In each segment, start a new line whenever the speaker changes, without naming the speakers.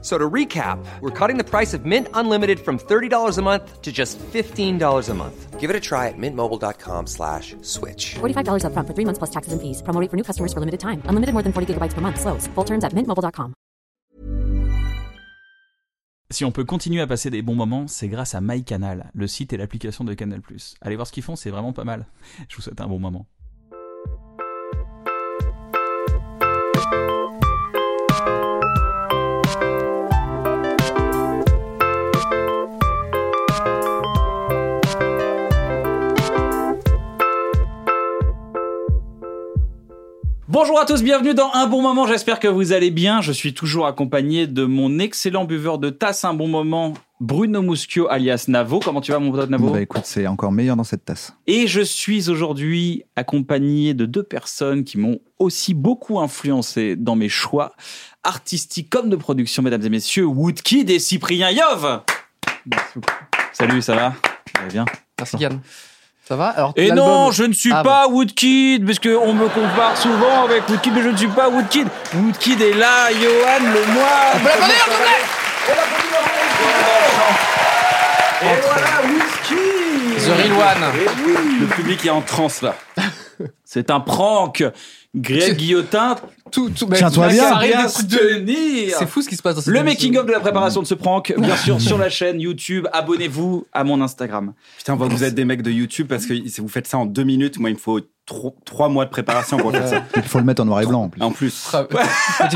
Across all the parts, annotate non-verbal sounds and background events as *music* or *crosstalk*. So to recap, we're cutting the price of Mint Unlimited from $30 a month to just $15 a month. Give it a try at mintmobile.com slash switch.
$45 upfront for three months plus taxes and fees. Promo rate for new customers for limited time. Unlimited more than 40 gigabytes per month. Slows. Full terms at mintmobile.com.
Si on peut continuer à passer des bons moments, c'est grâce à MyCanal, le site et l'application de Canal+. Allez voir ce qu'ils font, c'est vraiment pas mal. Je vous souhaite un bon moment. Bonjour à tous, bienvenue dans Un Bon Moment, j'espère que vous allez bien. Je suis toujours accompagné de mon excellent buveur de tasse Un Bon Moment, Bruno Muschio alias Navo. Comment tu vas mon pote Navo
Bah écoute, c'est encore meilleur dans cette tasse.
Et je suis aujourd'hui accompagné de deux personnes qui m'ont aussi beaucoup influencé dans mes choix artistiques comme de production, mesdames et messieurs, Woodkid et Cyprien Yov Salut, ça va Ça va bien
Merci Yann. Ça va Alors,
Et
l'album-
non, je ne suis
Ah,
pas Woodkid, parce qu'on me compare souvent avec Woodkid, mais je ne suis pas Woodkid. Woodkid est là, Johan, le moi. Et voilà, Woodkid
The Real One.
Le public est en transe là. C'est un prank. Greg
C'est-
Guillotin,
Tout, tout, bah, mais-
Tiens-toi
mais
bien.
ça
ça
arrive
vient
des
se
trucs de-
tenir.
C'est fou ce qui se passe dans cette
Le
émission.
making-of de la préparation de ce prank, bien sûr, sur la chaîne YouTube. Abonnez-vous à mon Instagram.
Putain, on voit que vous êtes des mecs de YouTube parce que si vous faites ça en deux minutes, moi, il me faut tro- trois mois de préparation pour faire ça.
Il faut le mettre en noir et blanc en plus.
En plus,
Tra- Petit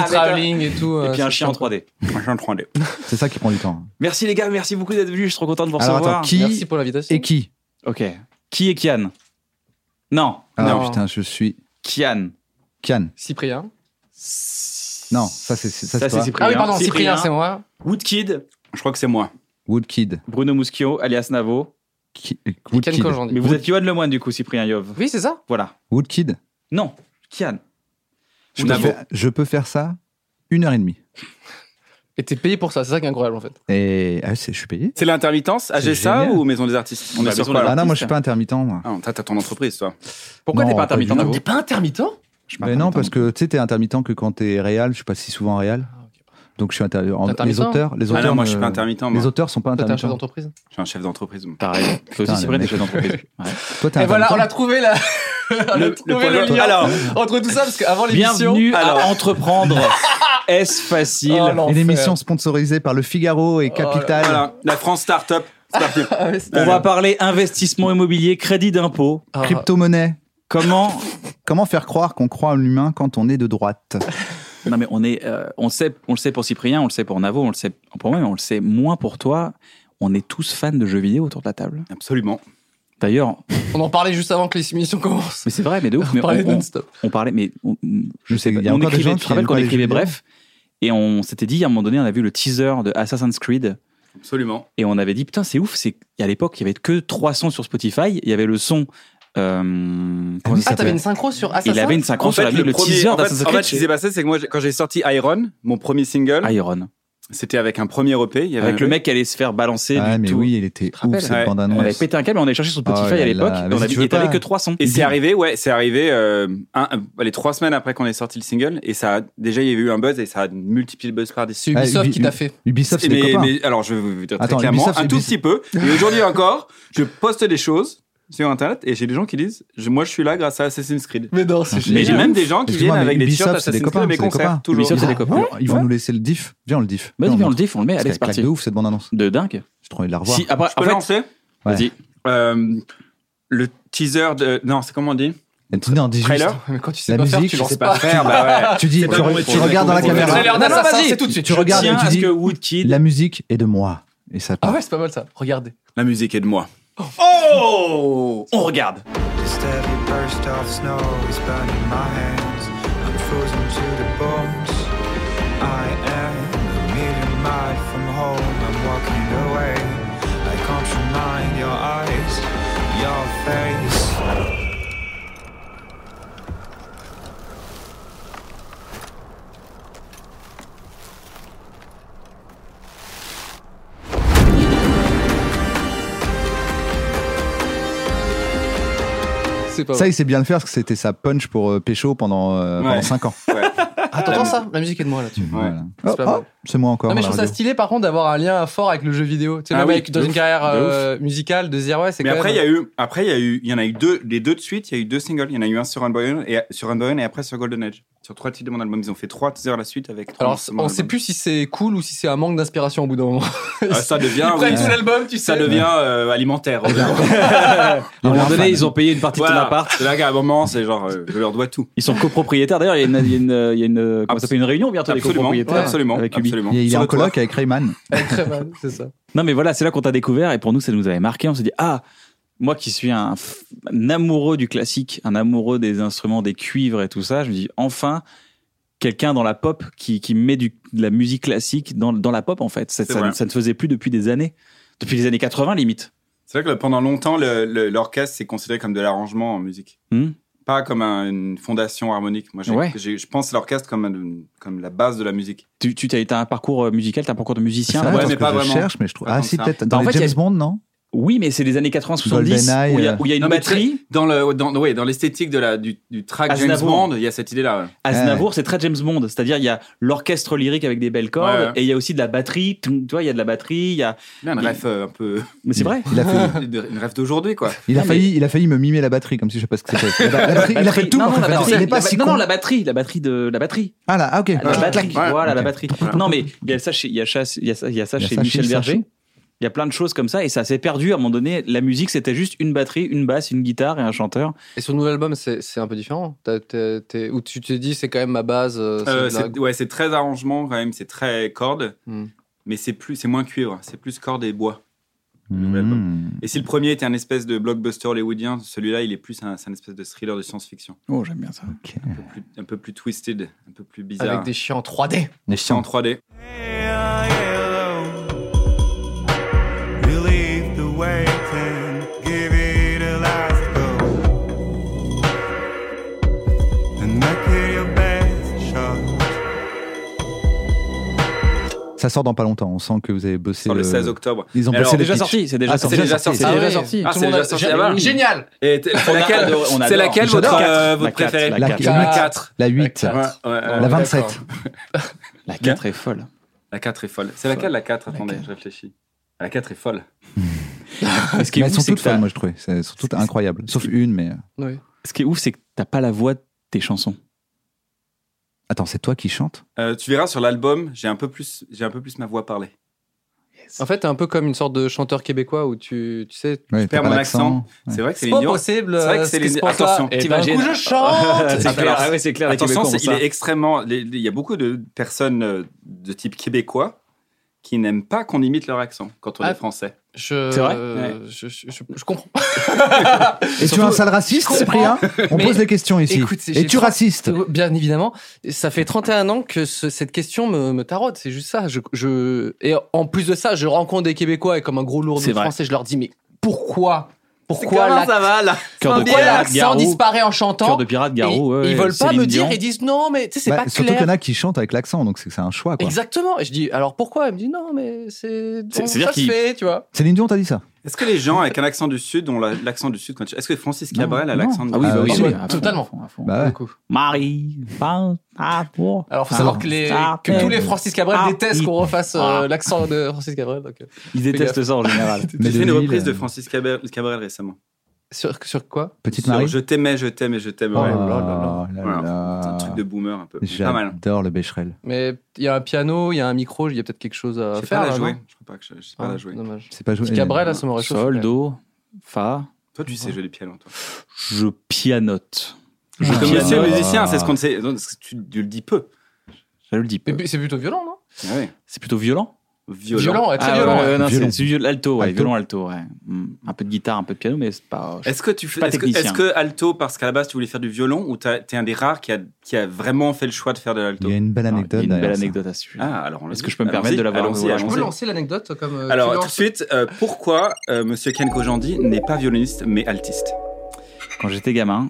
Avec
travelling et tout.
Et
euh,
puis un
c'est
chien en
chiant.
3D.
j'en prends des.
C'est ça qui prend du temps.
Merci les gars, merci beaucoup d'être venus. Je suis trop content de vous
Alors
recevoir.
attends, qui
Merci pour l'invitation.
et qui
Ok. Qui est Kian Non.
Ah
Non.
putain, je suis
Kian.
Kian.
Cyprien.
Non, ça, c'est- ça, c'est toi.
Cyprien.
Ah oui, pardon, Cyprien, c'est moi.
Woodkid,
Je crois que c'est moi.
Woodkid.
Bruno Muschio, alias Navo.
Ki-
Et Ken
Woodkid.
Mais
Kojandi.
vous êtes Johan Lemoine du coup, Cyprien Yov.
Oui, c'est ça.
Voilà.
Woodkid.
Non, Kian.
Je peux,
Navo.
faire, je peux faire ça une heure et demie.
Et t'es payé pour ça, c'est ça qui est incroyable en fait.
Et ah, c'est- je suis payé.
C'est l'intermittence, AGSA
génial.
ou Maison des artistes On
Bah,
est sur
Maison
quoi
des
là
Ah non, moi
artiste.
je suis pas intermittent. Moi.
Ah, T'as t'as ton entreprise, toi.
Pourquoi
Non,
t'es pas
pas
intermittent
du tout.
Navo
T'es pas intermittent
Je suis pas
Mais non,
intermittent.
parce que tu sais, t'es intermittent que quand t'es réal. Je suis pas si souvent réal.
Ah,
Donc je suis inter- en- Les
intermittent
auteurs, les
Ah
auteurs,
non, moi, je suis
ne-
pas intermittent. moi.
euh, les auteurs sont pas
Toi, T'es un chef
intermittents.
d'entreprise.
Je suis un chef d'entreprise. moi.
T'as raison. Toi aussi,
Putain,
Cyprien, t'es
le mec.
chef d'entreprise.
Toi, t'es
Et voilà,
intermittent
on a trouvé la. on a
Le- le
trouvé le
problème-
lien
Alors,
entre tout ça parce qu'avant l'émission.
Bienvenue à *laughs*
Alors.
Entreprendre. Est-ce facile
Oh, l'enfer. Oh,
Et l'émission sponsorisée par le Figaro et Capital.
voilà, la France Startup. c'est
*laughs*
parti.
Ah ouais, c'est-
On va parler investissement immobilier, crédit d'impôt.
Ah,
Crypto-monnaie.
Comment
Comment faire croire qu'on croit en l'humain quand on est de droite
*laughs* Non mais on est, euh, on sait, on le sait pour Cyprien, on le sait pour Navo, on le sait pour moi, mais on le sait moins pour toi. On est tous fans de jeux vidéo autour de la table.
Absolument.
D'ailleurs,
On en parlait juste avant que l'émission commence.
mais c'est vrai, mais de ouf.
On
Mais
parlait
on, on-
non-stop.
on parlait, mais on, je
Mais
sais
c'est-
pas.
il y a
on
encore des
écrivait,
gens
tu
qui
te rappelles
aiment
qu'on
pas les
écrivait
jeux vidéo
bref, et on s'était dit à un moment donné, on a vu le teaser de Assassin's Creed,
Absolument.
et on avait dit putain c'est ouf, c'est à l'époque il y avait que 300 sur Spotify, il y avait le son. euh, comment ça
Ah, t'avais
s'appelle
une synchro sur Assassin
Il avait une synchro
En
sur
fait,
la
le
le
premier-
teaser
en fait,
d'Assassin's
en fait, ce qui s'est
Creed.
passé, c'est que moi, j'ai- quand j'ai sorti Iron, mon premier single,
chez Iron.
c'était avec un premier EP. Il y avait
Avec le mec qui allait se faire balancer
Ah,
du
mais
tout.
oui, il était
te
ouf
rappelles
cette
Ouais.
bande-annonce.
On avait pété un câble, mais on avait cherché sur Spotify
Oh là
à l'époque.
là,
et On
vas-y,
avait
tu
dit,
veux
et t'avais
pas.
que 300.
Et c'est arrivé, ouais, c'est arrivé euh, un, un- allez, trois semaines après qu'on ait sorti le single. Et ça a, déjà, il y a eu un buzz et ça a multiplié le buzz par des
C'est
Ah,
Ubisoft
Ubi-
qui t'a fait.
Ubisoft, c'est des
mais,
copains.
mais alors, je vais vous dire
Attends,
très clairement,
Ubisoft,
un tout
Ubisoft.
petit peu. Et aujourd'hui encore, je poste des choses sur Internet et j'ai des gens qui disent je- Moi, je suis là grâce à Assassin's Creed.
Mais non, c'est
Et
Mais
j'ai
non.
même des gens qui viennent
Excuse-moi, mais
avec des
Ubisoft,
t-shirts
c'est des
Assassin's
copains,
Creed à mes
c'est des copains.
concerts, toujours.
Ubisoft, c'est des copains.
Ils vont nous laisser le diff. Viens, on le diff.
Vas-y, viens, on le
diff.
diff, on le met, allez,
Parce
c'est
qu'elle claque
parti.
de ouf cette bande-annonce.
De dingue.
J'ai trop envie de la revoir.
Si, après,
Je
en
peux
fait,
lancer
Ouais.
vas-y.
Euh, Le teaser de. Non, c'est comment on dit
Elle te dit, non, dis juste-
Trailer
Mais quand tu sais
La
pas faire,
musique,
tu
je
lances
C'est
pas.
pas faire, *laughs* bah ouais.
Tu dis, tu,
C'est pas
re-
bon,
tu
c'est pas
regardes
bon,
dans la
c'est pas bon.
caméra.
Trailer
Non, non,
d'Assassin,
vas-y.
c'est tout de suite.
Tu regardes et
Tiens,
tu
est-ce
dis,
que Woodkid.
la musique est de moi. Et ça
Ah
part.
ouais, c'est pas mal ça. Regardez.
La musique est de moi.
Oh On regarde.
This steady burst of snow is burning my hands. I'm frozen to the bones. I am a million miles from home. I'm walking away. I can't remind your eyes, your face.
c'est pas
Ça,
vrai.
il sait bien le faire parce que c'était sa punch pour euh, Pécho pendant, euh,
Ouais.
pendant 5 ans.
Ouais.
Ah, t'entends ça La musique est de moi là-dessus.
Voilà.
C'est pas
Oh,
mal.
oh, c'est moi encore.
Non, mais
à
je
la
trouve ça
radio.
stylé par contre d'avoir un lien fort avec le jeu vidéo. Tu sais, le
Ah oui,
mec
de
dans une
ouf,
carrière
de ouf.
euh, musicale de se dire ouais, c'est
Mais
quand
après, il y
même-
a eu, après, il y a eu, il y en a eu deux, les deux de suite, il y a eu deux singles. Il y en a eu un sur Unbound et sur Unbound et après sur Golden Age. Sur trois titres de mon album, ils ont fait trois teasers à la suite avec.
euh,
trois
Alors,
morceaux de mon
on sait
album.
plus si c'est cool ou si c'est un manque d'inspiration au bout d'un
*laughs*
moment.
Ah, ça devient,
Ils prennent
oui,
tout l'album, tu sais.
ça devient euh, alimentaire.
À un moment
Enfin,
donné, ils ont payé une partie de ton
voilà.
appart.
C'est là qu'à un moment, c'est genre, euh, je leur dois tout.
Ils sont copropriétaires. D'ailleurs, il y a une, il y a une, il y a une, comment ça s'appelle, une réunion bientôt des
Absolument,
copropriétaires.
absolument,
avec Ubi.
absolument.
Il est- il est
Sur
en
le toit.
coloc avec Rayman.
Très mal, c'est ça.
Non, mais voilà, c'est là qu'on t'a découvert et pour nous, ça nous avait marqué. On s'est dit, ah, moi qui suis un, f- un amoureux du classique, un amoureux des instruments, des cuivres et tout ça, je me dis, enfin, quelqu'un dans la pop qui, qui met du, de la musique classique dans, dans la pop, en fait. Ça,
C'est
ça-
vrai.
ça ne faisait plus depuis des années. Depuis les années 80, limite.
C'est vrai que pendant longtemps, le- le- l'orchestre s'est considéré comme de l'arrangement en musique.
Hmm.
Pas comme un- une fondation harmonique. Moi, j'ai-
Ouais.
j'ai- je pense à l'orchestre comme, un- comme la base de la musique.
Tu, tu as, un parcours euh, musical, t'as un parcours de musicien.
C'est
là,
vrai,
ouais, mais
parce que
pas
je
vraiment.
cherche, mais je trouve.
Pas
Ah,
tant
si,
que ça.
peut-être.
Bah, en
Dans les
fait, il y a-
James Bond, non
Oui, mais c'est les années 80-70
GoldenEye,
où il y a,
euh.
où il y a une
Non, mais très-
batterie.
Dans le, dans, ouais, dans l'esthétique de la du, du track James
Aznavour.
Bond, il y a cette idée-là. ouais.
Aznavour, c'est très James Bond, c'est-à-dire il y a l'orchestre lyrique avec des belles cordes
Ouais, ouais.
et il y a aussi de la batterie. Tu vois, il y a de la batterie, il y a.
Il y a un
Il-
rêve euh, un peu.
Mais c'est vrai.
Il a failli.
*laughs* de- une rêve d'aujourd'hui, quoi.
Il a,
Non,
failli, il a failli me mimer la batterie, comme si je sais pas ce que c'était. La- la batterie- il a fait tout.
non,
en
non,
fait.
la batterie,
Il est
la
pas
ba-
si
non,
con.
non, la batterie, la batterie de la batterie.
Ah là, ah, ok.
La batterie,
clac.
voilà, la
Ok.
batterie.
Voilà.
Non, mais il y a ça chez, il y a ça- il y a ça, il y a ça
Il y a
chez
ça chez
Michel
Sacha.
Berger. Il y a plein de choses comme ça et ça s'est perdu à un moment donné. La musique, c'était juste une batterie, une basse, une guitare et un chanteur.
Et sur le nouvel album, c'est c'est un peu différent. T'as- t'es- t'es- Ou tu te dis, c'est quand même ma base. euh, c'est
Euh,
de la-
c'est- ouais, c'est très arrangement quand même. C'est très cordes,
Hmm.
mais c'est plus, c'est moins cuivre. C'est plus cordes et bois.
Mmh.
Et si le premier était un espèce de blockbuster hollywoodien, celui-là, il est plus un, c'est un espèce de thriller de science-fiction,
Oh, j'aime bien ça.
Ok.
un, peu plus- un peu plus twisted, un peu plus bizarre.
Avec des chiens en 3D.
Des chiens en 3D.
Relieve the waiting, give it a last go. And make it your best shot.
Ça sort dans pas longtemps. On sent que vous avez bossé.
Sur le 16 octobre.
Ils ont
Alors,
bossé
C'est
le
déjà
pitch.
sorti, c'est déjà
Ah,
sorti.
c'est déjà
sorti.
sorti.
Ah
C'est déjà
ouais.
sorti.
Ah,
Tout
c'est
le monde
déjà
a-
sorti.
J'ai-
Ah bah.
Génial
Et t- c'est
On
laquelle,
adore, on
c'est
adore.
laquelle votre,
J'adore.
euh,
La
votre
quatre,
préférée
la
La,
quatre.
la-
Ah.
la 8.
La
Ouais,
quatre.
ouais, ouais.
La
D'accord.
27.
La 4 est folle.
La 4 est folle. C'est laquelle la 4 Attendez, je réfléchis. La 4 est folle.
Ce qui
Mais
est
elles
ouf,
sont
c'est
toutes
que t'as-
folles, moi, je trouvais. Elles sont toutes incroyables. Sauf une, mais.
Oui.
ce qui est ouf, c'est que t'as pas la voix de tes chansons.
Attends, c'est toi qui chantes
Euh, tu verras sur l'album, j'ai un peu plus, j'ai un peu plus ma voix parlée.
En fait, t'es un peu comme une sorte de chanteur québécois où tu, tu sais.
Ouais, t'as
perds
pas
mon
l'accent.
C'est vrai que c'est
C'est pas
l'ignorance.
possible.
C'est vrai que
euh,
c'est
ce
les-
qui se passe là.
Attention.
Et d'un
T'imagines-
coup, je
*laughs*
chante
c'est clair,
Alors,
ah ouais, c'est clair. les
Attention,
Québécois
c'est-
ont
il
ça.
est extrêmement. les- les- Il y a beaucoup de personnes euh, de type québécois qui n'aiment pas qu'on imite leur accent quand on
Ah.
est français.
Je,
C'est vrai
euh, je, je, je- je comprends.
Et tu es un
Surtout-
sale raciste,
Je
Cyprien On
Mais-
pose des questions ici.
Écoute, c'est-
Et
j'ai
tu
trop-
raciste
Bien évidemment. Ça fait 31 ans que ce- cette question me, me taraude. C'est juste ça. Je, je- et en plus de ça, je rencontre des Québécois et comme un gros lourd de
C'est vrai.
français, je leur dis mais pourquoi Pourquoi l'ac-
va là
Cœur de
pourquoi
pirate,
l'accent
Garou.
disparaît en chantant
Cœur de pirate,
Et
Garou. ouais,
Ils veulent pas
Céline
me dire,
Dion.
ils disent non, mais tu sais, c'est
Bah,
pas
Surtout
clair.
qu'il y en a qui chantent avec l'accent, donc c'est c'est un choix. Quoi.
Exactement. Et je dis, alors pourquoi Elle me dit, non, mais c'est.
C'est-
bon,
c'est-à-dire
ça se
qu'il-
fait, tu vois.
Céline Dion, t'as dit ça
Est-ce que les gens avec un accent du sud ont la- l'accent du sud quand tu- Est-ce que Francis
Non,
Cabrel a
non.
l'accent du
Ah oui,
Ah
bah oui,
oui,
oui,
ouais,
à fond,
totalement.
à fond, à fond.
Bah ouais.
Marie, pas- ah, bon.
Alors, faut
Ah,
savoir que, les,
ça
que
fait-
tous les Francis Cabrel
Ah,
détestent
il-
qu'on refasse euh,
Ah.
l'accent de Francis Cabrel. donc, euh,
Ils détestent ça en général.
J'ai
Mais
fait une
de Lille,
reprise de
euh,
Francis Cabrel, Cabrel récemment.
sur, sur quoi
Petite
Sur
Marie.
Je t'aimais, je t'aime et je t'aime.
Oh
ouais.
là
là
là
Voilà.
là.
C'est un truc de boomer un peu. Pas mal. hein.
J'adore le Becherel.
Mais il y a un piano, il y a un micro, il y a peut-être quelque chose à
Je sais
faire.
pas la
là,
jouer.
non
Je crois pas que je, je sais
Ah,
pas la jouer.
Dommage.
C'est pas joué.
Parce qu'Abrel, là, *laughs* ça m'aurait chauffé.
Sol, do, fa.
Toi, tu sais jouer du piano, toi.
Je pianote.
Je
Comme
pianote.
monsieur musicien, c'est ce qu'on sait. donc, Tu tu le dis peu.
Je le dis
Mais
peu.
puis, C'est plutôt violent, non
Ah ouais.
C'est plutôt violent.
Violent.
ouais, très
Ah,
violent.
ouais, ouais, non,
Violon.
c'est- C'est viol- alto, ouais,
Alto.
violon alto, ouais. Hmm, Un peu de guitare, un peu de piano, mais c'est pas. je-
Est-ce que tu fais
Pas
est-ce que,
technicien.
est-ce que alto parce qu'à la base tu voulais faire du violon ou t'as- t'es un des rares qui a, qui a vraiment fait le choix de faire de l'alto
Il y a une belle
Non, Ah, il y a
anecdote.
une
derrière
belle
ça.
anecdote à ce sujet.
Ah alors
Est-ce
allons-y,
que je peux me permettre de l'avoir
allons-y,
Ouais,
Je
je sais.
peux
allons-y.
lancer l'anecdote comme. euh,
Alors
tu
tout de
lances-
suite, euh, pourquoi euh, Monsieur Ken Kojandi n'est pas violoniste mais altiste
Quand j'étais gamin,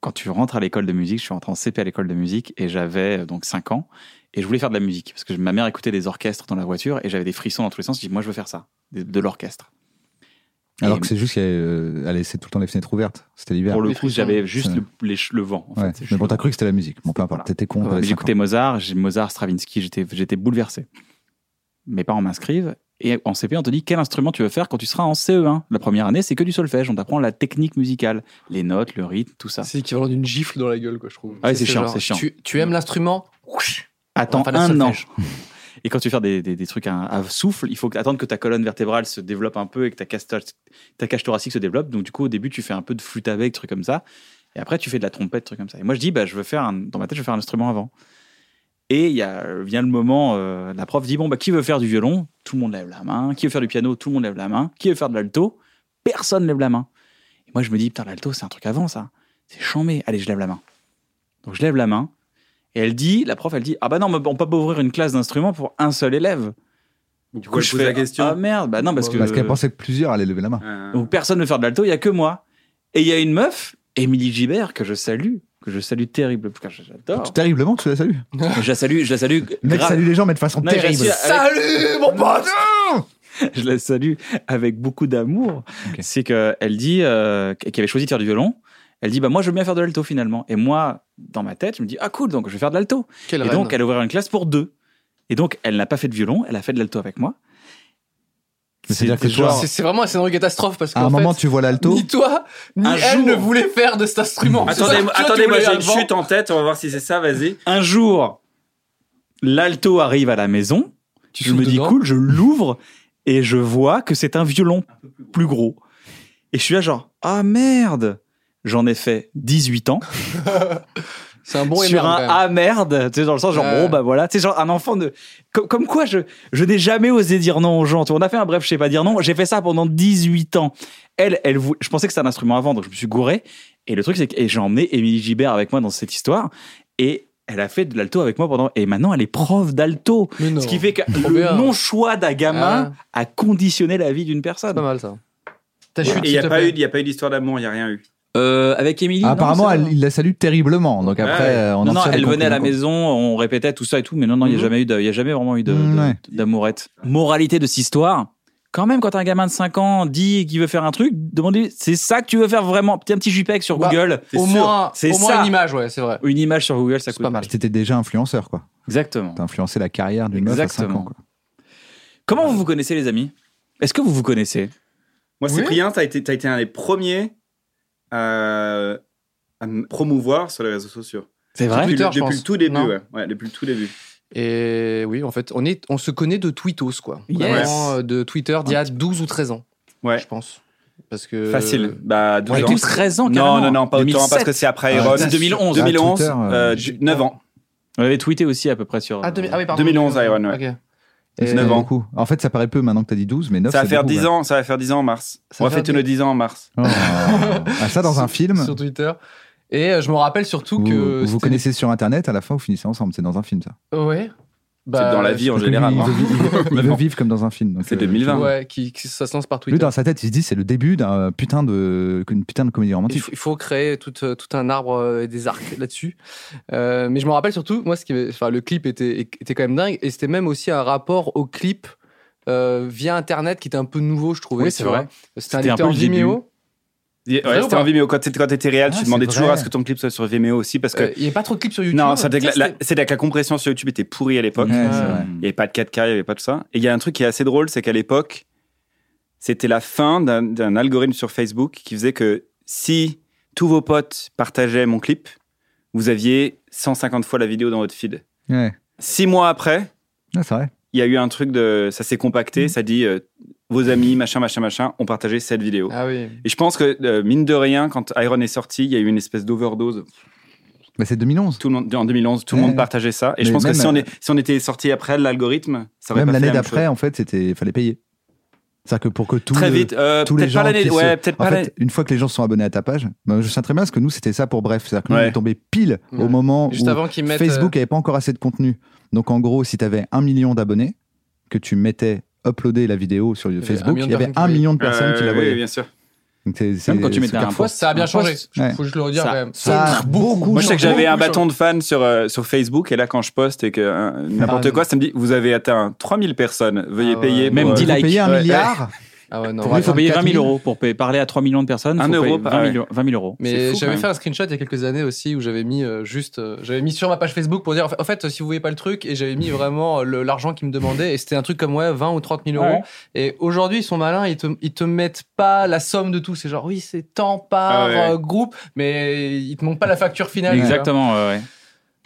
quand tu rentres à l'école de musique, je suis rentré en CP à l'école de musique et j'avais euh, donc 5 ans et je voulais faire de la musique parce que ma mère écoutait des orchestres dans la voiture et j'avais des frissons dans tous les sens. Je dis, moi, je veux faire ça, de, de l'orchestre.
Alors
Et-
que c'est juste qu'elle euh, elle laissait tout le temps les fenêtres ouvertes. C'était l'hiver.
Pour le
Les
coup,
frissons.
j'avais juste
Ouais.
le, les che- le vent. En
Ouais.
fait.
Mais bon,
Je-
t'as cru que c'était la musique. Bon, peu importe,
Voilà.
t'étais con.
Ouais,
t'avais cinq
J'écoutais
ans.
Mozart, j'ai- Mozart, Stravinsky, j'étais j'étais bouleversé. Mes parents m'inscrivent et en CP, on te dit quel instrument tu veux faire quand tu seras en CE1. La première année, c'est que du solfège, on t'apprend la technique musicale, les notes, le rythme, tout ça.
C'est l'équivalent d'une gifle dans la gueule, quoi, je trouve.
Ah ouais, c'est
ce
chiant,
genre,
c'est chiant.
Tu, tu aimes l'instrument
Attends
Enfin, le
un an.
solfège.
*laughs* Et quand tu veux faire des, des- des trucs à, à souffle, il faut attendre que ta colonne vertébrale se développe un peu et que ta cage, ta cage thoracique se développe. Donc, du coup, au début, tu fais un peu de flûte avec, trucs comme ça. Et après, tu fais de la trompette, trucs comme ça. Et moi, je dis, bah, je veux faire un- dans ma tête, je veux faire un instrument avant. Et il y a, vient le moment, euh, la prof dit, bon, bah, qui veut faire du violon Tout le monde lève la main. Qui veut faire du piano Tout le monde lève la main. Qui veut faire de l'alto Personne lève la main. Et moi, je me dis, putain, l'alto, c'est un truc avant, ça. C'est chambé. Allez, je lève la main. Donc, je lève la main. Et elle dit, la prof, elle dit, ah bah non, mais on peut pas ouvrir une classe d'instruments pour un seul élève.
Du
Du coup, je fais
la question.
Ah merde, bah non, parce que.
Parce qu'elle pensait que plusieurs allaient lever la main.
Euh,
Donc personne ne veut faire de l'alto, il y a que moi. Et il y a une meuf, Émilie Gibert, que je salue, que je salue terrible. Putain, je- j'adore.
Tout terriblement, tu la salues.
je la salue, je la salue.
Le mec
Ah. grave.
salue les gens, mais de façon
Non, je la
terrible.
salue avec-
Salut, mon pote
*laughs* je la salue avec beaucoup d'amour.
Ok.
C'est qu'elle dit, euh, qu'elle avait choisi de faire du violon. Elle dit, bah moi, je veux bien faire de l'alto finalement. Et moi, dans ma tête, je me dis, ah cool, donc je vais faire de l'alto.
Quelle
Et
reine.
donc, elle a ouvert une classe pour deux. Et donc, elle n'a pas fait de violon, elle a fait de l'alto avec moi.
Mais c'est-à-dire que
C'était genre-
toi,
C'est- C'est vraiment un scénario catastrophe parce
à
qu'en
un
fait,
moment, tu vois l'alto.
ni toi, ni
Un
elle
jour-
ne voulait faire de cet instrument. C'est
Attendez,
ça, toi, tu
attendez moi
voulais
j'ai une
avant.
chute en tête, on va voir si c'est ça, vas-y.
Un jour, l'alto arrive à la maison.
Tu
je me
souffles
dis
dedans.
cool, je l'ouvre et je vois que c'est un violon plus gros. Et je suis là genre ah merde. J'en ai fait 18 ans
C'est un bon
sur
énorme,
un
quand même.
ah merde, tu sais dans le sens genre
Ouais.
bon bah voilà, tu sais genre un enfant de comme, comme quoi je je n'ai jamais osé dire non aux gens. Tu vois, on a fait un bref, je sais pas dire non, j'ai fait ça pendant 18 ans. Elle elle vou- je pensais que c'était un instrument à vendre, je me suis gouré et le truc c'est que et j'ai emmené Émilie Gibert avec moi dans cette histoire et elle a fait de l'alto avec moi pendant et maintenant elle est prof d'alto.
Mais non.
Ce qui fait que
Trop
le
bien. Ah.
non-choix d'un gamin a conditionné la vie d'une
C'est pas
personne.
mal ça. T'as chute,
Et il n'y
s'il te
a, pas
plaît.
eu- y a pas eu d'histoire d'amour, il n'y a rien eu.
Euh, avec Émilie, non,
Apparemment,
mais ça
elle-
va.
il la salue terriblement. Donc
Ouais.
après, euh, on
non,
en
non,
tire des
elle venait à la
conclusions,
maison, on répétait tout ça et tout, mais non, non, il n'y a
Mhm.
jamais eu, de- il y a jamais vraiment eu de- de-
Ouais.
d'amourette. Moralité de cette histoire. Quand même, quand un gamin de 5 ans dit qu'il veut faire un truc, demandez, c'est ça que tu veux faire vraiment Petit un petit JPEG sur
Bah,
Google.
Au moins,
C'est
au moins
ça.
une image, ouais, c'est vrai.
Une image sur Google, ça
C'est
coûte
pas mal.
quoi. T'étais déjà influenceur, quoi.
Exactement.
T'as influencé la carrière d'une meuf à 5
Exactement.
ans. quoi.
Comment vous vous connaissez, les amis Est-ce que vous vous connaissez
Moi,
Oui.
Cyprien, t'as été, t'as été un des premiers à, à me promouvoir sur les réseaux sociaux.
C'est
depuis
Twitter,
le,
je
depuis
pense.
le tout début,
Non.
ouais. ouais. Depuis le tout début.
Et oui, en fait, on, est, on se connaît de Twittos, quoi.
Yes.
Vraiment, euh, de Twitter d'il y a 12 ou 13 ans,
Ouais.
je pense. Parce que.
Facile. Bah, deux
On
ans.
était 13 ans,
Non,
carrément.
non, non, pas autant,
2007.
parce que c'est après
Ah,
Iron.
putain,
2011.
2011,
Ah, Twitter,
euh,
euh,
du- 9 ans.
On avait tweeté aussi à peu près sur. euh,
Ah, demi- ah oui, pardon.
2011, Iron, ouais.
Ok.
C'est
Et-
9 ans.
beaucoup. En fait, ça paraît peu maintenant que t'as dit 12, mais 9
Ça va
c'est
faire
beaucoup,
10
ouais.
ans, ça va faire 10 ans en mars.
Ça
On va
fait
fêter
dix-
nos 10 ans en mars.
Oh. Ah, ça dans un
*laughs*
film.
Sur Twitter. Et euh, je me rappelle surtout
Vous,
que.
vous vous
c'était-
connaissez sur internet, à la fin vous finissez ensemble, c'est dans un film ça.
Ouais. Bah,
C'est dans la vie hein. en
Parce que lui,
général.
il
hein.
veut, vi- il veut- il veut vivre comme dans un film. donc,
C'est
euh,
2020.
Ouais, qui, qui- ça se lance par
Lui
Twitter.
dans sa tête il se dit c'est le début d'un putain de une putain de comédie
Il
romantique.
faut, il faut créer tout, euh, tout un arbre euh, et des arcs là-dessus. Euh, mais je me rappelle surtout, moi, ce qui, avait- enfin, le clip était, était quand même dingue. Et c'était même aussi un rapport au clip euh, via Internet qui était un peu nouveau, je trouvais.
Oui, c'est
tu vois.
vrai.
C'était un
C'était un
lecteur
peu le début.
Vimeo.
Ouais,
Vrai ou
c'était
pas
en Vimeo. Quand t'étais- quand t'étais réel,
Ah,
tu demandais
c'est
toujours
vrai.
à ce que ton clip soit sur Vimeo aussi, parce que.
Euh, Il n'y avait pas trop de clips sur YouTube.
non, c'était que la-
Tu sais,
la- c'est que la compression sur YouTube était pourrie à l'époque. Euh,
Ouais, c'est
Euh,
Ouais.
vrai.
Il n'y avait pas de 4K, il n'y avait pas de ça. Et il y a un truc qui est assez drôle, c'est qu'à l'époque, c'était la fin d'un- d'un algorithme sur Facebook qui faisait que si tous vos potes partageaient mon clip, vous aviez 150 fois la vidéo dans votre feed.
Ouais.
Six mois après,
Ah, c'est vrai.
il y a eu un truc de. Ça s'est compacté,
Mm.
ça dit euh, vos amis, machin, machin, machin, ont partagé cette vidéo.
Ah oui.
Et je pense que, euh, mine de rien, quand Iron est sorti, il y a eu une espèce d'overdose.
Bah, c'est 2011.
Tout le monde, en 2011, tout le
Ouais.
monde partageait ça. Et je
Mais
pense que
même,
si on, est-
euh,
si on était sorti après l'algorithme, ça aurait
Même
pas fait
l'année
la même chose.
d'après en fait c'était fallait payer. C'est-à-dire que pour que tout
Très
le-
vite. euh,
tous les
peut-être pas
gens
l'année.
qui se-
Ouais, peut-être
En
pas
fait,
l'année.
une fois que les gens sont abonnés à ta page, bah, je sais très bien parce que nous c'était ça pour bref, c'est-à-dire que nous,
Ouais.
on est tombé pile au
Ouais.
moment
Juste
où
avant qu'ils mettent. euh,
Facebook n'avait pas encore assez de contenu. Donc en gros, si tu avais un million d'abonnés, que tu mettais uploader la vidéo sur
avait un
Facebook,
million
il
de
y avait
personnes
un
qui
million de personnes qui la
Ah,
Euh, oui,
voyaient.
bien sûr.
Donc, c'est- c'est-
Même quand tu
ce
mettais un
carrefour.
post,
euh, Ça a bien
Un
changé.
post,
ouais.
Faut que je le redire
Ça-
quand même.
ça a beaucoup
Moi, je sais que j'avais un
Beaucoup
bâton de fan sur, euh, sur Facebook et là, quand je poste et que euh, n'importe
Ah,
quoi, ça me dit Vous avez atteint 3000 personnes, veuillez
Ah ouais.
payer.
Même
pour,
Vous
dix
euh,
likes.
payez un
Ouais.
milliard
Ah ouais, non.
Pour
Nous, il faut payer 20 000
24 000
euros pour payer- parler à 3 millions de personnes.
Un
faut
euro
payer
par-
20
ouais.
000, euros- 20 000 euros.
C'est
Mais
fou,
j'avais
quand
fait un screenshot il y a quelques années aussi où j'avais mis euh, juste, euh, j'avais mis sur ma page Facebook pour dire en fait, en fait, si vous voyez pas le truc et j'avais
*laughs*
mis vraiment euh, le- l'argent qu'ils me demandaient et c'était un truc comme ouais 20 ou 30 000 euros
Ouais.
et aujourd'hui ils sont malins ils te, ils te mettent pas la somme de tout c'est genre oui c'est tant par
Ah ouais.
euh, groupe mais ils te montrent pas la facture finale tu vois.
Exactement, ouais, ouais.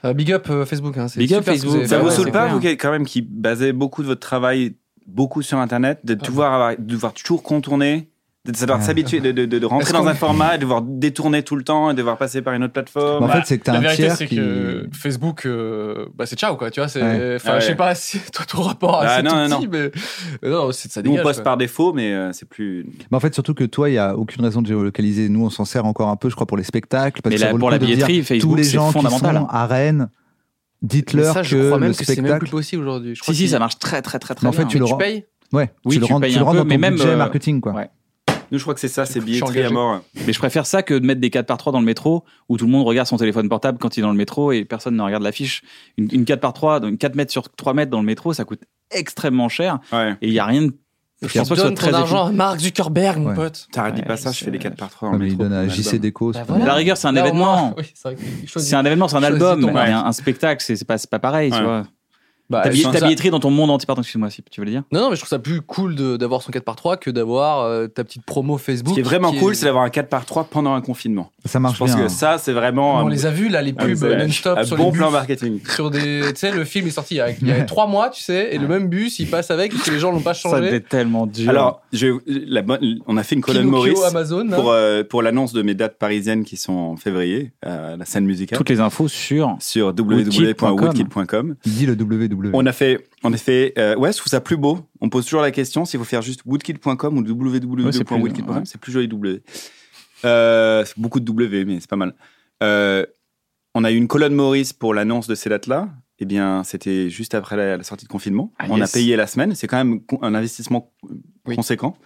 Euh, big up euh, Facebook hein, c'est
Big up
super ce que
Facebook.
avez
Ça
fait,
vous
ouais,
saoule
c'est
pas,
clair.
vous, qui- quand même, qui basez beaucoup de votre travail beaucoup sur Internet, de devoir, avoir- de devoir toujours contourner, de devoir
Ah Ouais.
s'habituer, de, de- de- de rentrer
Est-ce
dans
qu'on-
un format, de devoir détourner tout le temps et de devoir passer par une autre plateforme.
Bah, en fait, c'est que t'as
la
un
vérité,
tiers
c'est
qui.
que Facebook, euh, bah, c'est ciao, quoi. Tu vois, c'est.
Ouais.
Enfin,
Ah ouais.
je sais pas *laughs* si toi, ton rapport à
Ah,
c'est
non,
tout
non,
petit, mais. mais euh, Non, c'est- ça
Nous,
dégage.
on poste
quoi.
par défaut, mais euh, c'est plus.
Mais en fait, surtout que toi, il n'y a aucune raison de géolocaliser. Nous, on s'en sert encore un peu, je crois, pour les spectacles. Parce
Mais
que
là,
ça vaut le
pour
coup
la
de dire,
billetterie, Facebook,
tous les
c'est
gens qui
fondamental.
sont à Rennes,
Mais
dites-leur
ça, je
que
crois même
le
que c'est même
spectacle.
plus possible aujourd'hui. Je crois
Si, si,
qu'il-
ça marche très, très, très, très
Mais en
bien.
fait, tu le
Tu
rends-
payes
Ouais,
Oui,
tu le
tu
rends,
payes
tu le
un
rends
peu,
dans ton
mais même,
budget
euh,
marketing, quoi.
ouais.
Nous, je crois que c'est ça, c'est
Je suis
billetterie à
engagé.
mort.
Mais je préfère ça que de mettre des carte par 3 dans le métro où tout le monde regarde son téléphone portable quand il est dans le métro et personne ne regarde l'affiche. Une, une 4 par 3, donc 4 mètres sur 3 mètres dans le métro, ça coûte extrêmement cher
Ouais.
et il n'y a rien de. Je
Tu
pense pas que ce soit
donnes
très
ton
efficace.
argent à Mark Zuckerberg, mon
Ouais.
pote.
T'arrêtes, dis
Ouais,
pas ça, je
c'est-
fais des 4 par 3 en
Ouais, Ah, mais il
métro
donne
pour
à
mon
JC
album.
Déco. c'est
Bah
pas
voilà.
À la
mal.
rigueur, c'est un
Là, au
événement.
moins- Oui, c'est vrai que je choisis-
C'est un événement, c'est un
Choisis
album,
ton
mais
match.
un, un spectacle, c'est c'est pas, c'est pas pareil,
Ouais.
tu vois.
Bah,
Ah,
Ta,
je
billet-
trouve
ta
ça-
billetterie dans ton monde entier, pardon, excuse-moi, si tu veux le dire.
Non, non, mais je trouve ça plus cool de- d'avoir son 4 par 3 que d'avoir euh, ta petite promo Facebook.
Ce qui est vraiment cool,
est-
c'est d'avoir un 4 par 3 pendant un confinement.
Ça
Je
marche
pense
bien. hein.
que ça, c'est vraiment.
On
un-
les a vus, là, les
un-
pubs non-stop
un
sur les
bon
bus.
plan marketing.
sur des. Tu sais, le film est sorti il y a, il y a
Ouais.
trois mois, tu sais, et le même bus, il passe avec, parce que les gens l'ont pas
Ça devait
changé.
être tellement dur.
Alors, je, la bonne, on a fait une colonne
Pinocchio,
Maurice
Amazon. hein.
pour, euh, pour l'annonce de mes dates parisiennes qui sont en février euh, à la scène musicale
toutes les infos sur.
sur
Woodkid point com.
www.woodkid.com.
Il dit le E. WW.
On a fait, on a fait, euh, ouais, je trouve ça plus beau. On pose toujours la question s'il faut faire juste woodkid.com ou
Ouais, c'est plus-
www.woodkid.com.
ouais.
C'est plus joli W. Euh, c'est beaucoup de W, mais c'est pas mal. Euh, on a eu une colonne Maurice pour l'annonce de ces dates-là. Eh bien, c'était juste après la, la sortie de confinement.
Ah,
on
yes.
a payé la semaine. C'est quand même con- un investissement conséquent.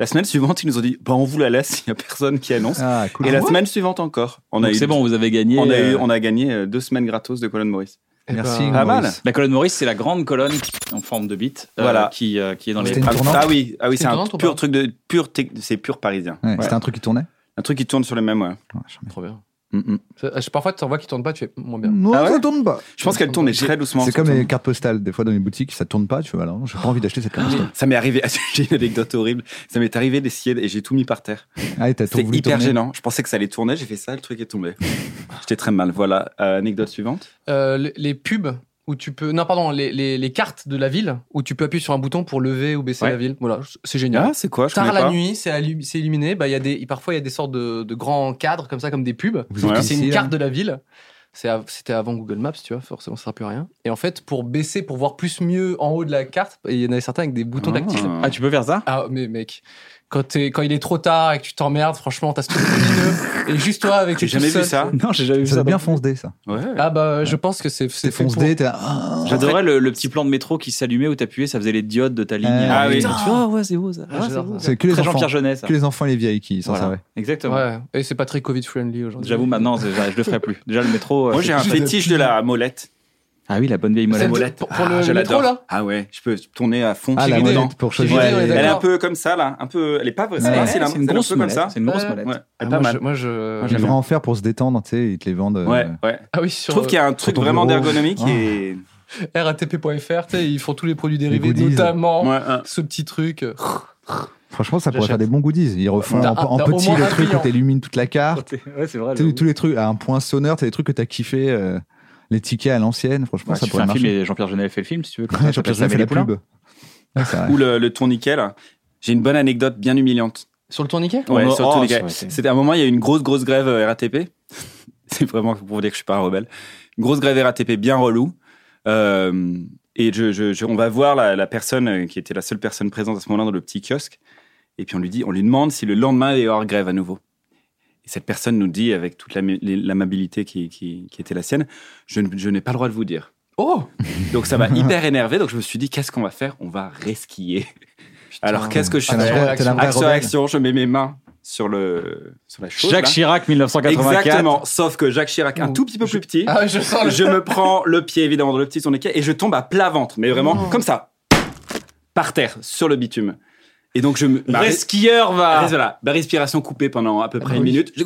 La semaine suivante, ils nous ont dit, bah, on vous la laisse. Il n'y a personne qui annonce.
Ah, cool.
Et la semaine suivante encore, on a
bah Donc
eu,
C'est bon, vous avez gagné.
on a eu,
euh,
on a gagné euh, deux semaines gratos de colonne Maurice.
Eh ben,
Merci.
Pas mal.
Maurice.
La colonne Maurice, c'est la grande colonne en forme de bite euh,
Voilà.
qui, euh, qui est dans les.
C'était une
Ah,
tournante
ah oui, ah oui,
C'est une
c'est un
tournante ou pas
pur truc de pur, tec- c'est pur parisien.
Ouais,
Ouais.
C'était un truc qui tournait
Un truc qui tourne sur le même. ouais.
Ouais, j'en ai-
Trop bien.
Mm, mm.
Ça- je- Parfois, tu en vois qui tournent pas, tu fais moins bien.
Non,
Ah ouais
ça tourne pas.
Je pense qu'elle tourne mais très doucement.
C'est
surtout.
comme les cartes postales. Des fois, dans les boutiques, ça tourne pas. Tu vois, alors, j'ai pas envie d'acheter cette carte postale.
Ça m'est arrivé. *laughs* j'ai une anecdote horrible. Ça m'est arrivé d'essayer et j'ai tout mis par terre.
Ah, t'as tout
C'était
voulu
hyper
tourner.
gênant. Je pensais que ça allait tourner. J'ai fait ça, le truc
*laughs*
est tombé. J'étais très mal. Voilà. Euh, anecdote suivante.
Euh, les, les pubs où tu peux. Non, pardon, les, les, les cartes de la ville où tu peux appuyer sur un bouton pour lever ou baisser
Ouais.
la ville. Voilà, c'est génial.
Ah, c'est quoi Je
Tard
connais
la
pas.
nuit, c'est allu- c'est illuminé. Bah, il y a des, parfois, il y a des sortes de, de grands cadres comme ça, comme des pubs.
Vous êtes
Ouais.
Et
ici,
C'est une
là
carte de la ville. C'est av- C'était avant Google Maps, tu vois, forcément, ça sert plus à rien. Et en fait, pour baisser, pour voir plus mieux en haut de la carte, bah, il y en avait certains avec des boutons tactiles.
Ah.
Ah, tu peux faire ça
Ah, mais mec, quand, t'es- quand il est trop tard et que tu t'emmerdes, franchement, t'as ce truc lumineux. Et juste toi avec
J'ai
les
jamais vu ça.
Non, j'ai jamais
Ça doit bien foncé, ça.
Ouais.
Ah, bah, je pense que c'est.
C'est
fait pour-
foncé, t'es là. ah,
J'adorais le, le petit plan de métro qui s'allumait où t'appuyais, ça faisait les diodes de ta ligne.
Ah
oui.
Tu fais, Ah ouais, c'est beau ça. Ah,
Ah,
c'est
j'adore
beau,
ça.
ça.
C'est que les
Très
enfants.
Jean-Pierre Jeunet, ça.
Que les enfants et les vieilles qui s'en
Voilà.
servaient.
Exactement.
Ouais, et c'est pas très Covid-friendly aujourd'hui.
J'avoue, maintenant, c'est- je le ferai plus. Déjà, le métro. euh,
Moi, j'ai un
c'est-
fétiche de la molette.
Ah oui, la bonne vieille
C'est
molette.
molette.
Pour, pour le
Ah, je
métro,
l'adore.
là
Ah ouais, je peux tourner à fond.
Ah,
J'ai
la
mis dedans.
molette pour choisir.
Ouais,
les-
on est
Elle est un
d'accord.
peu comme ça là, un peu. Elle est pas, c'est
Ouais,
pas
c'est
facile, hein.
une
C'est un
grosse
peu comme
molette.
ça.
C'est une grosse
Ouais.
molette.
Ouais, elle
Ah,
est pas
moi,
mal.
je- Moi, je.
Moi,
Ils
j'aime
devraient
bien.
en faire pour se détendre, tu sais, ils te les vendent. euh,
Ouais, ouais.
Ah oui,
Je
sur
trouve qu'il y a un truc
ton
vraiment
bureau.
d'ergonomie qui
Ah.
est.
euh, RATP.fr, tu sais, ils font tous les produits dérivés,
goodies.
notamment
Ouais, un-
ce petit truc.
Franchement, ça pourrait
J'achète.
faire des bons goodies. Ils refont
T'as-
en, en
t'as au
petit
moins
le
un
truc
client.
où t'illumines toute la carte.
Ouais, c'est vrai.
Tu sais, Ah. tous les trucs, à un point sonneur, t'as des trucs que t'as kiffé, euh, les tickets à l'ancienne. Franchement, ça
tu fais
pourrait
un film
marcher.
et Jean-Pierre Jeunet fait le film, si tu veux.
Ouais, Jean-Pierre Jeunet Ah, fait la pub. Ouais, c'est vrai.
ou le, le tourniquet là. J'ai une bonne anecdote bien humiliante.
Sur le tourniquet
Ouais,
Oh,
sur le
oh,
tourniquet.
ouais, c'est-
C'était à un moment, il y a eu une grosse, grosse grève euh, RATP. *laughs* C'est vraiment pour vous dire que je suis pas un rebelle. Une grosse grève RATP bien relou. Euh, et je, je- je- on va voir la, la personne euh, qui était la seule personne présente à ce moment-là dans le petit kiosque. Et puis on lui dit, on lui demande si le lendemain il va y avoir grève à nouveau. Et cette personne nous dit avec toute l'ami- l'amabilité qui, qui- qui était la sienne, je, ne- je n'ai pas le droit de vous dire.
Oh
Donc ça m'a hyper énervé. Donc je me suis dit, qu'est-ce qu'on va faire On va resquiller. Alors qu'est-ce que je
T'es la
fais
vraie- t'es la vraie
Action,
rebelle.
action, je mets mes mains sur, le, sur la chose.
Jacques
là.
Chirac, 1984.
Exactement, sauf que Jacques Chirac, un
Ouh.
tout petit peu plus petit,
Ah, je sens le.
je me prends le pied évidemment dans le petit tourniquet et je tombe à plat ventre, mais vraiment comme ça, par terre, sur le bitume. Et donc, je me. ma
Vrai
ré-
skieur
Ah.
Bah, va.
Voilà, ma respiration coupée pendant à peu près une minute. Je-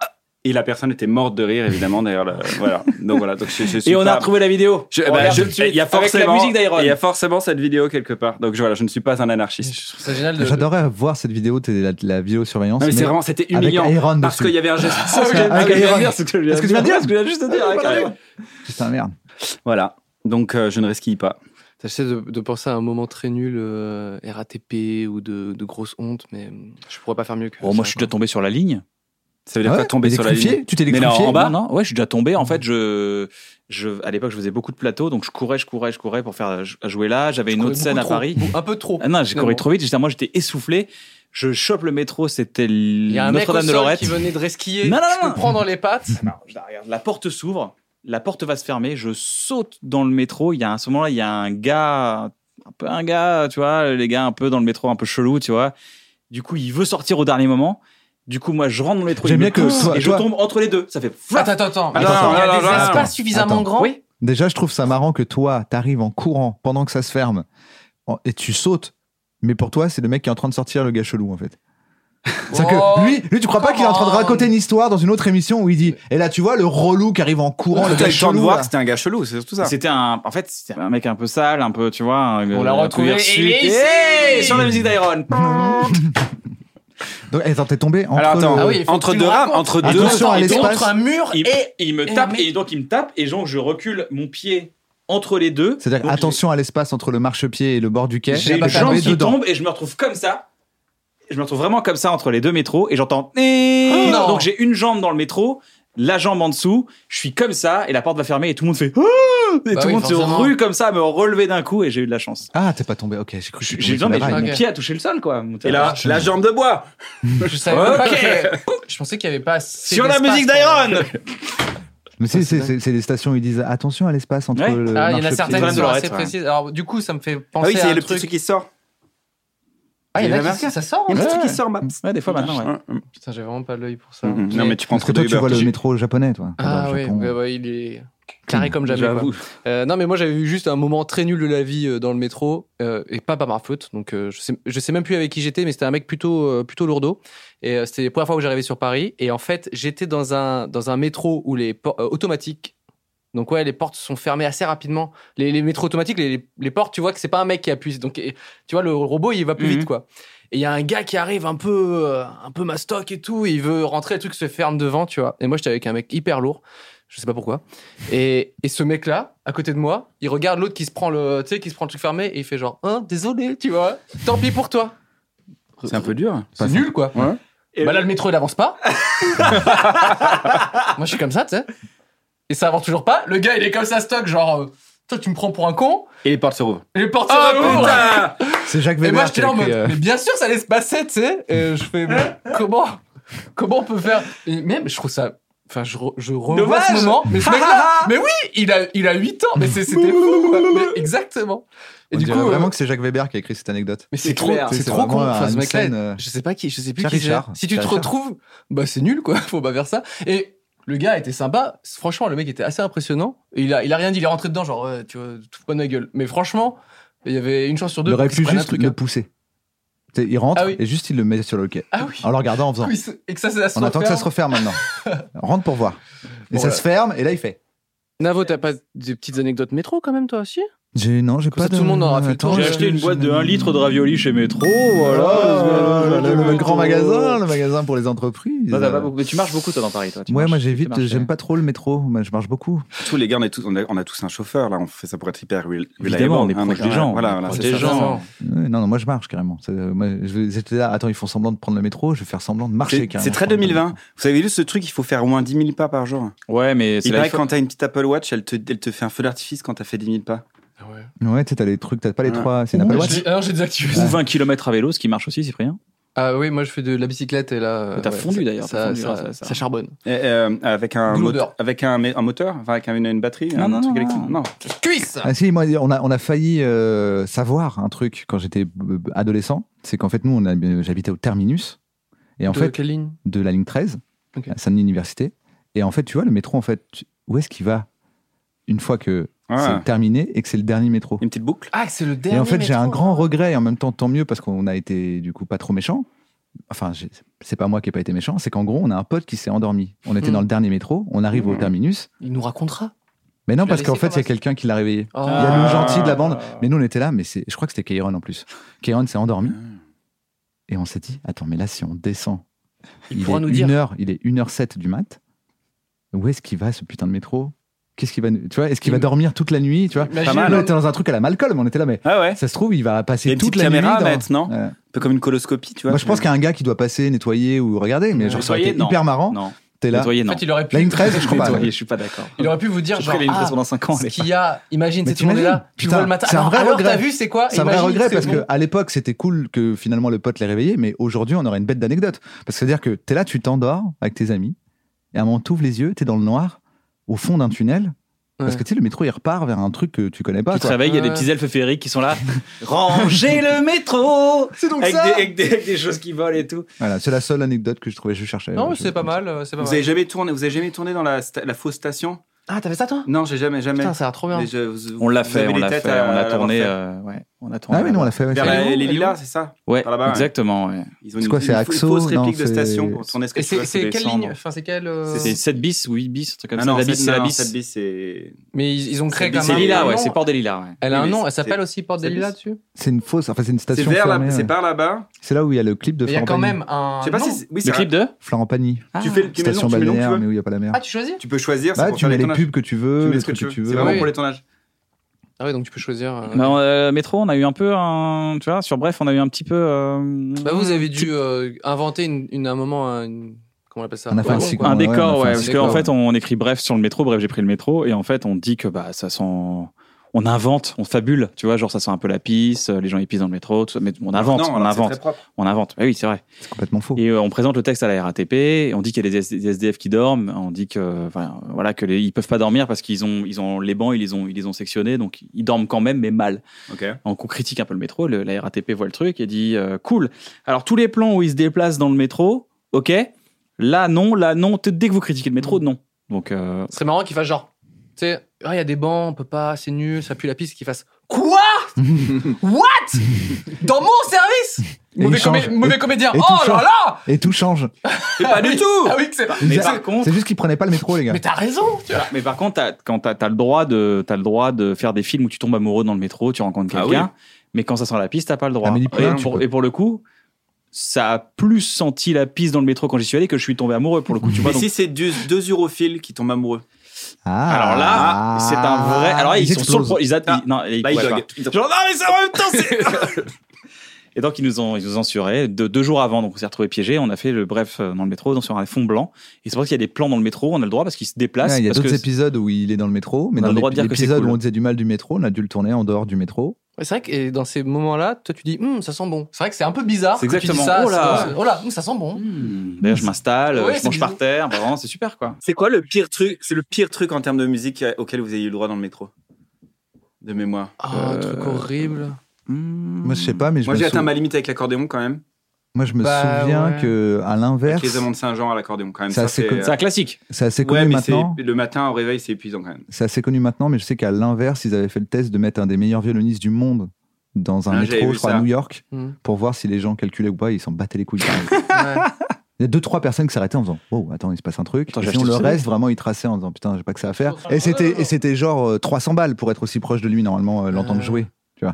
Ah. Et la personne était morte de rire, évidemment, d'ailleurs. le- Voilà. Donc voilà. Donc je, je suis
Et on
pas-
a retrouvé Oh, la vidéo.
Je-
On
bah,
regarde
je-
tout de suite
il y a
avec la
forcément,
musique d'Iron. Ah,
il y a forcément cette vidéo quelque part. Donc je- voilà, je ne suis pas un anarchiste.
Je trouve ça génial de.
J'adorerais voir cette vidéo, t'es la, la vidéosurveillance.
Non, mais c'est
mais-
vraiment, c'était
avec
humiliant.
Iron
parce
dessus.
qu'il y avait un geste.
C'est ce
*laughs*
que j'ai-
Avec
ce que je viens de
Iron.
dire, c'est ce que je viens
Est-ce
de
que tu viens de
dire,
dire
ce que je viens juste de dire.
hein,
avec Iron.
Putain, merde.
Voilà. Donc euh, je ne resquille pas.
J'essaie de, de penser à un moment très nul euh, RATP ou de, de grosse honte, mais hum, je pourrais pas faire mieux que.
Oh, moi, je suis déjà tombé sur la ligne.
Ça veut dire
Ah
quoi
ouais
tomber sur la
Électrifié
ligne
Tu t'es
Mais là,
électrifié
en bas
Non, non, ouais, je suis déjà tombé. En fait, je, je, à l'époque, je faisais beaucoup de plateaux, donc je courais, je courais, je courais pour faire je- à jouer là. J'avais une autre scène à Paris.
Un peu trop.
Ah non, j'ai couru
Finalement.
trop vite. J'étais- Moi, j'étais essoufflé. Je chope le métro. C'était
Il y a un mec au
Notre-Dame de
sol
Lorette.
qui venait de resquiller.
Non, non,
Je
non.
le prends dans les pattes.
Je la regarde. La porte s'ouvre, la porte va se fermer, je saute dans le métro. Il y a à ce moment-là, il y a un gars, un peu un gars, tu vois, les gars un peu dans le métro, un peu chelou, tu vois. Du coup, il veut sortir au dernier moment. Du coup, moi, je rentre dans le métro, il
J'aime
me
bien que
pousse
toi-
et
toi-
je tombe entre les deux. Ça fait flap.
Attends, attends, attends.
Attends,
Il y a
attends,
des
attends,
espaces
attends.
suffisamment
Attends.
grands.
Oui.
Déjà, je trouve ça marrant que toi, t'arrives en courant pendant que ça se ferme en- et tu sautes. Mais pour toi, c'est le mec qui est en train de sortir le gars chelou, en fait. C'est
Oh,
que lui, lui, tu crois pas
come
qu'il est en train de
on.
raconter une histoire dans une autre émission où il dit Et là, tu vois, le relou qui arrive en courant, le
T'as
gars
eu le temps de
chelou.
voir
là.
que c'était un gars chelou, c'est surtout ça.
C'était un, en fait, c'était un mec un peu sale, un peu, tu vois. un- euh,
On l'a
un peu
retrouvé,
hirsute.
il est ici
Hey, sur la musique d'Iron.
Donc, eh, attends, t'es tombé euh, entre
Alors attends,
le-
Ah oui, il faut que
entre
tu
deux
le
rames,
racontes.
entre
Attends,
deux.
Attention à
il était
l'espace.
entre un mur
il,
et.
il me
et un
tape
mec-
et donc il me tape et genre je recule mon pied entre les deux.
C'est-à-dire,
Donc,
attention à l'espace entre le marchepied et le bord du quai.
J'ai une
T'es tombé
jambe qui
dedans.
tombe et je me retrouve comme ça. Je me retrouve vraiment comme ça entre les deux métros et j'entends. Eh
non.
Donc j'ai une jambe dans le métro, la jambe en dessous. Je suis comme ça et la porte va fermer et tout le monde fait. Ah Et
Bah
tout
oui,
le monde
forcément.
se rue comme ça à me relever d'un coup et j'ai eu de la chance.
Ah, t'es pas tombé, ok, j'ai cru que
J'ai
j'étais
j'ai eu de la
tombé
jambe,
sur la
mais
vague.
mon
Ok.
pied a touché le sol quoi.
Et là, la jambe de bois. Ah
Je savais même pas
Ok.
que- Je pensais qu'il y avait pas. assez
Sur la
d'espace
musique
pour-
d'Iron
Mais c'est- c'est c'est- c'est des stations où ils disent Attention à l'espace entre
Ouais.
le.
Ah, il y en a
marchepied-
certaines
Notre-Dame
qui
de
sont
Lorette,
assez
ouais.
précises. Alors, du coup, ça me fait
Ah oui,
penser à
c'est
un
le petit
truc.
truc qui sort.
Ah, il y en
Il y en
a
a
qui ça sort.
Il y a
hein
un petit
Ouais.
truc qui sort maintenant.
Ouais, des fois maintenant, ouais.
Putain, j'ai vraiment pas l'œil pour ça.
Mhm. Non mais tu prends
Parce que
trop
toi,
de
tu vois
Uber.
le
tu-
métro japonais, toi.
Ah
Dans le
ouais,
Japon.
bah, bah, il est carré comme jamais. quoi.
J'avoue.
Euh, non, mais moi j'avais eu juste un moment très nul de la vie euh, dans le métro euh, et pas par ma faute. Donc euh, je sais, je sais même plus avec qui j'étais, mais c'était un mec plutôt euh, plutôt lourdeau. Et euh, c'était la première fois que j'arrivais sur Paris. Et en fait, j'étais dans un dans un métro où les por- euh, automatiques. Donc ouais, les portes sont fermées assez rapidement. Les, les métros automatiques, les, les- les portes, tu vois que c'est pas un mec qui appuie. Donc et- tu vois le robot, il va plus
Mhm.
vite quoi. Et il y a un gars qui arrive un peu euh, un peu mastoc et tout. et il veut rentrer, le truc se ferme devant, tu vois. Et moi j'étais avec un mec hyper lourd. Je sais pas pourquoi. Et, et ce mec-là, à côté de moi, il regarde l'autre qui se prend le, tu sais, qui se prend le truc fermé et il fait genre, hein, désolé, tu vois. Tant pis pour toi.
C'est un peu dur.
C'est nul, quoi.
Ouais.
Et
Bah là, le métro, il avance pas. moi, je suis comme ça, tu sais. Et ça avance toujours pas. Le gars, il est comme ça, stock, genre, euh, toi, tu me prends pour un con.
Et les portes se rouvrent.
Et les portes se rouvrent.
Ah putain
C'est Jacques
Et
Weber.
moi, j'étais
qui
là en
a
mode,
écrit, euh,
mais bien sûr, ça allait se passer, tu sais. Et je fais, mais comment, comment on peut faire Et même, je trouve ça. Enfin, je, re- je revois ce
Dommage.
moment. Mais, ce mec-là- mais oui, il a, il a 8 ans. Mais c'est- c'était fou, quoi. Mais exactement. Et
on
du coup.
dirait
euh,
vraiment que c'est Jacques Weber qui a écrit cette anecdote.
mais c'est
C'est
trop,
clair.
c'est
C'est
trop con.
vraiment
Enfin, ce
une
mec-là,
scène, euh,
je sais pas qui, je sais plus
Pierre
qui c'est.
Richard.
Si tu te
Pierre Richard.
retrouves, bah c'est nul quoi. *laughs* Faut pas faire ça. Et le gars était sympa. Franchement, le mec était assez impressionnant. Et Il a, il a rien dit. Il est rentré dedans genre, ouais, tu vois, tout pas de ma gueule. Mais franchement, il y avait une chance sur deux.
Il aurait
qu'il se
pu
prenne un
juste
truc.
le
hein.
pousser. Tu sais, Il rentre
Ah oui.
et juste il le met sur le quai.
Ah oui.
En le regardant en faisant.
*laughs* Oui, c'est- et que ça, ça se
On attend que ça se
referme.
referme maintenant.
*laughs*
Rentre pour voir. Et
Bon,
ça
là.
se ferme et là il fait.
Navo, t'as pas des petites anecdotes métro quand même, toi aussi
J'ai non, j'ai
Comme
pas.
ça,
de-
tout le monde aura fait le tour.
Attends,
J'ai
je-
acheté une
je-
boîte de 1 litre de ravioli chez Métro, voilà.
Voilà, Oh le- le, le grand
Oh.
magasin, le magasin pour les entreprises.
Non, t'as pas beaucoup- mais tu marches beaucoup toi dans Paris, toi. Tu
Ouais,
marches,
moi
tu fais
j'évite,
marcher.
j'aime pas trop le métro, moi, je marche beaucoup.
Tous les gars, on, est tous, on, a, on a tous un chauffeur, là, on fait ça pour être hyper rel- reliable.
Évidemment, on est
hein,
proche
donc,
des
ouais,
gens.
Voilà,
on est
voilà,
proche
c'est
des
ça.
gens.
Ouais, non, non, moi je marche carrément. C'est- euh, moi, je vais- J'étais là, attends, ils font semblant de prendre le métro, je vais faire semblant de marcher
C'est-
carrément.
C'est très 2020. Vous savez juste ce truc, il faut faire au moins 10 000 pas par jour.
Ouais, mais c'est
Il paraît
la
que quand t'as une petite Apple Watch, elle te, elle te fait un feu d'artifice quand t'as fait 10 000 pas.
Ouais, tu sais, t'as les trucs, t'as pas les
Ouais.
trois, c'est une Apple Watch.
Alors Ah j'ai désactivé.
ou 20 km à vélo, ce qui marche aussi, Cyprien.
Ah oui, moi je fais de la bicyclette et là. euh,
T'as fondu, d'ailleurs,
Ça,
t'as fondu,
ça,
hein, ça-
ça
ça.
charbonne.
Et, euh, avec un,
D'où
mot-
l'odeur.
avec un, mé- un moteur, enfin, avec un- une, une batterie,
Non,
un
non,
truc
non,
électrique.
non.
Non.
Cuisse
Ah si, moi, on a, on a failli euh, savoir un truc quand j'étais euh, adolescent, c'est qu'en fait, nous, on a- euh, j'habitais au terminus, et en
De
fait,
quelle ligne
de la ligne 13,
Ok.
à Saint-Denis Université. Et en fait, tu vois, le métro, en fait, tu- où est-ce qu'il va Une fois que
Ah,
c'est terminé et que c'est le dernier métro.
Une petite boucle
Ah, c'est le dernier.
Et en fait, j'ai un
métro.
grand regret, et en même temps, tant mieux, parce qu'on a été du coup pas trop méchant. Enfin, j'ai- c'est pas moi qui ai pas été méchant, c'est qu'en gros, on a un pote qui s'est endormi. On était
Mm.
dans le dernier métro, on arrive au terminus.
Il nous racontera.
Mais non,
Tu l'as
parce qu'en fait,
laissé
il y
comme
a
ça.
quelqu'un qui l'a réveillé.
Oh.
Il y a
Ah.
le gentil de la bande. Mais nous, on était là, mais c'est- je crois que c'était Kairon en plus. Kairon s'est endormi. Et on s'est dit, attends, mais là, si on descend,
Il,
il,
pourra
est
nous
une
dire.
heure- il est 1h07 du mat. Où est-ce qu'il va, ce putain de métro Qu'est-ce qu'il va, nous- tu vois, est-ce qu'il va
Il-
dormir toute la nuit, tu vois
Imagine
Pas mal,
Là,
le-
on était dans un truc à la Malcolm, on était là, mais
Ah ouais, un
ça se trouve, il va
Il y a
passer
une
toute
petite
la nuit.
caméra à
dans-
mettre, non
Ouais.
peu comme une coloscopie, tu vois.
Moi, je pense qu'il y a un gars qui doit passer, nettoyer ou regarder, mais genre, ça aurait
Nettoyer,
été
non.
hyper marrant.
Non,
T'es là.
nettoyer, non.
En fait, il aurait pu.
La ligne 13, je crois pas.
Nettoyer, je suis pas d'accord.
Il aurait pu vous dire genre
Après, il a une
ah,
presse pendant 5 ans.
ce
elle est
qu'il y a. Imagine,
Mais
c'est tout le monde est
t'imagines
là. Tu
Putain,
vois le matin.
c'est un
Alors,
vrai
alors,
regret.
t'as vu, c'est quoi
C'est un vrai
Imagine,
regret
c'est
parce
bon.
que à l'époque c'était cool que finalement le pote l'ait réveillé, mais aujourd'hui on aurait une bête d'anecdote. Parce que c'est-à-dire que t'es là, tu t'endors avec tes amis, et à un moment t'ouvres les yeux, t'es dans le noir, au fond d'un tunnel, parce
Ouais.
que tu sais, le métro il repart vers un truc que tu connais
pas.
pas.
Tu te
quoi.
réveilles, il y a des
Ouais.
petits elfes féeriques qui sont là. Rangez le métro
C'est donc
avec des,
ça.
avec, des, avec des choses qui volent et tout.
Voilà, c'est la seule anecdote que je trouvais, je cherchais.
Non, mais
Je-
c'est pas mal. euh, C'est pas
Vous
mal.
avez jamais tourné, vous avez jamais tourné dans la, sta- la fausse station
Ah, t'avais ça toi
Non, j'ai jamais, jamais.
Putain, ça a l'air trop bien.
Mais je- vous-
On l'a
vous
fait,
avez
on
les
l'a
têtes
fait,
à-
on
à
a
l'avoir
tourné.
fait.
euh, ouais, on a tourné.
Ah oui, non, on l'a fait. ouais,
Vers
c'est-
Elle est
la-
où
les
Elle est
lilas,
où
c'est ça
Ah, Ouais,
Par là-bas, ouais.
exactement. ouais.
Ils ont
C'est
une,
quoi, c'est
une- une
Axo
fausse
Non,
réplique de
c'est-
station pour tourner ce que
Et
tu vois,
c'est c'est
des
quelle
cendres.
ligne Enfin, c'est quelle euh,
C'est 7 bis ou 8 bis, un truc comme
Ah
ça.
non,
la bis, c'est la bis. Ah,
bis, c'est.
Mais ils, ils ont créé
C'est-
quand même.
C'est
un
Lila, ouais,
nom.
c'est Port des Lilas. Ouais.
Elle a
Oui,
un
mais
nom. Elle
c'est-
s'appelle aussi Porte des
c'est-
Lilas dessus.
C'est une fausse, enfin c'est une
C'est
station
vers là-
fermée.
c'est
ouais.
par là-bas.
C'est là où il y a le clip de
Mais il y a
Florent
quand
Pagny.
même un.
Je sais pas
nom.
si. c'est-
Le
Oui, c'est
clip de
Florent Pagny,
Ah.
Tu fais le tu mets le nom,
station
tu mets le nom que tu
balnéaire,
veux.
mais où il n'y a pas la mer.
Ah, tu choisis
Tu peux choisir, c'est
Bah,
pour
tu
faire
mets
les
les
tournages.
pubs que tu
Tu
veux,
mets
les
ce que
trucs
tu
que tu
veux.
veux.
C'est vraiment
Oui.
pour les tournages.
Ah ouais, donc tu peux choisir. euh,
Bah, on- euh, Métro, on a eu un peu un. Tu vois, sur Bref, on a eu un petit peu. euh,
Bah, vous avez dû euh, inventer une, une- un moment, un- une- comment on appelle ça
On a fait un
wagon,
cycle.
quoi.
un
Ouais, on
décor,
a fait
ouais.
un
parce
décor,
qu'en
ouais.
fait, on écrit Bref sur le métro. Bref, j'ai pris le métro. Et en fait, on dit que bah, ça sent. On invente, on fabule. Tu vois, genre, ça sent un peu la pisse. euh, Les gens, ils pissent dans le métro. Tout ça, mais on invente,
Non,
on
alors, c'est
invente,
très propre.
on invente. Bah oui, c'est vrai.
C'est complètement faux.
Et euh, on présente le texte à la RATP, et on dit qu'il y a des S- des SDF qui dorment, on dit que enfin, voilà que les, ils peuvent pas dormir parce qu'ils ont ils ont les bancs, ils les ont ils les ont sectionnés, donc ils dorment quand même mais mal.
Ok.
Donc on critique un peu le métro, le- la RATP voit le truc et dit euh, cool. Alors tous les plans où ils se déplacent dans le métro, OK Là non, là non, T- dès que vous critiquez le métro, non. Donc euh,
Ce serait marrant qu'il fasse genre, tu sais, Ah, il y a des bancs, on peut pas, c'est nul, ça pue la piste, qu'il fasse
*laughs*
Quoi What Dans mon service
Et
Mauvais,
il change.
comé- mauvais comédien,
et tout
oh là
change.
là
Et tout change.
Mais pas du tout
Ah oui, que c'est pas.
mais
Ils a-
par contre,
C'est juste qu'ils prenaient pas le métro, les gars.
Mais t'as raison, tu vois.
mais par contre, t'as- quand t'as as le droit de t'as le droit de faire des films où tu tombes amoureux dans le métro, tu rencontres
Ah
quelqu'un, mais quand ça sent la piste, t'as pas le droit.
Amélie Poulain,
et,
tu
pour,
peux.
et pour le coup, ça a plus senti la piste dans le métro quand j'y suis allé que je suis tombé amoureux pour le coup. Tu vois,
Mais
donc-
si c'est deux, deux urophiles qui tombent amoureux.
Ah.
alors là, c'est un vrai. Alors ils, sont sur le
explosent.
pro- ils, a-
Ah,
ils- non, ils
Là, ils
pouvaient
doguent.
pas.
Ils ont-
Genre, non, mais c'est en même temps, c'est- Et donc ils nous ont ils nous ont suré deux, deux jours avant donc on s'est retrouvés piégés on a fait le bref euh, dans le métro donc sur un fond blanc et c'est pour ça qu'il y a des plans dans le métro on a le droit parce qu'ils se déplacent
Ouais, il y a
parce
d'autres
que-
épisodes où il est dans le métro, mais
On a
dans
le droit de dire que c'est
l'épisode
cool.
où on disait du mal du métro, on a dû le tourner en dehors du métro.
C'est vrai que et dans ces moments-là, toi tu dis, Hum, ça sent bon. C'est vrai que c'est un peu bizarre.
C'est
que tu dis
exactement,
ça,
oh là.
c'est- oh là, hum, ça sent bon.
Hmm, D'ailleurs, je m'installe,
Ouais,
je
c'est
mange par
bizarre.
terre, bah, vraiment, c'est super quoi.
C'est quoi le pire truc C'est le pire truc en termes de musique euh, auquel vous avez eu le droit dans le métro De mémoire.
Ah, un truc
Euh,
*laughs* horrible.
Hmm.
Moi, je sais pas, mais je
Moi,
me,
j'ai
sou-
atteint ma limite avec l'accordéon quand même.
Moi, je me
Bah,
souviens
ouais.
que à
Avec
l'inverse,
les amants de Saint-Jean à l'accordéon quand même.
Ça,
Ça,
c'est
c'est.
comme
euh,
C'est un classique.
c'est assez connu
Ouais, mais c'est-
maintenant.
le matin au réveil, c'est épuisant quand même.
C'est assez connu maintenant, mais je sais qu'à l'inverse, ils avaient fait le test de mettre un des meilleurs violonistes du monde dans un
Ah, j'avais
métro,
vu
je crois,
ça.
à New York,
Hmm.
pour voir si les gens calculaient ou pas. Ils s'en battaient les couilles.
Ouais.
Il y a deux, trois personnes qui s'arrêtaient en disant Oh, attends, il se passe un truc.
Attends,
et
j'ai
sinon,
acheté
le
ce
reste, vraiment, ils traçaient en disant Putain, j'ai pas que ça à faire. Et c'était, et c'était genre euh, 300 balles pour être aussi proche de lui, normalement, euh, l'entendre
Euh.
jouer. Tu vois.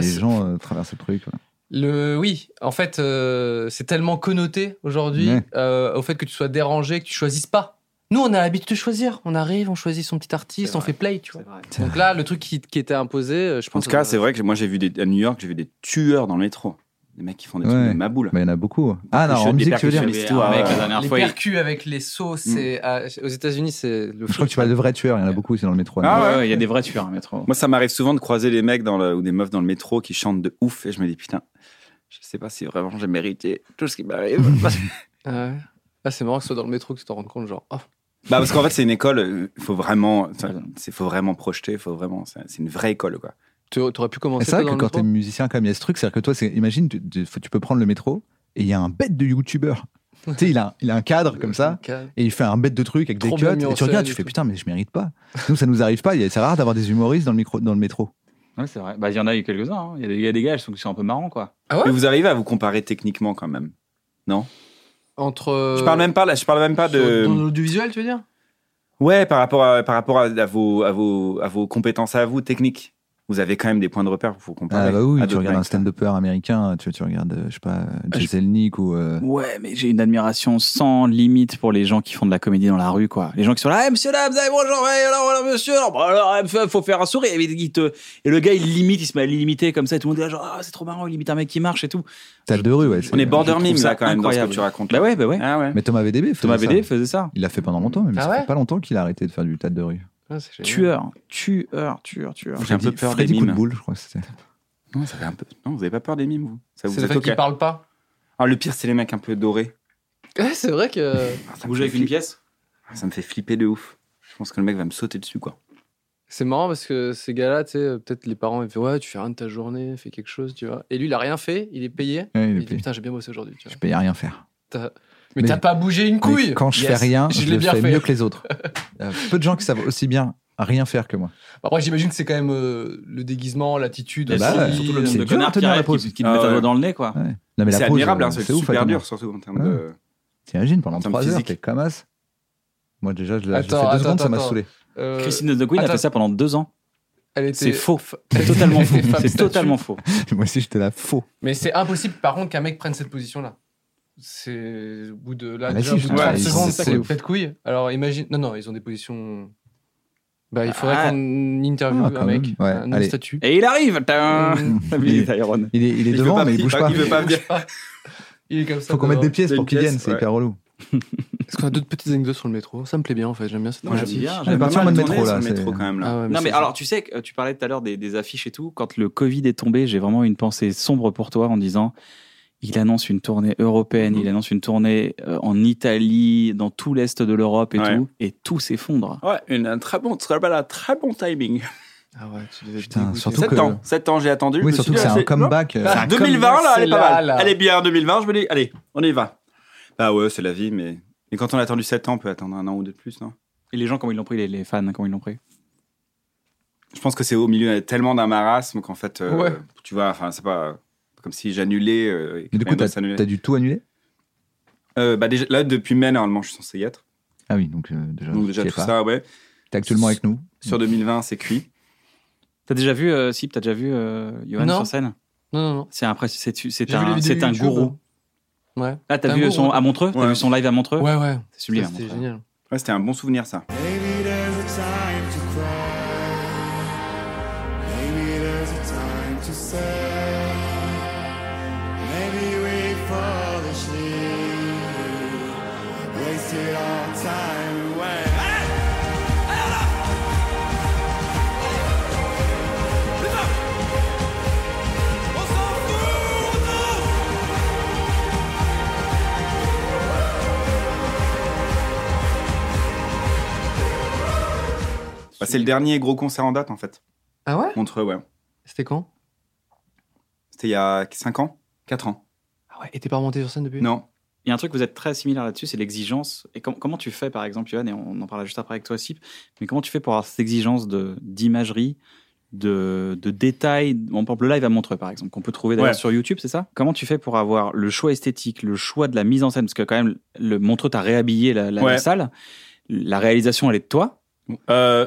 Mais les
c'est-
gens euh, traversent le truc. ouais.
Le oui, en fait, euh, c'est tellement connoté aujourd'hui
Ouais.
euh, au fait que tu sois dérangé, que tu choisisses pas. Nous, on a l'habitude de choisir. On arrive, on choisit son petit artiste,
C'est
on
vrai.
fait play, tu vois. Donc là, le truc qui, qui était imposé, euh, je
En
pense.
tout cas, c'est vrai que moi, j'ai vu des, à New York, j'ai vu des tueurs dans le métro. Des mecs qui font des trucs
Ouais.
de maboule.
Mais il y en a beaucoup. Ah non,
Percussion-
en
des
musique, tu veux dire
percussionnistes, tout,
Avec
ah,
la
ouais.
dernière
Les
fois, il-
percus avec les sauces, c'est- à- aux États-Unis, c'est le.
Mm. Je crois que tu parles de vrais tueurs, il y en a beaucoup aussi dans le métro.
Ah
Ouais,
ouais.
ouais, il y a des vrais tueurs, hein, métro.
Moi, ça m'arrive souvent de croiser des mecs dans le- ou des meufs dans le métro qui chantent de ouf et je me dis putain, je sais pas si vraiment j'ai mérité tout ce qui m'arrive.
*laughs*
Ah Ouais. Là, c'est marrant que ce soit dans le métro que tu t'en rendes compte, genre. oh.
bah parce qu'en fait, c'est une école. euh, Faut vraiment, enfin, c'est faut vraiment projeter. Faut vraiment, c'est c'est une vraie école quoi.
Tu- T'aurais pu
Et
commencer.
c'est
toi,
vrai
dans
que
le
quand t'es
métro
musicien, quand même, il y a ce truc. C'est-à-dire que toi, c'est- imagine, tu, tu- tu peux prendre le métro et il y a un bête de youtubeur tu sais, il a, il a un cadre comme ça. Et il fait un bête de truc avec
Trop
des
bien
cuts.
mis en
Et tu regardes,
scène
tu
et
fais
tout.
putain, mais je mérite pas. Nous, ça nous arrive pas. Il y a- C'est rare d'avoir des humoristes dans le, micro, dans le métro.
Ouais, c'est vrai. Bah, il y en a eu quelques-uns. hein. Il y a des- il y a des gars qui sont- qui sont un peu marrants, quoi.
Ouais.
Mais vous arrivez à vous comparer techniquement quand même.
Entre.
Je parle même pas, là, je parle même pas de.
sur- Dans l'audiovisuel, tu veux dire
Ouais, par rapport à, par rapport à, à vos, à, vos, à vos compétences à vous, techniques. Vous avez quand même des points de repère pour vous comparer.
Ah bah oui,
à
tu
d'autres
regardes
mecs,
un stand-upper américain, tu, tu regardes, euh, je sais pas, euh,
je-
Ah,
Jay Zelnick ou... euh,
Ouais, mais j'ai une admiration sans limite pour les gens qui font de la comédie dans la rue, quoi. Les gens qui sont là, Eh, monsieur, là, vous avez bonjour, ouais, alors, voilà, monsieur, alors, bah, alors, eh, faut- faut faire un sourire. Et, il te- et le gars, il limite, il se met à limiter comme ça, et tout le monde est là, genre, ah, c'est trop marrant, il limite un mec qui marche et tout.
T'as deux rues, ouais.
On
c'est-
est border
je trouve
mime
ça
là quand même dans ce que
incroyable.
tu racontes.
Bah ouais, bah ouais.
Ah ouais.
Mais Thomas VDB faisait
Thomas
ça.
BD faisait ça.
Il l'a fait pendant longtemps, mais
Ah
ça
ouais
fait pas longtemps qu'il a arrêté de faire du tas de rue.
Ah, c'est génial.
Tueur, tueur, tueur, tueur.
J'ai un peu peur
Freddy
des
Coup de
mimes.
boule, je crois. que c'était.
Non, ça fait un peu. Non, vous avez pas peur des mimes vous. Ça vous
C'est le
êtes
fait
ok.
qu'il parle pas.
Ah, le pire, c'est les mecs un peu dorés.
Ouais, c'est vrai *laughs* que.
Ah, ça, me
Bouger
fait
avec une
flipper.
pièce
ça me fait flipper de ouf. Je pense que le mec va me sauter dessus quoi.
C'est marrant parce que ces gars-là, tu sais, euh, peut-être les parents, ils font Ouais, tu fais rien de ta journée, fais quelque chose, tu vois. Et lui, il a rien fait, il est payé.
Ouais, il est
Il dit
payé.
Putain, j'ai bien bossé aujourd'hui, tu
Je
vois.
paye à rien faire.
T'as- Mais,
Mais-
t'as pas bougé une
Mais
couille
quand je
Yes.
fais rien,
Je
je,
l'ai
le
bien
fais
fait.
mieux que les
*laughs*
autres. Il y a peu de gens qui savent aussi bien rien faire que moi.
Après, Bah, j'imagine que c'est quand même euh, le déguisement, l'attitude,
Bah,
aussi,
bah,
Surtout le
euh,
c'est
nombre de
dur à
connards qui
tenir la
arrivent,
pause.
qui, qui te
Ah
mettent un
ouais.
doigt dans le nez, quoi.
Non,
C'est
la pause,
admirable, hein,
euh,
c'est
ouf à
super
tenir.
dur surtout en termes
Ouais.
de.
T'imagines, pendant
En termes
3 heures,
physiques.
t'es comme as. Moi, déjà, je l'ai j'ai fait 2
Attends, attends,
secondes, ça m'a
attends.
saoulé. *laughs*
euh,
Christine de Queen a
attends.
fait ça pendant deux ans.
elle était-
C'est faux. C'est totalement faux.
Femme
C'est
statue.
totalement faux.
Moi aussi, j'étais là,
*laughs*
faux.
Mais c'est impossible, par contre, qu'un mec prenne cette position-là. C'est au bout de là,
Ah, là,
déjà,
si,
au
je
bout de
trouve
30
qu'ils
secondes,
sont
t'as
fous.
une de couille. Alors imagine. Non, non, ils ont des positions. Bah, il faudrait
Ah.
qu'on interviewe
Ah,
un
quand
mec,
même. Ouais,
un homme
allez. Euh,
statut.
Et il arrive. *laughs* T'as
Mm.
Iron.
Il est, il est
veut
devant,
pas-
mais il bouge pas.
Il veut pas venir.
Il est comme ça.
Faut qu'on mette
devant.
des pièces
Des
pour qu'il
pièces,
vienne, c'est
ouais.
hyper relou.
Est-ce qu'on a d'autres petites anecdotes sur le métro Ça me plaît bien en fait, j'aime bien cette
Moi,
Moi,
j'aime
thématique.
bien,
j'aime bien.
Pas
Ah, Partir en mode
mal tourné
métro,
sur
là,
le
c'est-
métro quand même là.
Ah ouais,
Non, mais
ça,
alors, tu sais, que euh, tu parlais tout à l'heure des, des affiches et tout. Quand le Covid est tombé, j'ai vraiment une pensée sombre pour toi en disant il annonce une tournée européenne, il annonce une tournée euh, en Italie, dans tout l'Est de l'Europe et
Ouais.
tout. Et tout s'effondre.
Ah. Ouais, une, un très bon, très, bel- un très bon timing.
Ah ouais, tu devais être
Putain,
dégoûté.
surtout-
7
que-
ans, 7 ans j'ai attendu. je me
Oui,
suis
surtout
dit,
que c'est
ah,
un comeback. euh,
2020 là, elle est
C'est
pas
là,
mal.
là.
Elle est bien 2020, je me dis, allez, on y va. Bah ouais, c'est la vie, mais. Mais quand on a attendu 7 ans, on peut attendre un an ou deux de plus, non
Et les gens, comment ils l'ont pris, les, les fans, comment ils l'ont pris
Je pense que c'est au milieu tellement d'un marasme qu'en fait, euh,
Ouais.
tu vois, enfin, c'est pas comme si j'annulais. euh, et que
Mais du coup,
rien d'autre
t'as
s'annulait.
t'as dû tout annuler
Euh, bah déjà, là, depuis mai, normalement, je suis censé y être.
Ah oui, donc euh, déjà,
Donc déjà,
t'y es
tout
pas.
ça, ouais.
T'es actuellement avec nous.
Sur 2020, c'est cuit.
T'as déjà vu, euh, Sip, t'as déjà vu euh, Johan
Non.
sur scène
Non, non, non.
C'est un, pré- c'est- c'est
J'ai vu les
un,
vidéos
c'est un
YouTube.
gourou.
Ouais.
Ah, t'as
Un
vu
gourou.
son, à Montreux T'as
Ouais.
vu son live à Montreux
Ouais, ouais.
C'est sublime. à
C'était
Montreux.
génial.
Ouais, c'était un bon souvenir, ça.
Maybe there's a time to cry. Maybe there's a time to say. Maybe we fall asleep. Wasted our time away.
Bah, c'est le dernier gros concert en date, en fait.
Ah ouais
Montreux, ouais.
C'était quand
C'était il y a 5 ans 4 ans
Ah ouais, et t'es pas remonté sur scène depuis
Non.
Il y a un truc, vous êtes très similaire là-dessus, c'est l'exigence. Et com- comment tu fais, par exemple, Johan, et on en parlera juste après avec toi, Sip, mais comment tu fais pour avoir cette exigence de- d'imagerie, de, de, détails Bon, par exemple, le live à Montreux, par exemple, qu'on peut trouver d'ailleurs
Ouais.
sur YouTube, c'est ça Comment tu fais pour avoir le choix esthétique, le choix de la mise en scène Parce que, quand même, le Montreux, t'as réhabillé la, la- la
Ouais.
salle. La réalisation, elle est de toi.
Euh,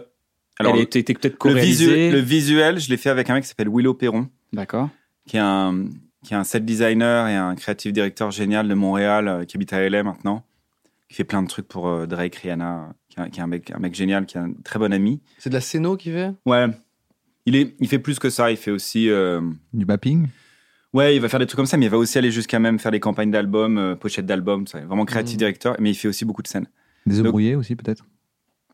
alors,
elle est- t'es- t'es peut-être
le, visu-
co-réalisée.
le visuel, je l'ai fait avec un mec qui s'appelle Willow Perron,
D'accord.
qui est un, qui est un set designer et un creative director génial de Montréal, euh, qui habite à LA maintenant, qui fait plein de trucs pour euh, Drake, Rihanna, euh, qui est, un- qui est un, mec, un mec génial, qui est un très bon ami.
C'est de la scéno qui fait
Ouais. Il, est, il fait plus que ça, il fait aussi... euh,
Du mapping
Ouais, il va faire des trucs comme ça, mais il va aussi aller jusqu'à même faire des campagnes d'albums, euh, pochettes d'albums, ça, vraiment creative
Mmh.
Mhm.
director, mais il fait aussi beaucoup de scènes.
Des œufs
Donc-
brouillés aussi, peut-être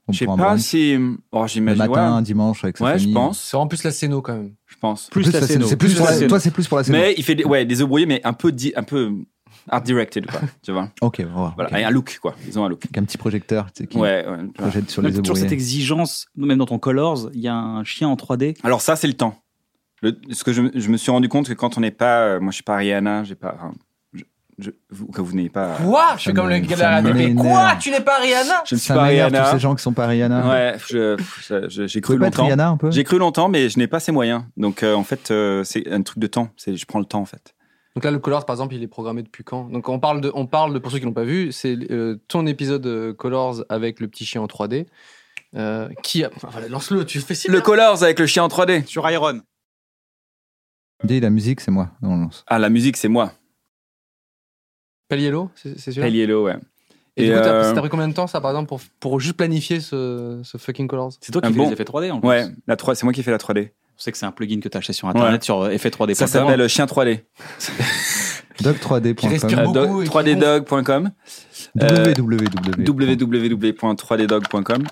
On
Je sais
prend un
pas
brunch
si... Oh,
Le
j'imagine...
matin, un
Ouais,
dimanche avec sa
ouais,
famille.
je pense,
C'est en plus la scéno quand même.
je pense.
Plus, la scène.
C'est plus
Plus
pour
la
la-
scène.
Toi, c'est plus pour la scène.
Mais il fait des, ouais, des œufs brouillés, mais un peu, di- un peu art directed, quoi. tu vois
Ok, on va voir.
Voilà.
ok.
Et un look, quoi. Ils ont un look.
Avec un petit projecteur tu sais, qui
Ouais, ouais, tu vois.
projette sur
Donc,
les œufs
toujours cette
brouillés.
exigence, même dans ton Colors, il y a un chien en 3D.
Alors, ça, c'est le temps. Le- ce que je, je me suis rendu compte que quand on n'est pas. euh, moi, je suis pas Rihanna, j'ai pas. enfin, je- je- vous, que vous n'ayez pas. euh,
Quoi Je suis
Ça
comme le
me-
gars de
ça
la radio. Mais quoi
m'énerve.
Tu n'es pas Rihanna
Je ne suis
Ça
pas
m'énerve tous
Rihanna.
ces gens qui sont pas Rihanna.
Ouais, je- je- je- j'ai
Vous
cru
pouvez pas être
longtemps.
Rihanna un peu
J'ai cru longtemps, mais je n'ai pas ces moyens. Donc euh, en fait, euh, c'est un truc de temps. C'est je prends le temps en fait.
Donc là, le Colors, par exemple, il est programmé depuis quand Donc on parle de, on parle de, pour ceux qui l'ont pas vu, c'est euh, ton épisode euh, Colors avec le petit chien en 3D. euh, qui a... enfin, voilà, lance-le, tu fais si
Le
bien.
Colors avec le chien en 3D.
Sur Iron.
Dis, la musique, c'est moi. Non, on lance.
Ah la musique c'est moi.
Paliello, c'est c'est celui-là
Pale Yellow ouais.
Et, du
Et,
coup, t'as-
euh,
ça t'a pris combien de temps, ça, par exemple, pour, pour juste planifier ce, ce fucking Colors
C'est toi
Un
qui fais
Ah bon.
les effets 3D en plus.
Ouais, la 3, c'est moi qui fais la 3D.
On sait que c'est un plugin que t'as acheté sur internet
Ouais.
sur euh, effets3D.com.
Ça s'appelle euh, chien 3D.
Qui respire
Euh,
Doc3d.com.
beaucoup.
dog-
et qui
3ddog.com. Euh,
www.
www.3ddog.com.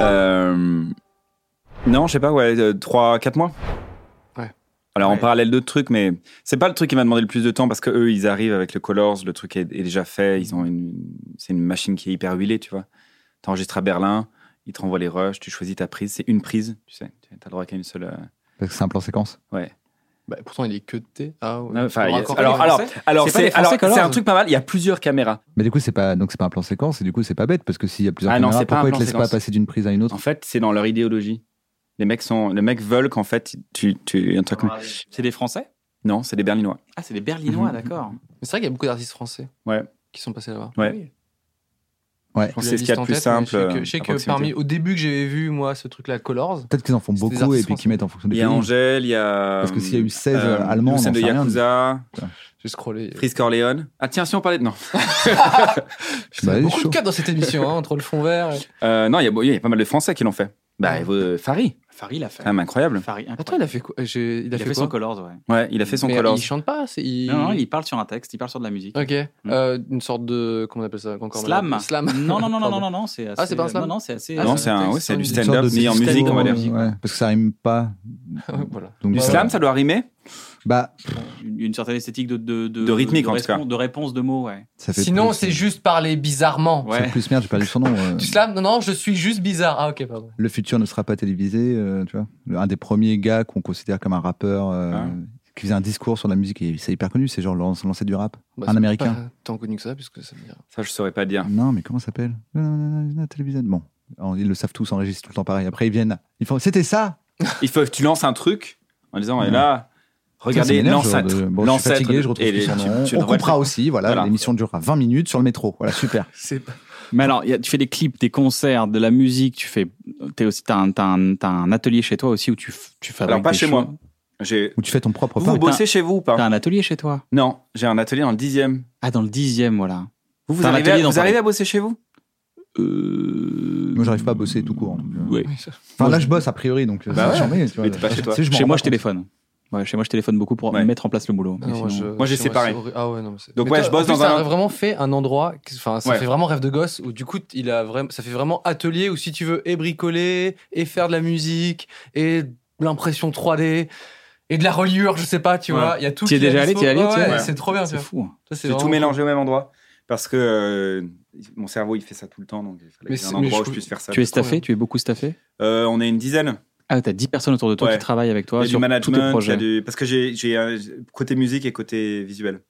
Euh, Non, je sais pas, ouais, 3, 4 mois.
Ouais.
Alors en
Ouais.
parallèle d'autres trucs, mais c'est pas le truc qui m'a demandé le plus de temps parce que eux, ils arrivent avec le Colors, le truc est, est déjà fait, ils ont une, c'est une machine qui est hyper huilée, tu vois. T'enregistres à Berlin, ils te renvoient les rushs, tu choisis ta prise, c'est une prise, tu sais, t'as le droit qu'à une seule. euh,
Parce que c'est un plan séquence.
Bah, pourtant, il est que de thé. Ah, ouais.
Enfin, il y a-
Encore-
alors,
les
alors,
Français
alors,
C'est pas
c'est
les Français
alors,
Colors
c'est un truc pas mal. Il y a plusieurs caméras.
Mais du coup, c'est pas, donc c'est pas un plan séquence et du coup, c'est pas bête parce que s'il y a plusieurs
Ah non,
caméras,
c'est pas un
pourquoi ils
plan
te laissent pas
séquence.
passer d'une prise à une autre
En fait, c'est dans leur idéologie. Les mecs sont, les mecs veulent qu'en fait, tu, tu, un truc.
C'est des Français
Non, c'est des Berlinois.
Ah, c'est des Berlinois,
Mhm.
d'accord.
Mais c'est vrai qu'il y a beaucoup d'artistes français
Ouais.
qui sont passés là-bas. Ah
Ouais.
Oui.
Ouais.
Je vous
C'est
la
ce qu'il
liste
y a de
en
plus
tête,
simple,
mais Je sais que, je sais
euh, à
que
proximité.
parmi, au début que j'avais vu, moi, ce truc-là, Colors,
Peut-être qu'ils en font
C'est des
beaucoup et
artistes
puis qu'ils mettent en fonction
Il
des
y a
pays.
Angèle, il y a.
Parce que s'il y a eu 16 Allemands, on
Lucène
en
de
sait rien.
Yakuza,
j'ai scrollé. euh,
Frisk Corleone. Ah tiens, si on parlait de. Non.
Bah,
beaucoup
chaud.
de cas dans cette émission, hein, entre le fond vert. et-
Euh, non, il y, a, bon, il y a pas mal de Français qui l'ont fait. Bah, euh, Farid,
Farid l'a fait.
quand même incroyable.
Farid, incroyable.
Attends, Ah, il a fait quoi Euh, J'ai- Il
il
a fait, quoi
son Colors, ouais.
Ouais, il a fait son
Mais
Colors.
Il chante pas c'est- il...
Non, non, il parle sur un texte, il parle sur de la musique.
Ok. Euh,
Hmm.
une sorte de. Comment on appelle ça encore
Slam.
Slam.
*laughs* Non, non, non, non,
Pardon.
non, non, non, c'est assez.
Ah, c'est pas un slam
Non, non, c'est assez. euh,
Ah,
non,
c'est
c'est un,
un
ouais, c'est du
texte,
Une sorte
stand-up,
de
mais en
disco,
musique, on va dire.
musique.
ouais, parce que ça rime pas.
*laughs* voilà.
Donc,
Du
euh,
slam, ça doit rimer.
Bah,
une, une certaine esthétique de. De,
De rythmique, en tout
réponse-
cas.
De réponse de mots, ouais.
ça fait
Sinon,
plus-
c'est juste parler bizarrement.
C'est
Ouais.
plus merde, j'ai perdu son nom. euh,
Du slam Non, non, je suis juste bizarre. Ah, ok, pardon.
le futur ne sera pas télévisé, euh, tu vois. Le- Un des premiers gars qu'on considère comme un rappeur euh,
Ah.
qui faisait un discours sur la musique, et c'est hyper connu, c'est genre Laurence lancer du rap.
Bah,
Un
c'est
Américain.
pas Tant connu que ça, puisque ça veut dire.
Ça, je saurais pas dire.
Non, mais comment ça s'appelle Non, non, non, non, la télévision. Bon, Alors, ils le savent tous, enregistrent tout le temps pareil. Après, ils viennent, ils font c'était ça
Il faut que tu lances un truc en disant, et
Ouais.
là,
Ça, ça
regardez
m'énerve, genre
l'ancêtre.
de- Bon, je suis
l'ancêtre
fatigué,
de-
je retrouve
et
plus
les-
son
tu-
nom.
tu
On
devrais le
comprera
faire.
aussi, voilà,
Voilà.
l'émission durera 20 minutes sur le métro. Voilà,
*laughs*
super.
Mais alors, il y a- tu fais des clips, des concerts, de la musique, tu fais. T'es aussi, t'as un, t'as un, t'as un atelier chez toi aussi où tu, f- tu fabriques.
Alors, pas
des
chez
choses.
moi. J'ai-
Où tu fais ton propre
Vous
pain.
bossez chez vous ou pas
T'as un atelier chez toi
Non, j'ai un atelier dans le dixième.
Ah, dans le dixième, voilà.
Vous, vous
T'as un
arrivez, à,
atelier dans
vous
Paris.
arrivez à bosser chez vous
Euh...
Moi, j'arrive pas à bosser tout court. donc, euh.
Ouais.
Ah,
Enfin, là, je bosse a priori, donc. euh,
Bah
c'est
ouais,
chambé, tu vois.
mais t'es pas chez toi.
Tu sais, m'en
Chez
rends
moi,
pas
je
compte.
téléphone. Ouais, chez moi, je téléphone beaucoup pour
Ouais.
mettre en place le boulot.
Ah,
Mais
moi,
sinon-
je-
Moi, j'ai
chez
séparé.
c'est horrible. Ah, ouais, non, mais c'est-
Donc,
Mais
ouais,
toi,
je bosse
en plus,
dans
ça
un-
a vraiment fait un endroit. qui- Enfin, ça
Ouais.
fait vraiment rêve de gosse où, du coup, il a vraiment... ça fait vraiment atelier où, si tu veux, et bricoler, et faire de la musique, et de l'impression 3D. Et de la reliure, je sais pas, tu
Ouais.
vois, il y a tout.
T'y es
qui est
déjà allé,
dispo.
t'y es allé,
Ouais,
t'y es
ouais,
allé.
C'est trop bien, tu
C'est
vois.
fou.
Ça, c'est
J'ai tout
vraiment
mélangé au même endroit parce que euh, mon cerveau il fait ça tout le temps donc il fallait
Mais
que j'ai un
c'est- mais
endroit
je-
où je puisse faire ça.
Tu es
trop bien.
staffé Tu es beaucoup staffé
Euh, on est une dizaine.
Ah, t'as 10 personnes autour de toi
Ouais.
qui travaillent avec
Il y
toi
a du
sur tous tes
management, il y
projets.
a du... parce que j'ai j'ai un côté musique et côté visuel.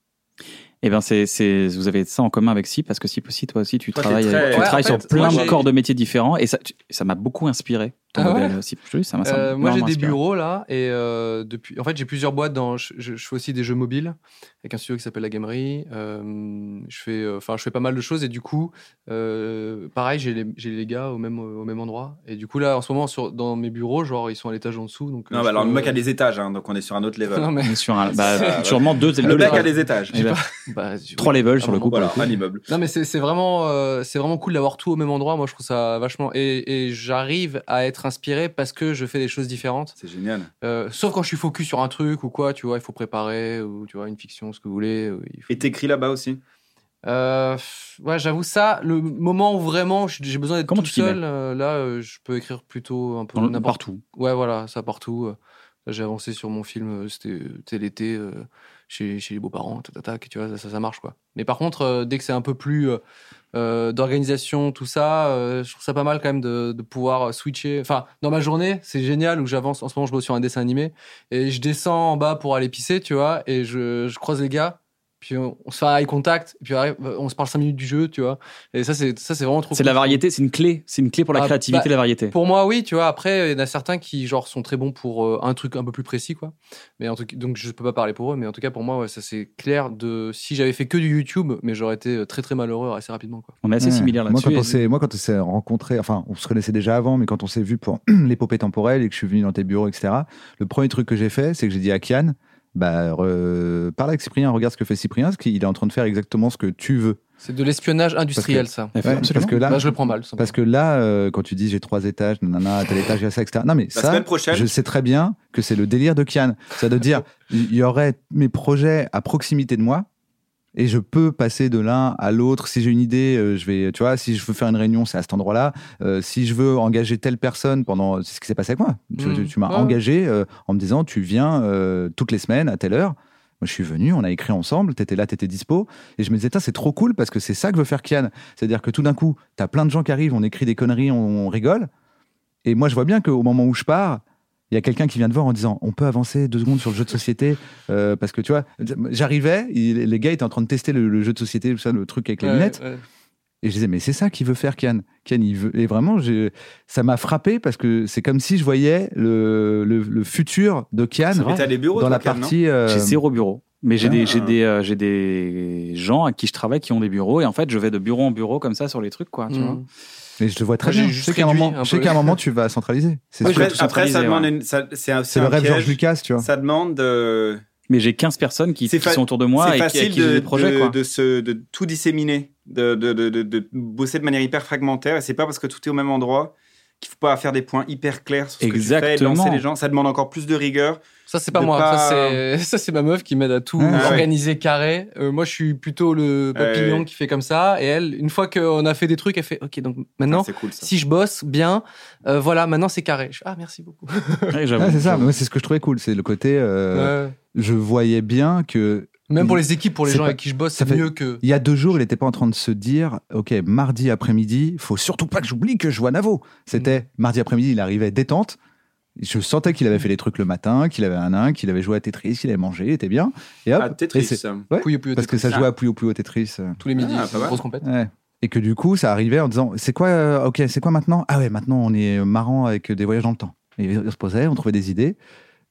Eh ben, c'est, c'est, vous avez ça en commun avec Si, parce que Si aussi, toi aussi, tu
Toi, t'es
travailles,
très-
tu
Ouais,
travailles
en fait,
sur plein
moi,
de
j'ai-
corps de métiers différents, et ça, tu- ça m'a beaucoup inspiré. Ton
Ah ouais
modèle aussi, Je te dis, ça m'a ça m'a
Euh, moi, j'ai
énormément
des
inspiré.
bureaux là, et euh, depuis, en fait, j'ai plusieurs boîtes. Dans, je, je- je fais aussi des jeux mobiles avec un studio qui s'appelle La Gamerie. Euh, je fais, euh, enfin, je fais pas mal de choses, et du coup, euh, pareil, j'ai les, j'ai les gars au même, au même endroit. Et du coup, là, en ce moment, sur, dans mes bureaux, genre, ils sont à l'étage en dessous. Donc, euh,
Non,
je
bah, alors
peux-
le mec a des étages hein, donc on est sur un autre level.
*laughs* Non, mais-
Sur un- bah,
*laughs* Ça, ouais.
sûrement deux,
le
deux
mec
levels.
a des Ah étages.
Et bah,
bah, je-
trois levels sur le coup. pour
Voilà,
le coup.
un immeuble.
Non mais c'est c'est vraiment euh, c'est vraiment cool d'avoir tout au même endroit. Moi je trouve ça vachement et, et j'arrive à être inspiré parce que je fais des choses différentes.
C'est génial.
Euh, sauf quand je suis focus sur un truc ou quoi, tu vois, il faut préparer ou tu vois une fiction, ce que vous voulez. ou il faut-
Et t'écris là-bas aussi.
Euh, pff, ouais, j'avoue ça. Le moment où vraiment je- j'ai besoin d'être
Comment
tout
tu t'y
seul, euh, là, euh, je peux écrire plutôt un peu
Dans le-
n'importe.
partout.
Ouais, voilà, ça partout. Euh, là, J'ai avancé sur mon film, euh, c'était euh, tu sais, l'été euh, chez, chez les beaux-parents, tac, tac, tac, tu vois, ça, ça, ça marche quoi. Mais par contre, euh, dès que c'est un peu plus euh, euh, d'organisation, tout ça, euh, je trouve ça pas mal quand même de, de pouvoir euh, switcher. Enfin, dans ma journée, c'est génial où j'avance. En ce moment, je bosse sur un dessin animé et je descends en bas pour aller pisser, tu vois, et je, je croise les gars puis on, on se fait un eye contact, et puis arrive- on se parle 5 minutes du jeu, tu vois. Et ça, c'est ça, c'est vraiment trop
C'est de la
cool.
variété, c'est une clé. C'est une clé pour la
Ah,
créativité
bah,
et la variété.
Pour moi, oui, tu vois. Après, il y en a certains qui, genre, sont très bons pour euh, un truc un peu plus précis, quoi. Mais en tout cas, donc, je peux pas parler pour eux, mais en tout cas, pour moi, ouais, ça c'est clair. De si j'avais fait que du YouTube, mais j'aurais été euh, très très malheureux assez rapidement, quoi.
On est assez
Ouais.
similaires
Moi,
là-dessus.
quand on
Et-
s'est- Moi, quand on s'est rencontrés, enfin, on se connaissait déjà avant, mais quand on s'est vu pour *clears throat* l'épopée temporelle et que je suis venu dans tes bureaux, etc., le premier truc que j'ai fait, c'est que j'ai dit à Kian, bah, re- parle avec Cyprien, regarde ce que fait Cyprien, parce qu'il est en train de faire exactement ce que tu veux.
C'est de l'espionnage industriel, ça.
Ouais,
Ouais,
absolument.
parce que là,
Bah, je le prends mal. ça.
parce que là euh, quand tu dis j'ai trois étages, nanana, à tel étage, il y a ça, etc. Non, mais
La
ça,
semaine prochaine.
je sais très bien que c'est le délire de Kian. C'est de dire, il y aurait mes projets à proximité de moi et je peux passer de l'un à l'autre. Si j'ai une idée, euh, je vais, tu vois, si je veux faire une réunion, c'est à cet endroit-là. Euh, si je veux engager telle personne pendant, c'est ce qui s'est passé avec moi. Tu,
Mhm.
tu- tu m'as
Ouais.
engagé euh, en me disant, tu viens euh, toutes les semaines à telle heure. Moi, je suis venu, on a écrit ensemble, t'étais là, t'étais dispo. Et je me disais, Tain, c'est trop cool parce que c'est ça que veut faire Kian. C'est-à-dire que tout d'un coup, t'as plein de gens qui arrivent, on écrit des conneries, on, on rigole. Et moi, je vois bien qu'au moment où je pars, il y a quelqu'un qui vient de voir en disant, on peut avancer deux secondes sur le jeu de société. euh, parce que tu vois, j'arrivais, il- les gars étaient en train de tester le, le jeu de société, tout ça, le truc avec les
Ouais,
lunettes.
ouais.
Et je disais, mais c'est ça qu'il veut faire, Kian. Kian, il veut. Et vraiment, j'ai- ça m'a frappé parce que c'est comme si je voyais le, le- le futur de Kian
C'est
Mais
vrai.
t'as des bureaux,
dans
toi,
la
Cam, non
partie. euh,
J'ai zéro bureau. Mais j'ai des,
Ah.
j'ai des, euh, j'ai des gens à qui je travaille qui ont des bureaux. Et en fait, je vais de bureau en bureau comme ça sur les trucs, quoi. Tu
Mm.
vois.
mais je le vois très
Moi, j'ai
bien. Je
juste
sais qu'à un
réduit
moment,
un
je sais
peu.
qu'à un moment, tu vas centraliser. C'est
Après,
sûr.
tout
après,
centralisé,
ça demande
ouais.
une- ça- c'est un,
C'est le
un
rêve
piège.
George Lucas, tu vois.
Ça demande euh, de.
Mais j'ai 15 personnes qui,
C'est
qui
fa-
sont autour de moi
c'est
et qui, à
facile
qui j'ai
de,
des projets,
de,
quoi.
de se- de tout disséminer, de, de- de- de- de bosser de manière hyper fragmentaire. Et c'est pas parce que tout est au même endroit qu'il faut pas faire des points hyper clairs sur ce que tu fais et
Exactement.
lancer les gens. Ça demande encore plus de rigueur.
Ça, c'est pas
de
moi.
pas-
Ça, c'est- *laughs* Ça, c'est ma meuf qui m'aide à tout
Ah ouais.
organiser carré. Euh, moi, je suis plutôt le papillon
ouais.
qui fait comme ça. Et elle, une fois qu'on a fait des trucs, elle fait OK, donc maintenant,
Ah, c'est cool ça.
si je bosse bien, euh, voilà, maintenant c'est carré. Je fais, ah, merci beaucoup.
Ouais, j'avoue.
Ah, c'est ça. Moi, c'est ce que je trouvais cool. C'est le côté. euh,
Ouais.
Je voyais bien que
Même pour
il-
les équipes, pour les
c'est
gens
pas-
avec qui je bosse,
ça
c'est
fait-
mieux que.
Il y a deux jours, il n'était pas en train de se dire Ok, mardi après-midi, faut surtout pas que j'oublie que je vois Navo. C'était mardi après-midi, il arrivait détente. Je sentais qu'il avait fait les trucs le matin, qu'il avait un nain, qu'il avait joué à Tetris, qu'il avait mangé, il était bien. Et hop,
Ah,
et
Tetris.
c'est-
ça.
Ouais,
Pouilleux, pouilleux,
parce que ça
Tetris.
jouait à Puyo Puyo Tetris. euh,
tous les midis,
Ah,
c'est
pas
une
mal.
grosse compète.
ouais. Et que du coup, ça arrivait en disant C'est quoi, euh, ok, c'est quoi maintenant Ah ouais, maintenant on est marrant avec des voyages dans le temps. Et on se posait, on trouvait des idées.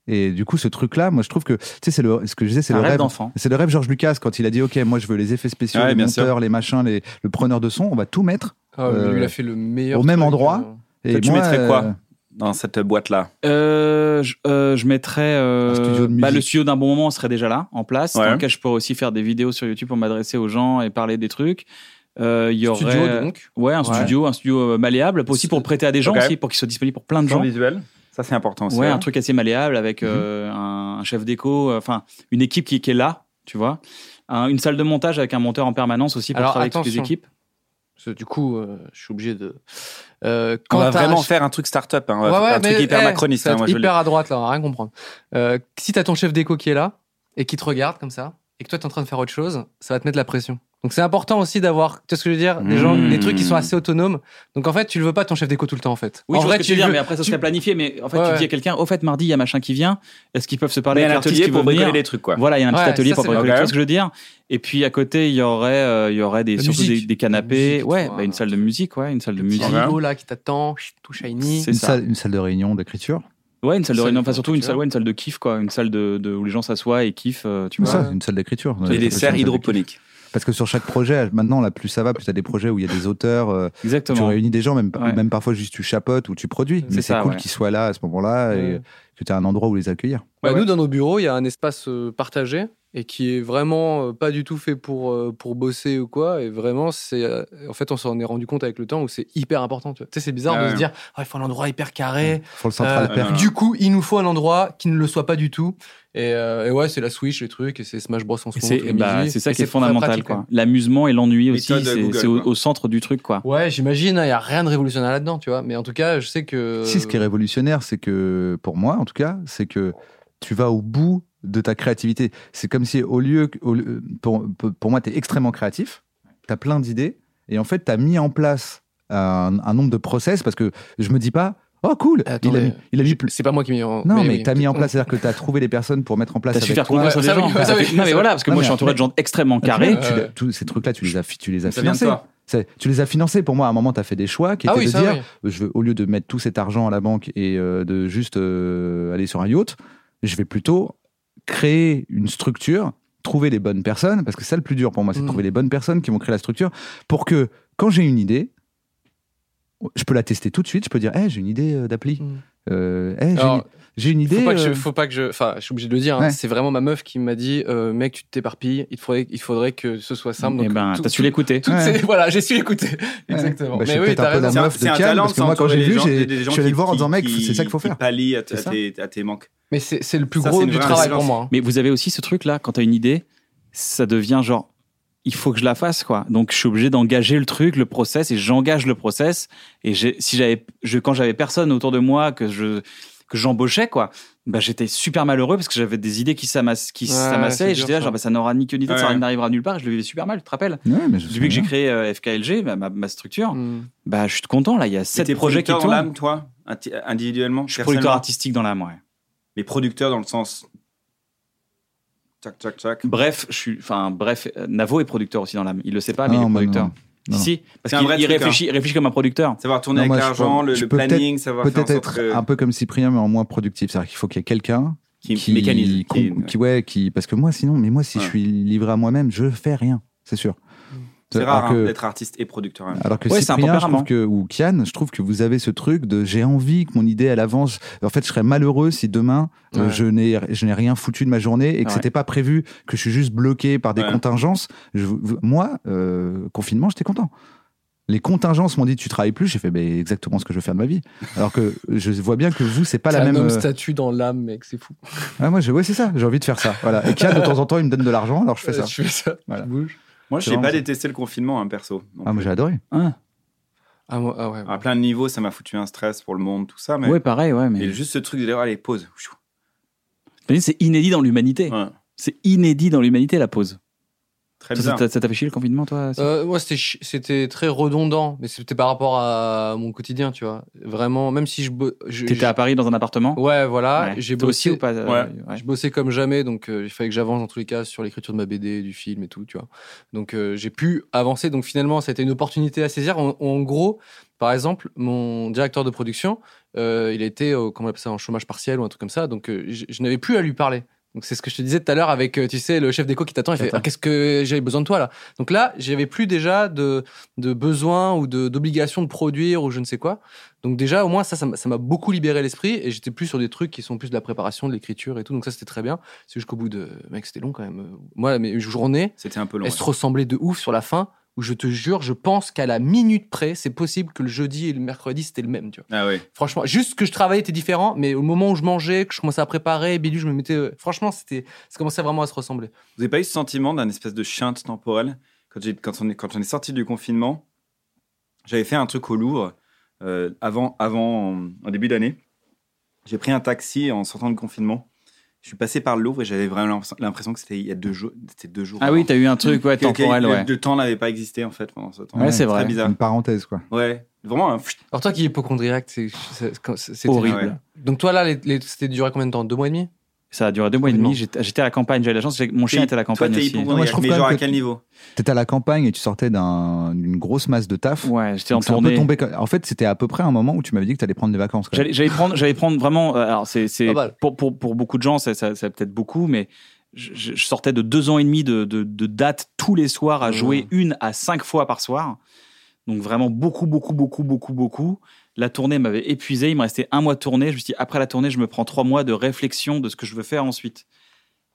Et du coup, ce truc-là, moi je trouve que, tu sais, c'est le- ce que je disais, c'est
Un
le
rêve
rêve
d'enfant.
c'est le rêve George Lucas quand il a dit Ok, moi je veux les effets spéciaux,
Ouais,
les
bien
monteurs, les machins, les, le preneur de son, on va tout mettre.
Ah, mais lui,
Euh,
il a fait le meilleur.
au même
truc,
endroit.
euh.
Et
Toi, tu
moi,
mettrais
euh,
quoi Dans cette boîte-là.
Euh, je, euh, je mettrais euh,
Un studio de
bah,
musique.
le studio d'un bon moment serait déjà là en place
Ouais.
dans lequel je pourrais aussi faire des vidéos sur YouTube pour m'adresser aux gens et parler des trucs Euh, il y aurait
Studio, donc.
ouais un
Ouais.
studio un studio euh, malléable aussi pour prêter à des gens
Ok.
aussi pour qu'ils soient disponibles pour plein de
Genre
gens
visuel. Ça, c'est important aussi.
ouais
ouais.
un truc assez malléable
Mhm.
avec euh, un, un chef déco euh, enfin une équipe qui, qui est là tu vois Un- une salle de montage avec un monteur en permanence aussi pour
Alors,
travailler avec toutes les
attention.
équipes
Parce que Du coup, euh, je suis obligé de. Euh,
On va
t'as un
vraiment faire un truc start-up. hein. On va
Ouais,
faire
ouais,
un truc
mais,
hyper
eh,
macroniste.
ça va
hein,
être
moi, je le-
hyper à droite, là, on va rien comprendre. Euh, si t'as ton chef déco qui est là et qui te regarde comme ça, et que toi t'es en train de faire autre chose, ça va te mettre la pression. Donc c'est important aussi d'avoir, tu vois ce que je veux dire, des gens,
Mmh.
des trucs qui sont assez autonomes. Donc en fait, tu le veux pas ton chef déco tout le temps en fait.
oui
en
je
vrai,
vois ce que tu veux dire
veux-
mais après ça
tu-
serait planifié mais en fait
Ouais,
tu dis à
ouais.
quelqu'un au fait mardi il y a machin qui vient est-ce qu'ils peuvent se
Mais
parler
un
avec l'artiste
atelier
qui
pour
veut venir
bricoler des trucs, quoi.
Voilà, il y a un petit
Ouais,
atelier
ça,
pour
c'est
bricoler,
bien.
tu vois ce que je veux dire. Et puis à côté, il y aurait, euh, il y aurait des,
La
surtout des,
musique.
des canapés,
La musique,
ouais,
toi.
bah, une salle de musique, ouais, une salle de
petit
musique.
Ouais.
îlot, là qui t'attend, chut, tout shiny.
C'est
une
ça.
salle, une salle de réunion d'écriture.
Ouais, une salle de
Salle
réunion, enfin
de
surtout une
culture.
salle, ouais, une salle de kiff quoi, une salle de, de- où les gens s'assoient et kiffent, euh, tu
Une
vois.
salle- une salle d'écriture.
Et des serres
hydroponiques.
hydroponiques.
Parce que sur chaque projet, maintenant, là, plus ça va, plus t'as des projets où il y a des auteurs, euh, tu
Exactement.
réunis des gens, même,
Ouais.
même parfois juste tu chapotes ou tu produis.
C'est
Mais c'est
ça,
cool
ouais.
qu'ils soient là à ce moment-là et
Ouais.
que tu as un endroit où les accueillir.
Bah,
Ouais,
Nous, dans nos bureaux, il y a un espace euh, partagé et qui est vraiment euh, pas du tout fait pour, euh, pour bosser ou quoi. Et vraiment, c'est euh, en fait, on s'en est rendu compte avec le temps où c'est hyper important. Tu vois. Tu sais, c'est bizarre
Ah
de
ouais.
se dire, Ah, il faut un endroit hyper carré.
Faut le central
Euh,
Ah
perf.
Voilà.
Du coup, il nous faut un endroit qui ne le soit pas du tout. Et, euh, et ouais, c'est la Switch, les trucs, et c'est Smash Bros en ce
Et
moment.
C'est
tous les
bah,
midis.
c'est ça
Et
qui est
très
fondamental
pratique,
quoi. L'amusement et l'ennui aussi,
Méthode
c'est
Google,
c'est au,
quoi.
au centre du truc quoi.
Ouais, j'imagine, il n'y a rien de révolutionnaire là-dedans, tu vois. Mais en tout cas, je sais que.
Si, ce qui est révolutionnaire, c'est que, pour moi en tout cas, c'est que tu vas au bout de ta créativité. C'est comme si, au lieu. que- au lieu- pour, pour- pour moi, tu es extrêmement créatif, tu as plein d'idées, et en fait, tu as mis en place un, un nombre de process, parce que je me dis pas, Oh, cool Il
Attendez.
a mis, il a mis
J'ai-
plus.
C'est pas moi qui m'y Non,
Non, mais, t'as
*laughs*
mis en place, c'est-à-dire que t'as trouvé les personnes pour mettre en place.
T'as
avec
su faire
toi.
confiance à des
Ouais, ça
gens.
oui, ça oui,
Non, mais
ça
voilà, parce que
Non,
moi, je suis
mais-
entouré de gens extrêmement
Ah, tu
carrés.
Euh,
l'as- tu l'as- tous ces trucs-là, tu les as, fi- tu les as
Ça vient de
financés.
toi.
C'est- Tu les as financés. Pour moi, à un moment, tu as fait des choix qui
Ah
étaient
oui,
de
ça,
dire
oui.
euh, je veux, au lieu de mettre tout cet argent à la banque et euh, de juste euh, aller sur un yacht, je vais plutôt créer une structure, trouver les bonnes personnes, parce que c'est ça le plus dur pour moi, c'est de
Mm.
trouver les bonnes personnes qui vont créer la structure pour que quand j'ai une idée, je peux la tester tout de suite. Je peux dire hey, j'ai une idée euh, d'appli.
Mm.
Euh, Hey, j'ai
Alors,
une- j'ai une, idée.
Faut pas, que je,
euh,
faut pas que je. Enfin, je suis obligé de le dire. hein,
Ouais.
C'est vraiment ma meuf qui m'a dit, euh, mec, tu t'éparpilles. Il faudrait, il faudrait que ce soit simple.
Eh
donc
ben,
tout-
t'as su
tout-
l'écouter.
toutes
Ouais.
ces- Voilà, j'ai su l'écouter. *laughs* Exactement.
Bah, je suis
mais oui,
peut-être
t'as
un peu
raison.
la meuf de Cannes, parce que moi, quand j'ai vu, j'ai- je suis allé le voir en disant, mec, c'est ça qu'il faut faire.
Qui pallie à t-
C'est
à tes à tes manques.
Mais c'est c'est le plus
Ça,
gros
c'est une
du
vraie
travail pour
insolence.
moi. hein.
Mais vous avez aussi ce truc-là, quand t'as une idée, ça devient genre, il faut que je la fasse, quoi. Donc, je suis obligé d'engager le truc, le process, et j'engage le process. Et j'ai- si j'avais, je, quand j'avais personne autour de moi que je, que j'embauchais, quoi, bah, j'étais super malheureux parce que j'avais des idées qui s'amassaient, qui
Ouais,
s'amassaient,
c'est
et j'étais
dur,
là,
ça.
genre, bah, ça n'aura ni queue ni tête, ça
Ouais.
n'arrivera nulle part, et je le vivais super mal, tu te rappelles?
Ouais, mais je sais
Depuis que j'ai
bien.
créé euh, FKLG, ma, ma- ma structure,
Mm.
bah, je suis content, là, il y a
T'es
sept projets qui
producteur en
tournent.
l'âme, toi, inti- individuellement
Je suis producteur
personnellement
artistique dans l'âme, ouais.
Mais producteur dans le sens. Tac, tac, tac.
Bref, je suis, enfin, bref, euh, Navo est producteur aussi dans l'âme. Il le sait pas, mais
Ah,
il est
bah
producteur.
non, non.
Si, si, parce
C'est un
qu'il
vrai
il
truc, hein.
réfléchit, il réfléchit comme un producteur.
Savoir tourner
Non, moi,
avec
je
l'argent,
peux-
le,
je
le
peux peut-être-
planning, savoir faire en
Peut-être
sorte
être
que-
un peu comme Cyprien, mais en moins productif. C'est-à-dire qu'il faut qu'il y ait quelqu'un
qui,
qui
mécanise.
com-
qui-
qui- ouais, qui parce que moi sinon mais moi si
Ouais.
je suis livré à moi-même je fais rien c'est sûr
C'est
alors
rare hein,
que
d'être artiste et producteur. hein.
alors que
Ouais, c'est un
Cyprien je
tempérament.
trouve que ou Kian je trouve que vous avez ce truc de j'ai envie que mon idée elle avance en fait je serais malheureux si demain euh,
Ouais.
je n'ai je n'ai rien foutu de ma journée et que
Ouais.
c'était pas prévu que je suis juste bloqué par des
Ouais.
contingences Je- vous- moi euh, confinement j'étais content les contingences m'ont dit tu travailles plus j'ai fait ben, exactement ce que je veux faire de ma vie alors que je vois bien que vous c'est pas
T'as
la
un
même
homme
euh,
statue dans l'âme, mec, c'est fou.
ah, moi je ouais c'est ça j'ai envie de faire ça voilà et Kian de temps en temps il me donne de l'argent alors je fais
Euh,
ça
*laughs* Tu fais ça.
Voilà.
Tu bouges.
Moi,
J'ai pas détesté le confinement, hein, perso.
ah
non
moi
plus.
j'ai adoré
Ah, moi- ah ouais.
à plein de niveaux, ça m'a foutu un stress pour le monde, tout ça. Mais
Ouais, pareil, ouais, mais
mais juste ce truc de dire, allez, pause. Chou.
T'as dit, c'est inédit dans l'humanité.
Ouais.
C'est inédit dans l'humanité la pause.
Très
Ça, ça
bizarre.
t'a- ça t'a fait chier le confinement, toi Cyprien
Euh, moi, c'était chi- c'était très redondant, mais c'était par rapport à mon quotidien, tu vois. Vraiment, même si je. bo- je-
T'étais à Paris dans un appartement.
Ouais, voilà.
Ouais.
J'ai
Toi aussi
bossé.
ou pas euh, ouais.
Je bossais comme jamais, donc euh, il fallait que j'avance dans tous les cas sur l'écriture de ma BD, du film et tout, tu vois. Donc euh, j'ai pu avancer. Donc finalement, c'était une opportunité à saisir. En, en gros, par exemple, mon directeur de production, euh, il était, euh, comment on appelle ça, en chômage partiel ou un truc comme ça. Donc euh, je, je n'avais plus à lui parler. Donc c'est ce que je te disais tout à l'heure avec, euh, tu sais, le chef d'éco qui t'attend. Il fait,
Attends.
Ah, qu'est-ce que j'avais besoin de toi là Donc là, j'avais plus déjà de, de besoin ou de- d'obligation de, produire ou je ne sais quoi. Donc déjà, au moins, ça, ça m'a- ça m'a beaucoup libéré l'esprit et j'étais plus sur des trucs qui sont plus de la préparation, de l'écriture et tout. Donc ça, c'était très bien. C'est jusqu'au bout de... Mec, c'était long quand même. Moi, mes journées,
C'était un peu long.
elles
ouais.
se ressemblaient de ouf sur la fin où je te jure, je pense qu'à la minute près, c'est possible que le jeudi et le mercredi, c'était le même, tu vois.
Ah ouais.
Franchement, juste que je travaillais était différent, mais au moment où je mangeais, que je commençais à préparer, bidule, je me mettais... euh, Franchement, c'était... Ça commençait vraiment à se ressembler.
Vous n'avez pas eu ce sentiment d'un espèce de chinte temporel quand, j'ai- quand on est, quand on est sorti du confinement, j'avais fait un truc au Louvre euh, avant, avant en, en début d'année. J'ai pris un taxi en sortant du confinement. Je suis passé par le Louvre et j'avais vraiment l'impression- l'impression que c'était il y a deux jours. C'était deux jours.
Ah oui, t'as eu un truc ouais,
Que- que-
temporel,
le-
ouais.
Le temps n'avait pas existé en fait pendant ce temps.
Ouais, c'est vrai. Mm.
Très bizarre.
une parenthèse quoi
Ouais, vraiment. un pfft.
Alors toi qui es hypochondriac, c'est- c'est c'est- c'est
Horrible.
terrible. Donc toi là, les- les- c'était duré combien de temps Deux mois et demi
Ça a duré deux mois et demi.
Non.
J'étais j'étais à la campagne, j'avais la chance. j'ai- Mon chien
T'es-
était à la campagne
Toi, t'es
aussi.
hypochondriaque,
Moi, je trouve
mais
quand
genre
même
à
que-
quel niveau
T'étais à la campagne et tu sortais d'un- d'une grosse masse de taf.
Ouais, j'étais en
Donc, c'est un peu
tournée.
tombé comme- En fait, c'était à peu près un moment où tu m'avais dit que t'allais prendre des vacances. quoi.
J'allais j'allais prendre, j'allais prendre vraiment. euh, Alors c'est, c'est
Pas mal.
pour, pour, pour beaucoup de gens, ça, ça, ça peut-être beaucoup, mais je, je- je sortais de deux ans et demi de, de, de dates tous les soirs à jouer
Ouais.
une à cinq fois par soir. Donc vraiment beaucoup, beaucoup, beaucoup, beaucoup, beaucoup. La tournée m'avait épuisé. Il me restait un mois de tournée. Je me suis dit, après la tournée, je me prends trois mois de réflexion de ce que je veux faire ensuite.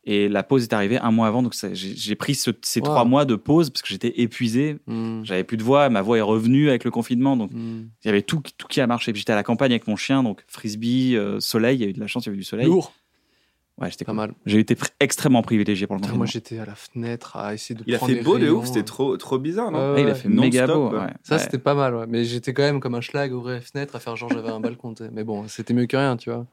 Et la pause est arrivée un mois avant. Donc ça- j'ai, j'ai pris ce- ces
Wow.
trois mois de pause parce que j'étais épuisé.
Hmm,
J'avais plus de voix. Ma voix est revenue avec le confinement. Donc
hmm.
il y avait tout, tout qui a marché. Puis j'étais à la campagne avec mon chien, donc frisbee, euh, soleil, il y a eu de la chance, il y avait du soleil.
Lourd,
Ouais, j'étais
pas
cool.
mal.
J'ai été pr- extrêmement privilégié pour le
Putain,
confinement.
moi j'étais à la fenêtre à essayer de
Il a
prendre
fait
des
beau de
rayons.
ouf, c'était trop, trop bizarre, non
Ouais,
Ouais, il a fait
Non-stop,
méga beau.
quoi.
ouais.
Ça
Ouais.
c'était pas mal, ouais. mais j'étais quand même comme un schlag ouvrir la fenêtre à faire genre j'avais
*laughs*
un balcon. tu sais. Mais bon, c'était mieux que rien, tu vois.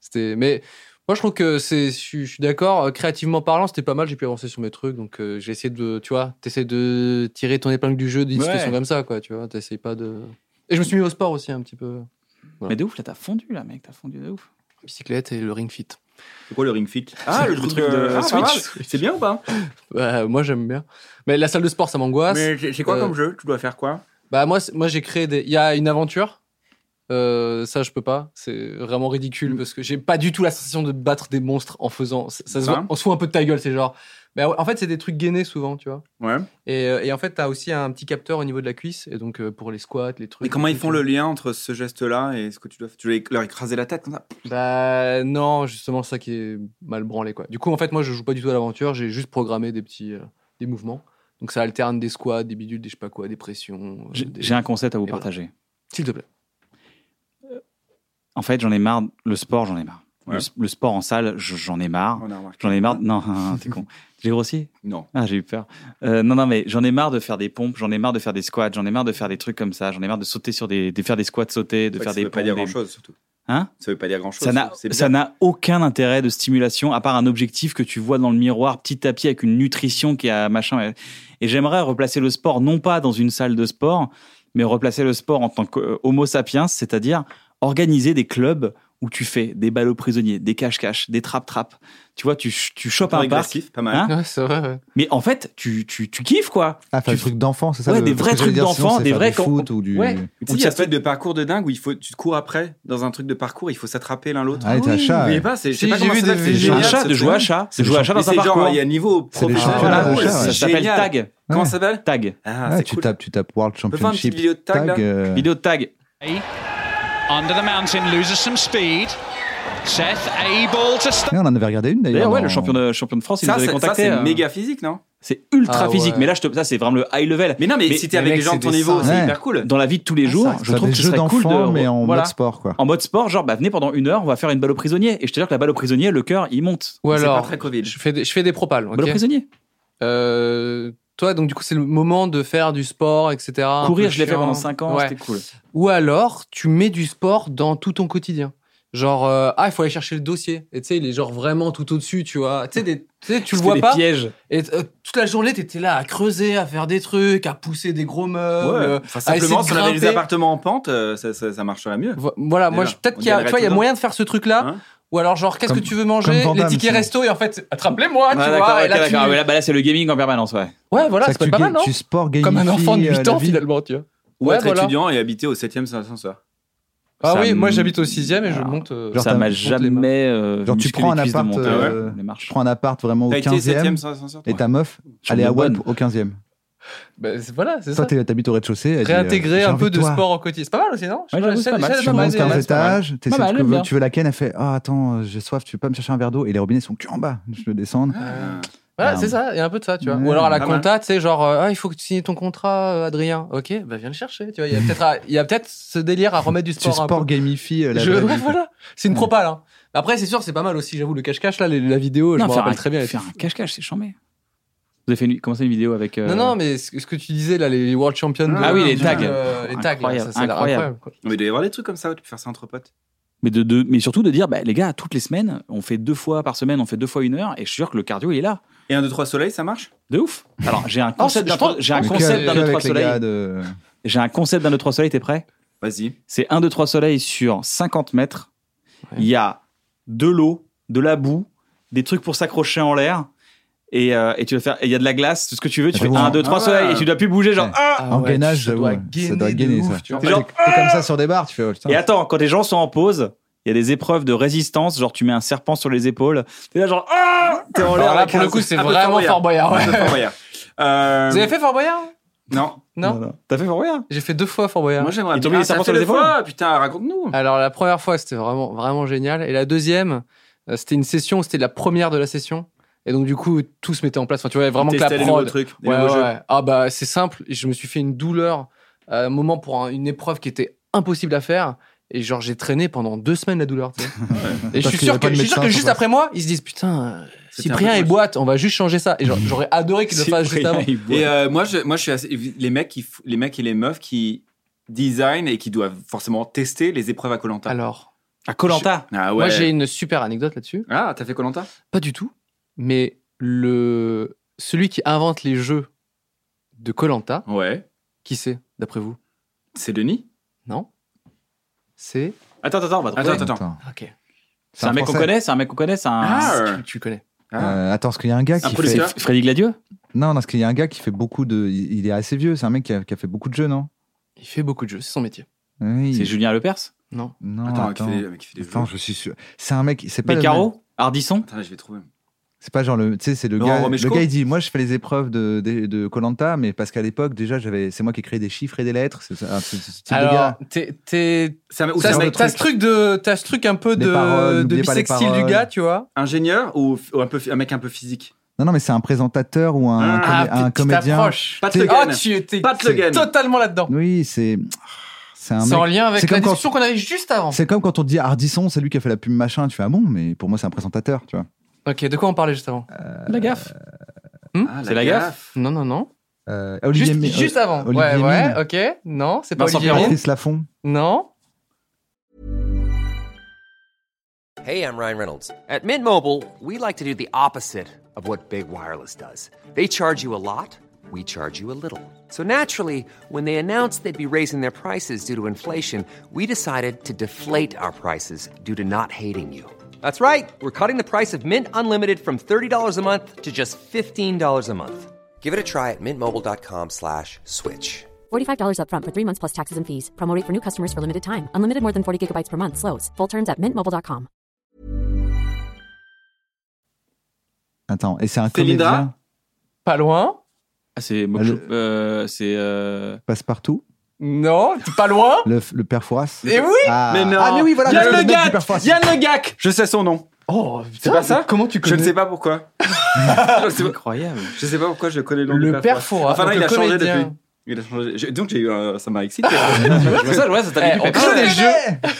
C'était. Mais moi je trouve que c'est, je suis- je suis d'accord. euh, Créativement parlant, c'était pas mal. J'ai pu avancer sur mes trucs, donc euh, j'ai essayé de, tu vois, t'essayes de tirer ton épingle du jeu d'une
Ouais.
situation comme ça, quoi. Tu vois, t'essayes pas de. Et je me suis mis au sport aussi un petit peu. Ouais.
Mais de ouf, là, t'as fondu, là, mec, t'as fondu de ouf.
Bicyclette et le Ring Fit.
C'est quoi le Ring Fit Ah, le truc de
Ah, pas mal.
Switch. C'est bien ou pas
Ouais, moi j'aime bien. Mais la salle de sport, ça m'angoisse.
Mais c'est c'est quoi
euh,
comme jeu Tu dois faire quoi
Bah moi, c'est- moi j'ai créé des. Il y a une aventure. Euh, ça je peux pas. C'est vraiment ridicule
Mm.
parce que j'ai pas du tout la sensation de battre des monstres en faisant. Ça, ça se voit-
Hein
on se fout un peu de ta gueule. C'est genre. Bah, en fait, c'est des trucs gainés souvent, tu vois.
Ouais.
Et, euh, et en fait, t'as aussi un petit capteur au niveau de la cuisse. Et donc euh, pour les squats, les trucs.
Mais comment
les
ils font
trucs,
le lien entre ce geste-là et ce que tu dois faire Tu dois leur écraser la tête comme ça
Bah non, justement c'est ça qui est mal branlé quoi. Du coup en fait moi je joue pas du tout à l'aventure, j'ai juste programmé des petits euh, des mouvements. Donc ça alterne des squats, des bidules, des je sais pas quoi, des pressions. euh,
J'ai
des-
j'ai un concept à vous
Et voilà.
partager.
S'il
*laughs*
te plaît.
En fait, j'en ai marre. Le sport, j'en ai marre.
Ouais.
Le, le sport en salle, je- j'en ai marre.
Ah, On a remarqué.
J'en ai marre. Non, non, *laughs* t'es con. J'ai grossi
Non.
Ah, j'ai eu peur. Euh, non, non, mais j'en ai marre de faire des pompes, j'en ai marre de faire des squats, j'en ai marre de faire des trucs comme ça, j'en ai marre de sauter sur des. de faire des squats sautés, de
Ouais,
faire
ça
des
veut pas
pompes.
dire
des-
grand-chose surtout.
Hein
Ça veut pas dire grand-chose.
ça n'a-
C'est
ça
bizarre.
n'a aucun intérêt de stimulation à part un objectif que tu vois dans le miroir petit à petit avec une nutrition qui a machin. Et j'aimerais replacer le sport non pas dans une salle de sport, mais replacer le sport en tant qu'homo sapiens, c'est-à-dire organiser des clubs où tu fais des ballots prisonniers, des cache-cache, des trap-trap. Tu vois, tu, ch- tu chopes un
Pas
parc.
agressif, pas mal.
Hein
Ouais, c'est vrai. ouais.
Mais en fait, tu, tu, tu kiffes quoi.
Ah, faire
Tu-
des trucs d'enfant, c'est ça
Ouais,
le-
des
parce
vrais
que j'allais
trucs
dire, sinon,
d'enfant,
c'est
des
faire
vrais
du
quand-
foot ou du.
Ouais.
Tu sais,
Ou
il y a
ça-
ce truc de parcours de dingue où il faut, tu te cours après dans un truc de parcours, il faut s'attraper l'un l'autre.
Ah, et t'es un chat.
N'oubliez
ouais.
pas, c'est je
Si,
sais pas
j'ai
comment
vu
ça
des
s'appelle, c'est
vidéos.
génial,
un chat,
ce
de jouer à
truc.
chat,
C'est
de jouer à chat
Mais
dans un
c'est
parcours.
genre, il y a un niveau
C'est les
professionnel.
championnats de
Ah,
chat,
c'est
ouais.
ça s'appelle
génial.
tag.
Comment
Ouais.
ça s'appelle
Tag.
Ah,
Ouais,
c'est
tu,
cool.
tapes, tu tapes World
peut faire une petite
Championship.
vidéo de tag, là
euh,
Vidéo de tag.
Under the mountain, loses some speed. Seth able to stop.
et on en avait regardé une d'ailleurs.
D'ailleurs, ouais,
dans-
le champion de, champion de France, il nous
Ça,
avait
c'est- ça,
contacté.
c'est
euh,
méga physique, non
C'est ultra
Ah ouais.
physique. Mais là, je te, ça, c'est vraiment le high level.
Mais non, mais, si t'es
mais
avec
mec,
des gens de
c'est
ton
des
niveau,
singes.
c'est
Ouais.
hyper cool.
dans la vie de tous les jours,
Faire
je trouve
des
que ce
jeux
serait cool
d'enfant,
de
mais en
voilà.
mode sport, quoi.
En mode sport, genre bah, venez pendant une heure, on va faire une balle au prisonnier. Et je te dire que la balle au prisonnier, le cœur, il monte.
Ou
C'est pas
alors,
très Covid.
je fais des, je fais des propales. ok
Balle au prisonnier.
Euh, toi, donc du coup, c'est le moment de faire du sport, etc. Ah, un
Courir,
peu
je l'ai fait
chiant.
pendant 5 ans,
Ouais.
c'était cool.
Ou alors, tu mets du sport dans tout ton quotidien. Genre, euh, ah, il faut aller chercher le dossier. Et tu sais, il est genre vraiment tout au-dessus, tu vois. Tu sais, des- tu sais, tu le vois pas.
pièges.
Et euh, toute la journée, t'étais là à creuser, à faire des trucs, à pousser des gros meubles.
Ouais.
euh,
Enfin,
à essayer
simplement,
de
si on avait des
grimper.
appartements en pente, euh, ça, ça, ça marcherait mieux.
vo- Voilà, moi,
Déjà,
je- peut-être
on
qu'il y a, tu
gagnerait
vois, il y a
tout le
moyen de faire ce truc-là.
Hein
Ou alors, genre, qu'est-ce que
Comme-
tu veux manger
comme Van
Les
Damme,
tickets
ça.
resto, et en fait, attrape-les-moi, tu
Ah,
vois.
d'accord,
et
ok,
là, tu-
d'accord. Ah ouais, là, bah, là, c'est le gaming en permanence, ouais.
Ouais, voilà,
Ça
c'est
que
pas,
tu
mal,
ga-
non
Tu sport
Comme un
gamifie,
enfant de
euh,
8
la
ans,
vie.
finalement, tu vois.
Ou
Ouais,
être
voilà.
étudiant et habiter au 7ème sans ascenseur.
Ah
Ça
oui, moi
me-
j'habite au 6 et je
Alors,
monte. euh,
Genre,
ça
t'as-
m'a
monte
les mains.
jamais. euh,
Genre, tu
musclé
prends
les
un
cuisses de
appart,
monter,
euh,
euh, les marches.
Je prends un appart vraiment au
T'as été 7ème
15e
sans ascenseur toi
et ta meuf,
Chambre
elle est
de
à Watt
bonne.
au 15e.
bah, c'est- voilà, c'est
Toi,
ça.
t'es- t'habites au rez-de-chaussée. elle dit, euh,
Réintégrer
j'ai
un
envie
peu de
toi.
sport au quotidien. C'est pas mal aussi, non Je sais
Ouais,
pas,
j'avoue, c'est pas
j'ai-
mal,
j'ai-
c'est
Tu
j'ai-
pas mal,
montes
c'est
j'ai-
pas
15
mal.
étages, t'essaies
Pas
ce
mal,
que
bien.
veux, tu veux la canne, elle fait Ah, attends, euh, j'ai soif, tu peux pas me chercher un verre d'eau Et les robinets sont que en bas. Je veux descendre.
Ah.
Voilà, c'est ça, il y a un peu de ça, tu vois.
Ouais.
Ou alors à la
Pas mal.
compta, tu sais, genre, euh, ah, il faut que tu signes ton contrat, euh, Adrien. Ok, bah viens le chercher, tu vois. Il y a peut-être à- il y a peut-être ce délire à remettre du
Tu
sport. un
sport
peu.
gamifie euh, la
Je-
vraie
ouais,
vie.
voilà, c'est une
Ouais.
propale. hein. Après, c'est sûr, c'est pas mal aussi, j'avoue, le cache-cache, là, les- la vidéo, je
Non,
me
faire un-
rappelle très bien. elle
Faire un cache-cache, c'est chambé. Vous avez fait une, commencé une vidéo avec. euh,
Non, non, mais ce ce que tu disais là, les World Champions.
Ah
de-
oui, les
du-
tags.
euh, Les tags, là,
Incroyable,
ça, c'est
incroyable.
incroyable. quoi.
Mais il doit y avoir des trucs comme ça où tu peux faire ça entre potes.
Mais, de, de- mais surtout de dire, bah, les gars, toutes les semaines, on fait deux fois par semaine, on fait deux fois une heure, et je suis sûr que le cardio, il est là.
Et un, deux, trois soleils, ça marche
De ouf. Alors, j'ai un concept
je
d'un
pense-
j'ai un
Mais que-
concept d'un
que
autre
avec les gars
soleil.
de-
J'ai un concept d'un autre trois soleil, t'es prêt
Vas-y.
C'est 1, 2, 3 soleil sur 50 mètres.
Ouais.
Il y a de l'eau, de la boue, des trucs pour s'accrocher en l'air. Et, euh, et tu vas faire, et il y a de la glace, tout ce que tu veux. Tu
Ah
fais
bon
1, 2, 3
Ah
soleil
ouais.
et tu dois plus bouger. Genre,
Ouais.
ah
Ah
En
ouais,
gainage,
ça doit
j'avoue, ça doit
gainer de
gainer,
ouf,
ça.
tu vois.
T'es
Genre,
t'es comme ça sur des barres, tu fais oh, putain.
Et attends, quand les gens sont en pause, il y a des épreuves de résistance. Genre, tu mets un serpent sur les épaules. T'es là, genre, ah T'es en l'air.
Alors là,
avec
pour
un-
le coup, c'est
un peu
vraiment
Fort
Fort Boyard. ouais.
Un, deux, trois *laughs* voyards. Euh,
Vous avez fait Fort Boyard
Non.
Non,
T'as fait pour rien.
J'ai fait deux fois Fort Boyard.
Moi, j'aimerais
Ils t'ont mis les
ça
serpents
fait
sur les
deux
épaules
fois, Ah, Putain, raconte-nous.
Alors la première fois, c'était vraiment vraiment génial. Et la deuxième, euh, c'était une session, c'était la première de la session. Et donc du coup, tout se mettait en place. Enfin, tu vois, vraiment que la
Tester les nouveaux
prod.
trucs, les
Ouais,
nouveaux jeux.
ouais. Ah bah c'est simple. Je me suis fait une douleur à un moment pour un- une épreuve qui était impossible à faire. Et genre j'ai traîné pendant deux semaines la douleur. tu
*laughs*
sais. Et je
Parce
suis
qu'il y a
sûr
pas
que,
de
je suis sûr
médecin
que
sur
juste
place.
après moi, ils se disent putain, euh,
C'était un
Cyprien
peu
et
moche.
boîte, on va juste changer ça. Et
*laughs*
genre, j'aurais adoré qu'ils le fassent juste avant.
Et euh, moi, je, moi, je suis assez- les mecs, qui, f- les mecs et les meufs qui design et qui doivent forcément tester les épreuves à Colanta.
Alors,
à Colanta.
Ah ouais.
moi j'ai une super anecdote là-dessus.
Ah, t'as fait Colanta
Pas du tout. Mais le celui qui invente les jeux de Colanta,
Ouais.
qui c'est d'après vous
C'est Denis
Non c'est.
Attends, attends, on va trouver.
Attends, attends, attends.
Ok.
C'est un mec qu'on
Français.
connaît, c'est un mec qu'on connaît, c'est un.
Ah.
Tu, tu connais.
Euh, attends, est-ce qu'il y a un gars
Un
qui
Ah.
fait.
producteur
F- Freddy Gladieux
Non, non, est-ce qu'il y a un gars qui fait beaucoup de. Il il est assez vieux, c'est un mec qui a, qui a fait beaucoup de jeux, non
Il fait beaucoup de jeux, c'est son métier.
Oui.
C'est Julien Lepers
Non.
Non,
Attends,
attends,
qui fait des- mec qui fait des
Attends,
jeux.
je suis sûr. C'est un mec, c'est pas. le même-
Beccaro Ardisson
Attends, là, je vais trouver.
C'est pas genre le, tu sais, c'est le
Laurent
gars.
Romeshko
Le gars il dit, moi je fais les épreuves de de- de Colanta, mais parce qu'à l'époque déjà j'avais, c'est moi qui ai créé des chiffres et des lettres. C'est ça, c'est ce type de
Alors,
gars.
t'es- t'es-
C'est un, ou c'est
t'as
un mec
t'as ce truc de, t'as ce truc un peu
Des
de,
paroles,
de
n'oubliez pas les
bisextile du
paroles.
gars, tu vois.
ingénieur ou, ou un, peu, un mec un peu physique
Non non, mais c'est un présentateur ou un,
Ah,
comé- un
tu- tu
comédien.
t'approches.
Pat
T'es-
Logan.
Ah, tu t'es
Pat Logan.
totalement là-dedans.
Oui, c'est c'est un
C'est
mec.
en lien avec
c'est
la
comme quand-
discussion qu'on avait juste avant.
C'est comme quand on dit Hardisson, c'est lui qui a fait la pub machin. Tu fais ah bon, mais pour moi c'est un présentateur, tu vois.
Ok, de quoi on parlait juste avant
La gaffe.
Ah,
C'est la gaffe.
Non, non, non.
Euh,
Juste,
Mi-
juste
euh,
avant.
Olivier
ouais, ouais,
Mine.
ok. Non, c'est pas
Vincent
Olivier
Perron.
Mine.
Patrice Laffont.
Non.
Hey, I'm Ryan Reynolds. At Mint Mobile, we like to do the opposite of what Big Wireless does. They charge you a lot, we charge you a little. So naturally, when they announced they'd be raising their prices due to inflation, we decided to deflate our prices due to not hating you. That's right. We're cutting the price of Mint Unlimited from $30 a month to just $15 a month. Give it a try at mintmobile.com slash switch.
$45 upfront for three months plus taxes and fees. Promo rate for new customers for limited time. Unlimited more than 40 gigabytes per month. Slows. Full terms at mintmobile.com.
Attends, et c'est un
Céline Dra-
comédien.
Pas loin.
Ah, c'est
Ah,
Mokshu.
le-
Euh, c'est. euh,
Passe partout.
Non, pas loin.
Le, le père Fouras.
Eh oui
ah.
Mais non.
Ah, mais oui, voilà.
Yann
le
Le
mec du
Gatt.
père Fouras.
Yann Le Gac Je sais son nom.
Oh,
C'est pas ça
Comment tu
Je
connais
ne sais pas *laughs* pourquoi. je, sais pas,
Incroyable.
je sais pas pourquoi je connais le nom du
Le père Fouras.
Enfin, là,
donc
il
le
a changé
comédien.
depuis. Il a changé. J'ai- Donc, j'ai eu un- ça m'a excité.
Je vois ça, je vois ça, t'as
Eh,
vu du
on
papier.
crée
ouais.
des jeux.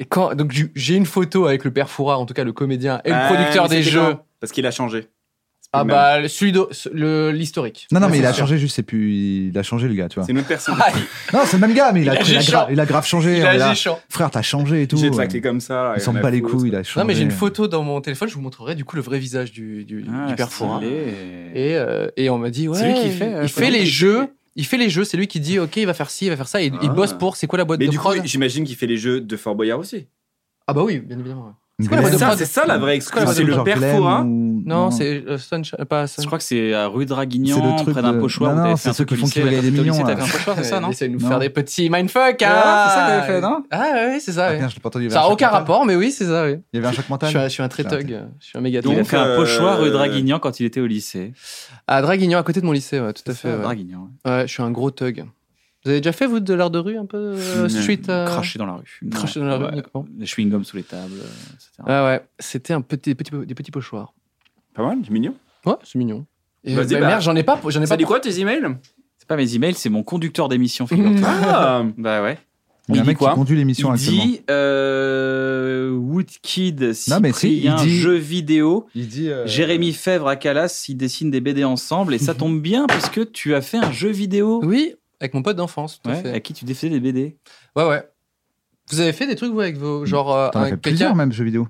Et quand, donc j'ai- j'ai une photo avec le père Foura, en tout cas le comédien *laughs* et le
Ah,
producteur
mais
des
c'était
jeux.
quand Parce qu'il a changé. C'est plus
Ah
le même.
bah le- celui de- ce- le l'historique.
Non, non,
Ouais,
mais il a
c'est sûr.
changé juste, c'est plus. Il a changé, hein, le gars, tu vois.
C'est une autre personne.
Ah,
Non, c'est le même gars, mais il a,
Il a
il a,
géchant.
grave, il a grave changé.
Il
on est
a
là.
géchant.
Frère, t'as changé et tout.
J'ai
ouais.
claqué comme ça.
Il
et
s'en
la
bat les
faute.
couilles, il a changé.
Non mais j'ai une photo dans mon téléphone, je vous montrerai du coup le vrai visage du, du,
Ah,
du père Foura.
stylé.
Et, euh, et on m'a dit ouais.
C'est lui qui fait, euh,
il
Freddy
fait les
qui-
jeux. Il fait les jeux. C'est lui qui dit ok il va faire ci, il va faire ça. Il, il
Ah.
bosse pour. C'est quoi la boîte
Mais
de
du coup,
prod
j'imagine qu'il fait les jeux de Fort Boyard aussi.
Ah bah oui bien évidemment. ouais.
Une
quoi la
Glenn.
boîte de
Ça,
prod
c'est ça la vraie excuse.
Ouais,
C'est le hein.
Genre
père
Glenn
Fouras.
ou-
Non, c'est euh, Sunshine, pas
Je
Sunshine.
crois que c'est à rue
C'est
Draguignan,
le truc
près d'un
de-
pochoir.
Non,
où t'avais
non,
fait
c'est
un
ceux
truc
qui
au
font
lycée,
gagner
t'as
des
fait un
millions,
lycée,
là.
t'as fait un pochoir, c'est ça, non
Il essaie de nous
Non.
faire des petits mindfuck.
Ah,
hein.
c'est ça que t'avais fait, non
Ah ouais, c'est ça.
Ah,
ouais.
merde, je l'ai pas entendu, il y avait
Ça
un
a
choc
aucun
mental.
rapport, mais oui, c'est ça. oui.
Il y avait un choc
Je suis,
mental.
un- je suis un très
J'ai raté.
thug, euh, je suis un méga
Il a
thug.
Donc,
fait un pochoir
euh,
rue Draguignan quand il était au lycée.
À Ah, Draguignan, à côté de mon lycée, ouais, tout à
C'est
fait.
ça,
ouais.
Draguignan. ouais.
Ouais, je suis un gros thug. Vous avez déjà fait, vous, de l'art de rue, un peu
Mmh.
euh, street euh,
Craché dans la rue.
cracher
Ouais,
dans la rue,
ouais.
uniquement.
Les chewing-gums sous les tables, euh, etc.
Ah ouais, c'était un petit, petit, des petits pochoirs.
Pas mal, c'est mignon.
Ouais, c'est mignon. Et
Vas-y,
bah,
bah.
merde, j'en ai pas. pour- J'en ai
Ça
pas.
dit
pour-
quoi tes emails
C'est pas mes emails, c'est mon conducteur d'émission, figure-toi.
*laughs* Ah
Mmh.
*laughs* bah ouais.
Il y a
Il
un
dit
mec qui
quoi
conduit l'émission
Il
actuellement.
dit euh, Woodkid,
Non, mais si, il
Cyprien,
dit-
jeux vidéo.
Il dit.
Euh, Jérémy Fèvre à Calas, ils dessinent des BD ensemble et ça tombe bien puisque tu as fait un jeu vidéo
Mhm. Oui, avec mon pote d'enfance, tout à
Ouais,
fait.
à qui tu défais des BD.
Ouais, ouais. Vous avez fait des trucs, vous, avec vos. Genre, euh,
T'en as
un-
fait plusieurs, même, jeux vidéo.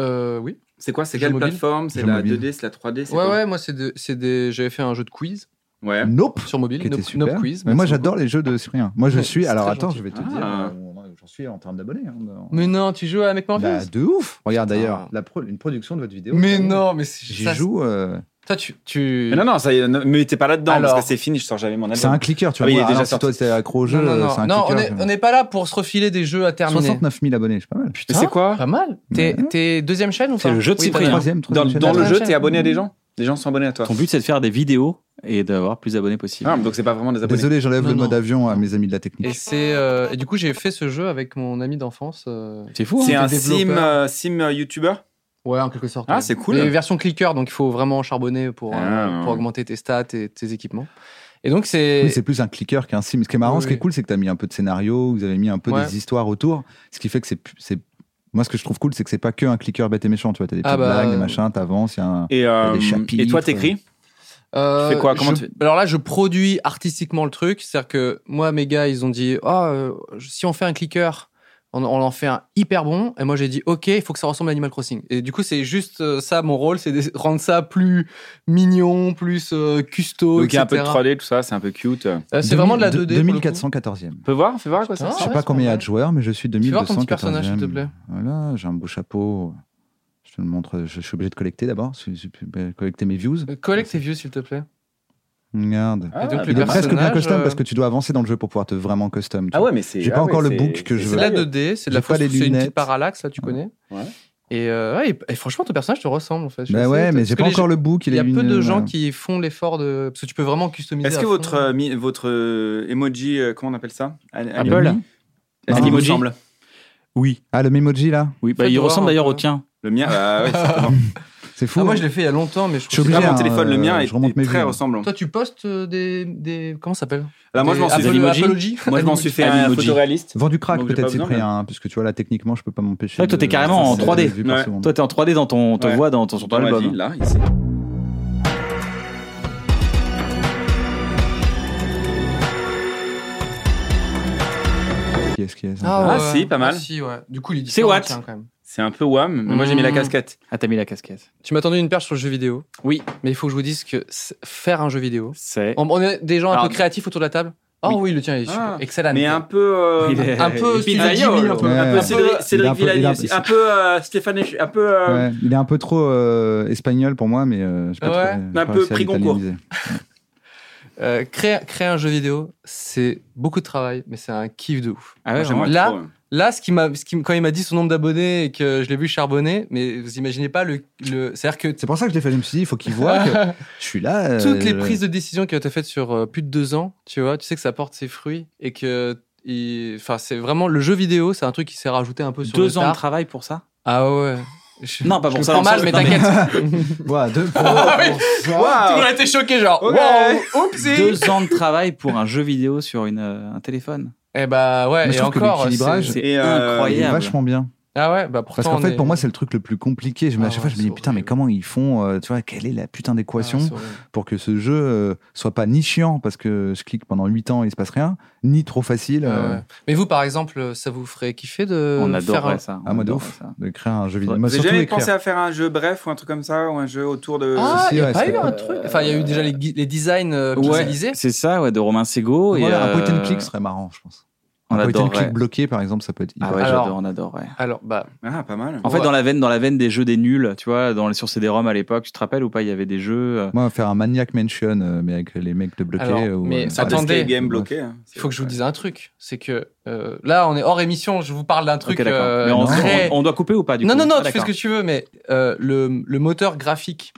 Euh, oui.
C'est quoi C'est
Jeux
quelle
mobiles.
plateforme C'est
Jeux
la
mobiles.
2D, c'est la 3D c'est
Ouais,
quoi
ouais, moi, c'est de- c'est des. J'avais fait un jeu de quiz
Ouais.
Nope.
sur mobile,
Qui
Nope-
était
Nope
super.
Quiz.
Mais moi,
merci
j'adore les jeux de Cyprien. Moi, je
Ouais,
suis.
c'est
Alors
très
attends,
gentil.
je vais te
Ah.
dire. euh, où J'en suis en termes d'abonnés. hein, dans-
beaucoup. Mais non, tu joues à Mec Morpheus
Bah, de ouf. Regarde
Ah.
d'ailleurs, la pro- une production de votre vidéo.
Mais
ça y est.
non, mais c'est-
J'y
ça,
joue. euh,
Toi, tu. tu...
Mais non, non, ça, y est, non, mais t'es pas là-dedans
Alors.
parce que c'est fini, je sors jamais mon album.
C'est un clicker, tu vois.
Ah Oui, il est
moi,
déjà
alors, si
sorti.
toi, t'es accro au jeu.
non, non,
c'est un
non. Non, on
clicker.
est- on n'est pas là pour se refiler des jeux à terminer.
69 000 abonnés, c'est pas mal.
Mais c'est quoi
Pas mal. T'es
Ouais.
t'es deuxième chaîne ou pas
C'est le jeu de
Oui, t'as-
Cyprien.
Troisième,
Dans,
troisième chaîne.
dans le jeu,
Troisième
t'es abonné à des gens Des gens sont abonnés à toi.
Ton but c'est de faire des vidéos et d'avoir plus d'abonnés possible.
Ah, donc c'est pas vraiment des abonnés.
Désolé, j'enlève
Non,
le
non.
mode avion à mes amis de la
Et
technique.
c'est euh, et du coup j'ai fait ce jeu avec mon ami d'enfance. euh,
C'est fou.
C'est
hein.
un
t'es
sim,
développeur.
euh, sim euh, YouTuber
Ouais, en quelque sorte.
Ah,
ouais.
c'est cool.
Mais version clicker, donc il faut vraiment charbonner pour euh,
Ah.
pour augmenter tes stats et tes équipements. Et donc c'est
Oui, c'est plus un clicker qu'un sim. Ce qui est marrant,
Oui,
ce qui est
oui.
cool, c'est que tu as mis un peu de scénario, vous avez mis un peu
Ouais.
des histoires autour. Ce qui fait que c'est. pu- c'est- Moi, ce que je trouve cool, c'est que c'est pas que un clicker bête et méchant. Tu vois, t'as des
Ah
petites
bah,
blagues,
euh,
des machins, t'avances. il y a un-
Et, euh,
des chapitres.
et toi, t'écris
Euh,
Tu fais quoi Comment
je-
tu fais
Alors là, je produis oh, artistiquement le truc. C'est-à-dire que moi, mes gars, ils ont dit Ah, euh, si on fait un clicker on, on en fait un hyper bon. Et moi, j'ai dit, OK, il faut que ça ressemble à Animal Crossing. Et du coup, c'est juste euh, ça, mon rôle, c'est de rendre ça plus mignon, plus euh, custo.
Donc il y a un peu de
etc..
3D, tout ça, c'est un peu cute. On
Euh, c'est vraiment de la 2D. pour le coup.
2414e.
peut voir, fais voir quoi ça
Putain.
Je
Ah
sais
ouais,
pas
c'est
combien il y
pas
a
mal.
de joueurs, mais je suis
Tu
2214e.
voir ton petit personnage, s'il te plaît.
Voilà, j'ai un beau chapeau. Je te le montre, je, je suis obligé de collecter d'abord, je- je- je- collecter mes views.
Euh, Collecte tes views, s'il te plaît.
Regarde.
Ah,
Et donc,
Il
le
est presque bien
personnage,
custom
euh,
parce que tu dois avancer dans le jeu pour pouvoir te vraiment custom. tu
Ah
vois.
ouais, mais c'est.
J'ai pas
ah ouais,
encore le
c'est-
book que je
C'est
veux.
de la
sérieux.
2D, c'est
J'ai
de la
pas
fausse,
les
c'est une
lunettes.
petite parallaxe, là, tu connais.
Ouais.
Et, euh, ouais, et- et franchement, ton personnage te ressemble, en fait. Je suis
Bah
assez
ouais,
étonné,
mais
parce
j'ai
que
pas
les
encore le book.
Il y a euh, peu de gens
qui
qui font l'effort de. Parce que tu peux vraiment customiser.
Est-ce
à
que
fond.
votre, euh, mi- votre euh, emoji, euh, comment on appelle ça An-
Apple
anime- Est-ce qu'il vous
Emoji.
ressemble
Oui,
Ah, le Memoji là
oui. Bah,
Faites
il
voir
ressemble
un
d'ailleurs
peu.
au tien.
Le mien Ah ouais, certainement.
C'est fou.
Ah, moi,
hein.
je l'ai fait il y a longtemps, mais je
Je suis
trouve
Là,
obligé,
mon
hein,
téléphone, le mien
euh,
est,
je remonte
est
mes
très
vues.
ressemblant.
Toi, tu postes euh, des. des... Comment ça s'appelle
Là, Ah, moi, je m'en
Des
suis
Apple-
fait.
Emoji
Apology
Moi, je m'en suis fait un
Emoji.
photoréaliste.
Vend du crack
Donc, j'ai pas
peut-être
besoin,
Cyprien, hein, parce que tu vois la technique, moi je peux pas m'empêcher.
Ah,
Ouais, toi, t'es
de-
carrément en
de-
3D.
de- de- par
Ouais.
seconde.
Toi, t'es en 3D dans ton, on te
Ouais.
voit dans ton, sur ton
Dans la
album.
vie, là, ici.
Qui est-ce qui est ça
Ah, si, pas mal.
Si, ouais. Du coup, il dit
C'est
ça,
what
tiens, quand même.
C'est un peu wham, mais moi j'ai mis la
Mm.
casquette.
Ah, t'as mis la casquette.
Tu m'attendais une perche sur le jeu vidéo.
Oui.
Mais il faut que je vous dise que c'est- faire un jeu vidéo.
C'est.
On, on est des gens un
Alors-
peu créatifs autour de la table. Oh oui, le tien il est super.
Ah.
excellent.
Mais un peu. euh,
Il est-
un peu
Il est
Steven
pizzaïolo.
Gilles, un peu.
Ouais.
Un peu Cédric,
Il est un
Cédric
peu- il est un
Villani
peu-
aussi. Un peu euh, Stéphane Esch- Un peu. euh,
Ouais, il est un peu trop euh, espagnol pour moi, mais euh, j'ai pas
Ouais.
trop- j'ai
Un
pas
peu
réussi à
pris Goncourt.
l'italianiser.
Euh, créer, créer un jeu vidéo, c'est beaucoup de travail, mais c'est un kiff de ouf.
Ah
moi,
ouais,
j'aimerais
vraiment.
Là-
trop, hein.
Là, ce qui m'a, ce qui, m- quand il m'a dit son nombre d'abonnés et que je l'ai vu charbonner, mais vous imaginez pas le, le c'est-à-dire que
C'est pour ça que je l'ai fait, je me suis dit, il faut qu'il voit
*laughs*
que *laughs* je suis là. euh,
toutes les
je-
prises de décision qui ont été faites sur euh, plus de deux ans, tu vois, tu sais que ça porte ses fruits et que, il- enfin, c'est vraiment le jeu vidéo, c'est un truc qui s'est rajouté un peu sur le
Deux ans de
tard.
travail pour ça
Ah ouais. Je-
Non, pas
je
pour
le
ça,
prends
non,
mal,
ça,
mais
non, mais-
t'inquiète.
Voilà,
*laughs*
deux pour-
Ah, oui.
pour ça.
Tout le monde a été choqué, genre.
Ok.
Wow, oupsie.
Deux ans de travail pour un jeu vidéo sur une, euh, un téléphone.
Eh bah ouais.
Moi, je
et
trouve que
encore.
l'équilibrage-
c'est-
C'est
Et,
Il
euh,
est
incroyable.
vachement bien.
Ah ouais, bah
Parce
pourtant.
qu'en
on
fait,
est-
pour moi, c'est le truc le plus compliqué. Je, me- à
Ah
chaque fois,
ouais,
je me dis,
c'est
putain, mais
horrible.
comment ils font euh, Tu vois, quelle est la putain
Ah,
d'équation
c'est horrible.
pour que ce jeu euh, soit pas ni chiant parce que je clique pendant 8 ans et il se passe rien, ni trop facile euh,
Ah ouais. Mais vous, par exemple, ça vous ferait kiffer de
On
Euh, faire un-
adorerait ça. on
Ah, moi, de
adorerait
ouf.
ça.
de créer un jeu vidéo.
Vous
Moi,
Vous avez
surtout
jamais
écrire.
pensé à faire un jeu bref ou un truc comme ça ou un jeu autour de.
Ah,
Ceci,
il y a
Euh, ouais,
pas
c'est
eu
vrai.
un truc. Enfin, il y a eu déjà les, gui- les designs euh, pixelisés.
Ouais, c'est ça, ouais, de Romain Sego. et,
Voilà, un point and
euh,
click serait marrant, je pense.
on
un point and
adorerait.
click bloqué, par exemple, ça peut être.
Ah
hyper-
ouais,
Alors-
j'adore, on adorerait.
Alors, bah,
Ah, pas mal.
En
Ouais.
fait, dans la veine, dans la veine des jeux des nuls, tu vois, dans les sur CD-ROM à l'époque, tu te rappelles ou pas, il y avait des jeux. euh,
Moi, faire un Maniac Mention, euh, mais avec les mecs de bloqué.
Alors,
ou,
mais
euh,
ça attendez.
Des game bloqué.
il faut que je vous dise un truc. C'est que euh, là, on est hors émission. Je vous parle d'un truc.
ok, d'accord.
euh,
Mais on,
très-
on- on doit couper ou pas du
non,
coup
non, non,
Ah,
tu fais ce
d'accord.
que tu veux, mais euh, le, le moteur graphique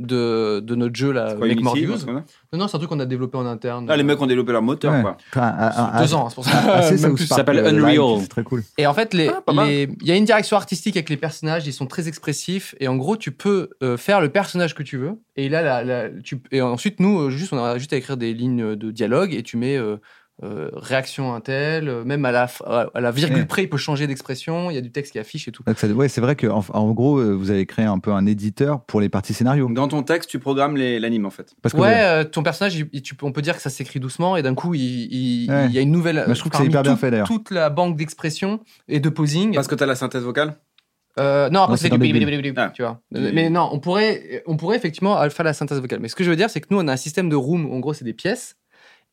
de, de notre jeu, là,
Euh,
Make More Views. Non, non, c'est un truc qu'on a développé en interne. euh,
Ah, les mecs ont développé leur moteur,
Ouais.
quoi.
Enfin, un- un-
Deux ans, hein, c'est pour ça.
un- assez, ça
Même
vous
plus.
spark,
s'appelle
euh,
Unreal.
live, C'est très cool.
Et en fait, les,
Ah, pas mal.
les- il y a une direction artistique avec les personnages, ils sont très expressifs, et en gros, tu peux euh, faire le personnage que tu veux, et là, la- la- tu, et ensuite, nous, euh, juste, on a juste à écrire des lignes euh, de dialogue, et tu mets euh, euh, réaction un tel, euh, même à la, f- à à la virgule
Ouais.
près, il peut changer d'expression, il y a du texte qui affiche et tout.
Donc, ça- ouais, c'est vrai que en, en gros, euh, vous avez créé un peu un éditeur pour les parties scénario.
Dans ton texte, tu programmes les- l'anime, en fait.
Parce que
Ouais, euh, ton personnage, il- il- tu peux- on peut dire que ça s'écrit doucement, et d'un coup, il, il-
Ouais.
il y a une nouvelle.
Bah, je trouve que
parmi
c'est hyper bien
tout-
fait, d'ailleurs.
Toute la banque d'expression et de posing.
Parce que t'as la synthèse vocale.
Euh, non, après
Non, c'est
c'est
dans
du
les bulles.
bip-bip-bip-bip,
Ah.
tu vois.
Du-
Mais non, on pourrait, on pourrait effectivement euh, faire la synthèse vocale. Mais ce que je veux dire, c'est que nous, on a un système de room. Où en gros, c'est des pièces.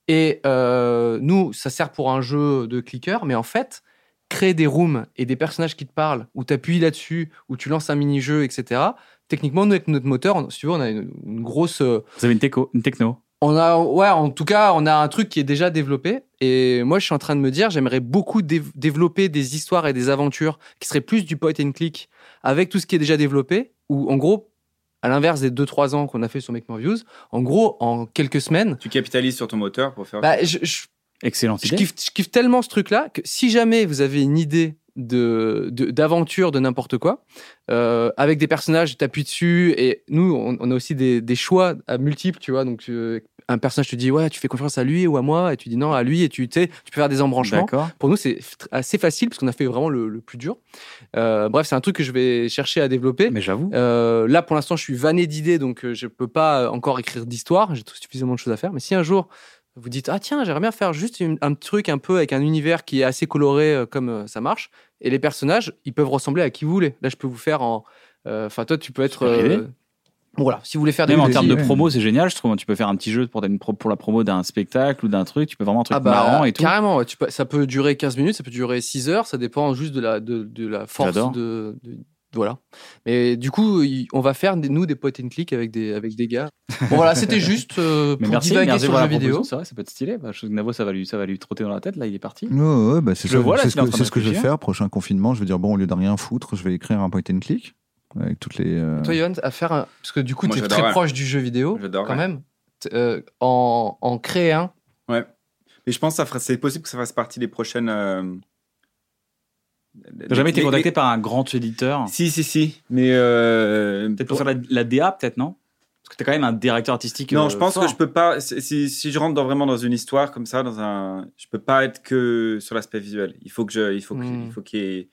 Et euh, nous, ça sert pour un jeu de clicker. Mais en fait, créer des rooms et des personnages qui te parlent, où tu appuies là-dessus, où tu lances un mini-jeu, etc. Techniquement, nous, avec notre moteur, on- si tu veux, on a une, une grosse. euh,
Vous avez une, techo- une techno.
on a, ouais, en tout cas, on a un truc qui est déjà développé. Et moi, je suis en train de me dire, j'aimerais beaucoup dév- développer des histoires et des aventures qui seraient plus du point and click avec tout ce qui est déjà développé. Ou en gros, à l'inverse des 2-3 ans qu'on a fait sur Make More Views, en gros, en quelques semaines,
Tu capitalises sur ton moteur pour faire.
bah, je, je-
Excellente
je
idée.
kiffe, je kiffe tellement ce truc-là que si jamais vous avez une idée de de- d'aventure de, n'importe quoi euh, avec des personnages t'appuies dessus et nous on, on a aussi des, des choix à multiples tu vois donc euh, un personnage te dit ouais tu fais confiance à lui ou à moi et tu dis non à lui et tu tu sais, tu peux faire des embranchements
D'accord.
pour nous c'est f- assez facile parce qu'on a fait vraiment le, le plus dur Euh, bref c'est un truc que je vais chercher à développer
Mais j'avoue.
euh, là, pour l'instant, je suis vanné d'idées, donc euh, je peux pas euh, encore écrire d'histoire. J'ai tout suffisamment de choses à faire. Mais si un jour vous dites ah tiens j'aimerais bien faire juste une- un petit truc un peu avec un univers qui est assez coloré euh, comme euh, ça marche et les personnages ils peuvent ressembler à qui vous voulez là je peux vous faire en euh, enfin toi tu peux être
Super idée.
bon, voilà si vous voulez faire des
Même en
petits-
termes de
ouais.
promo, c'est génial. Je trouve tu peux faire un petit jeu pour, une pro- pour la promo d'un spectacle ou d'un truc. Tu peux vraiment un truc
Ah bah,
marrant et tout.
Carrément, ouais. Tu peux- ça peut durer 15 minutes, ça peut durer 6 heures, ça dépend juste de la, de, de la force
J'adore.
de, de- Voilà. Mais du coup, il- on va faire des- nous des point and click avec des, avec des gars. Bon voilà, c'était
*laughs*
juste euh,
Mais
pour
merci,
divaguer
merci
sur
pour
le
la
jeu vidéo.
proposition, C'est vrai, ça peut être stylé. Bah, je trouve que Navo, ça va lui, ça va lui trotter dans la tête. Là, il est parti.
Ouais, ouais, bah, c'est
Je le
ça.
vois, là, qu'il
c'est ce,
est en
que,
train
c'est
de
ce que je vais
réfléchir.
faire. Prochain confinement, je vais dire bon, au lieu de rien foutre, je vais écrire un point and click avec toutes les. euh,
Toi, Johan, à faire un- Parce que du coup,
Moi,
tu es
j'adore,
très
ouais.
proche du jeu vidéo,
J'adore,
quand
ouais.
même. T- euh, en, en créer un.
Mais je pense que ça fera- c'est possible que ça fasse partie des prochaines. euh,
T'as jamais été
les-
contacté par un grand éditeur
les- Si, si, si. Mais. euh,
Peut-être pour faire la, la DA, peut-être, non Parce que t'es quand même un directeur artistique.
Non,
euh,
je pense
fort.
que je peux pas. Si, si- si je rentre dans, vraiment dans une histoire comme ça, dans un, je peux pas être que sur l'aspect visuel. Il faut que je, il faut que,
Mm.
il faut qu'il y ait-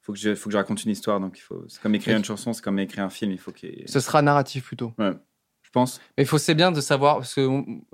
faut que je, faut que je raconte une histoire. Donc il faut. C'est comme écrire
Mais-
une chanson, c'est comme écrire un film. Il faut qu'il. y ait-
Ce sera narratif plutôt.
Je pense.
Mais il faut c'est bien de savoir parce que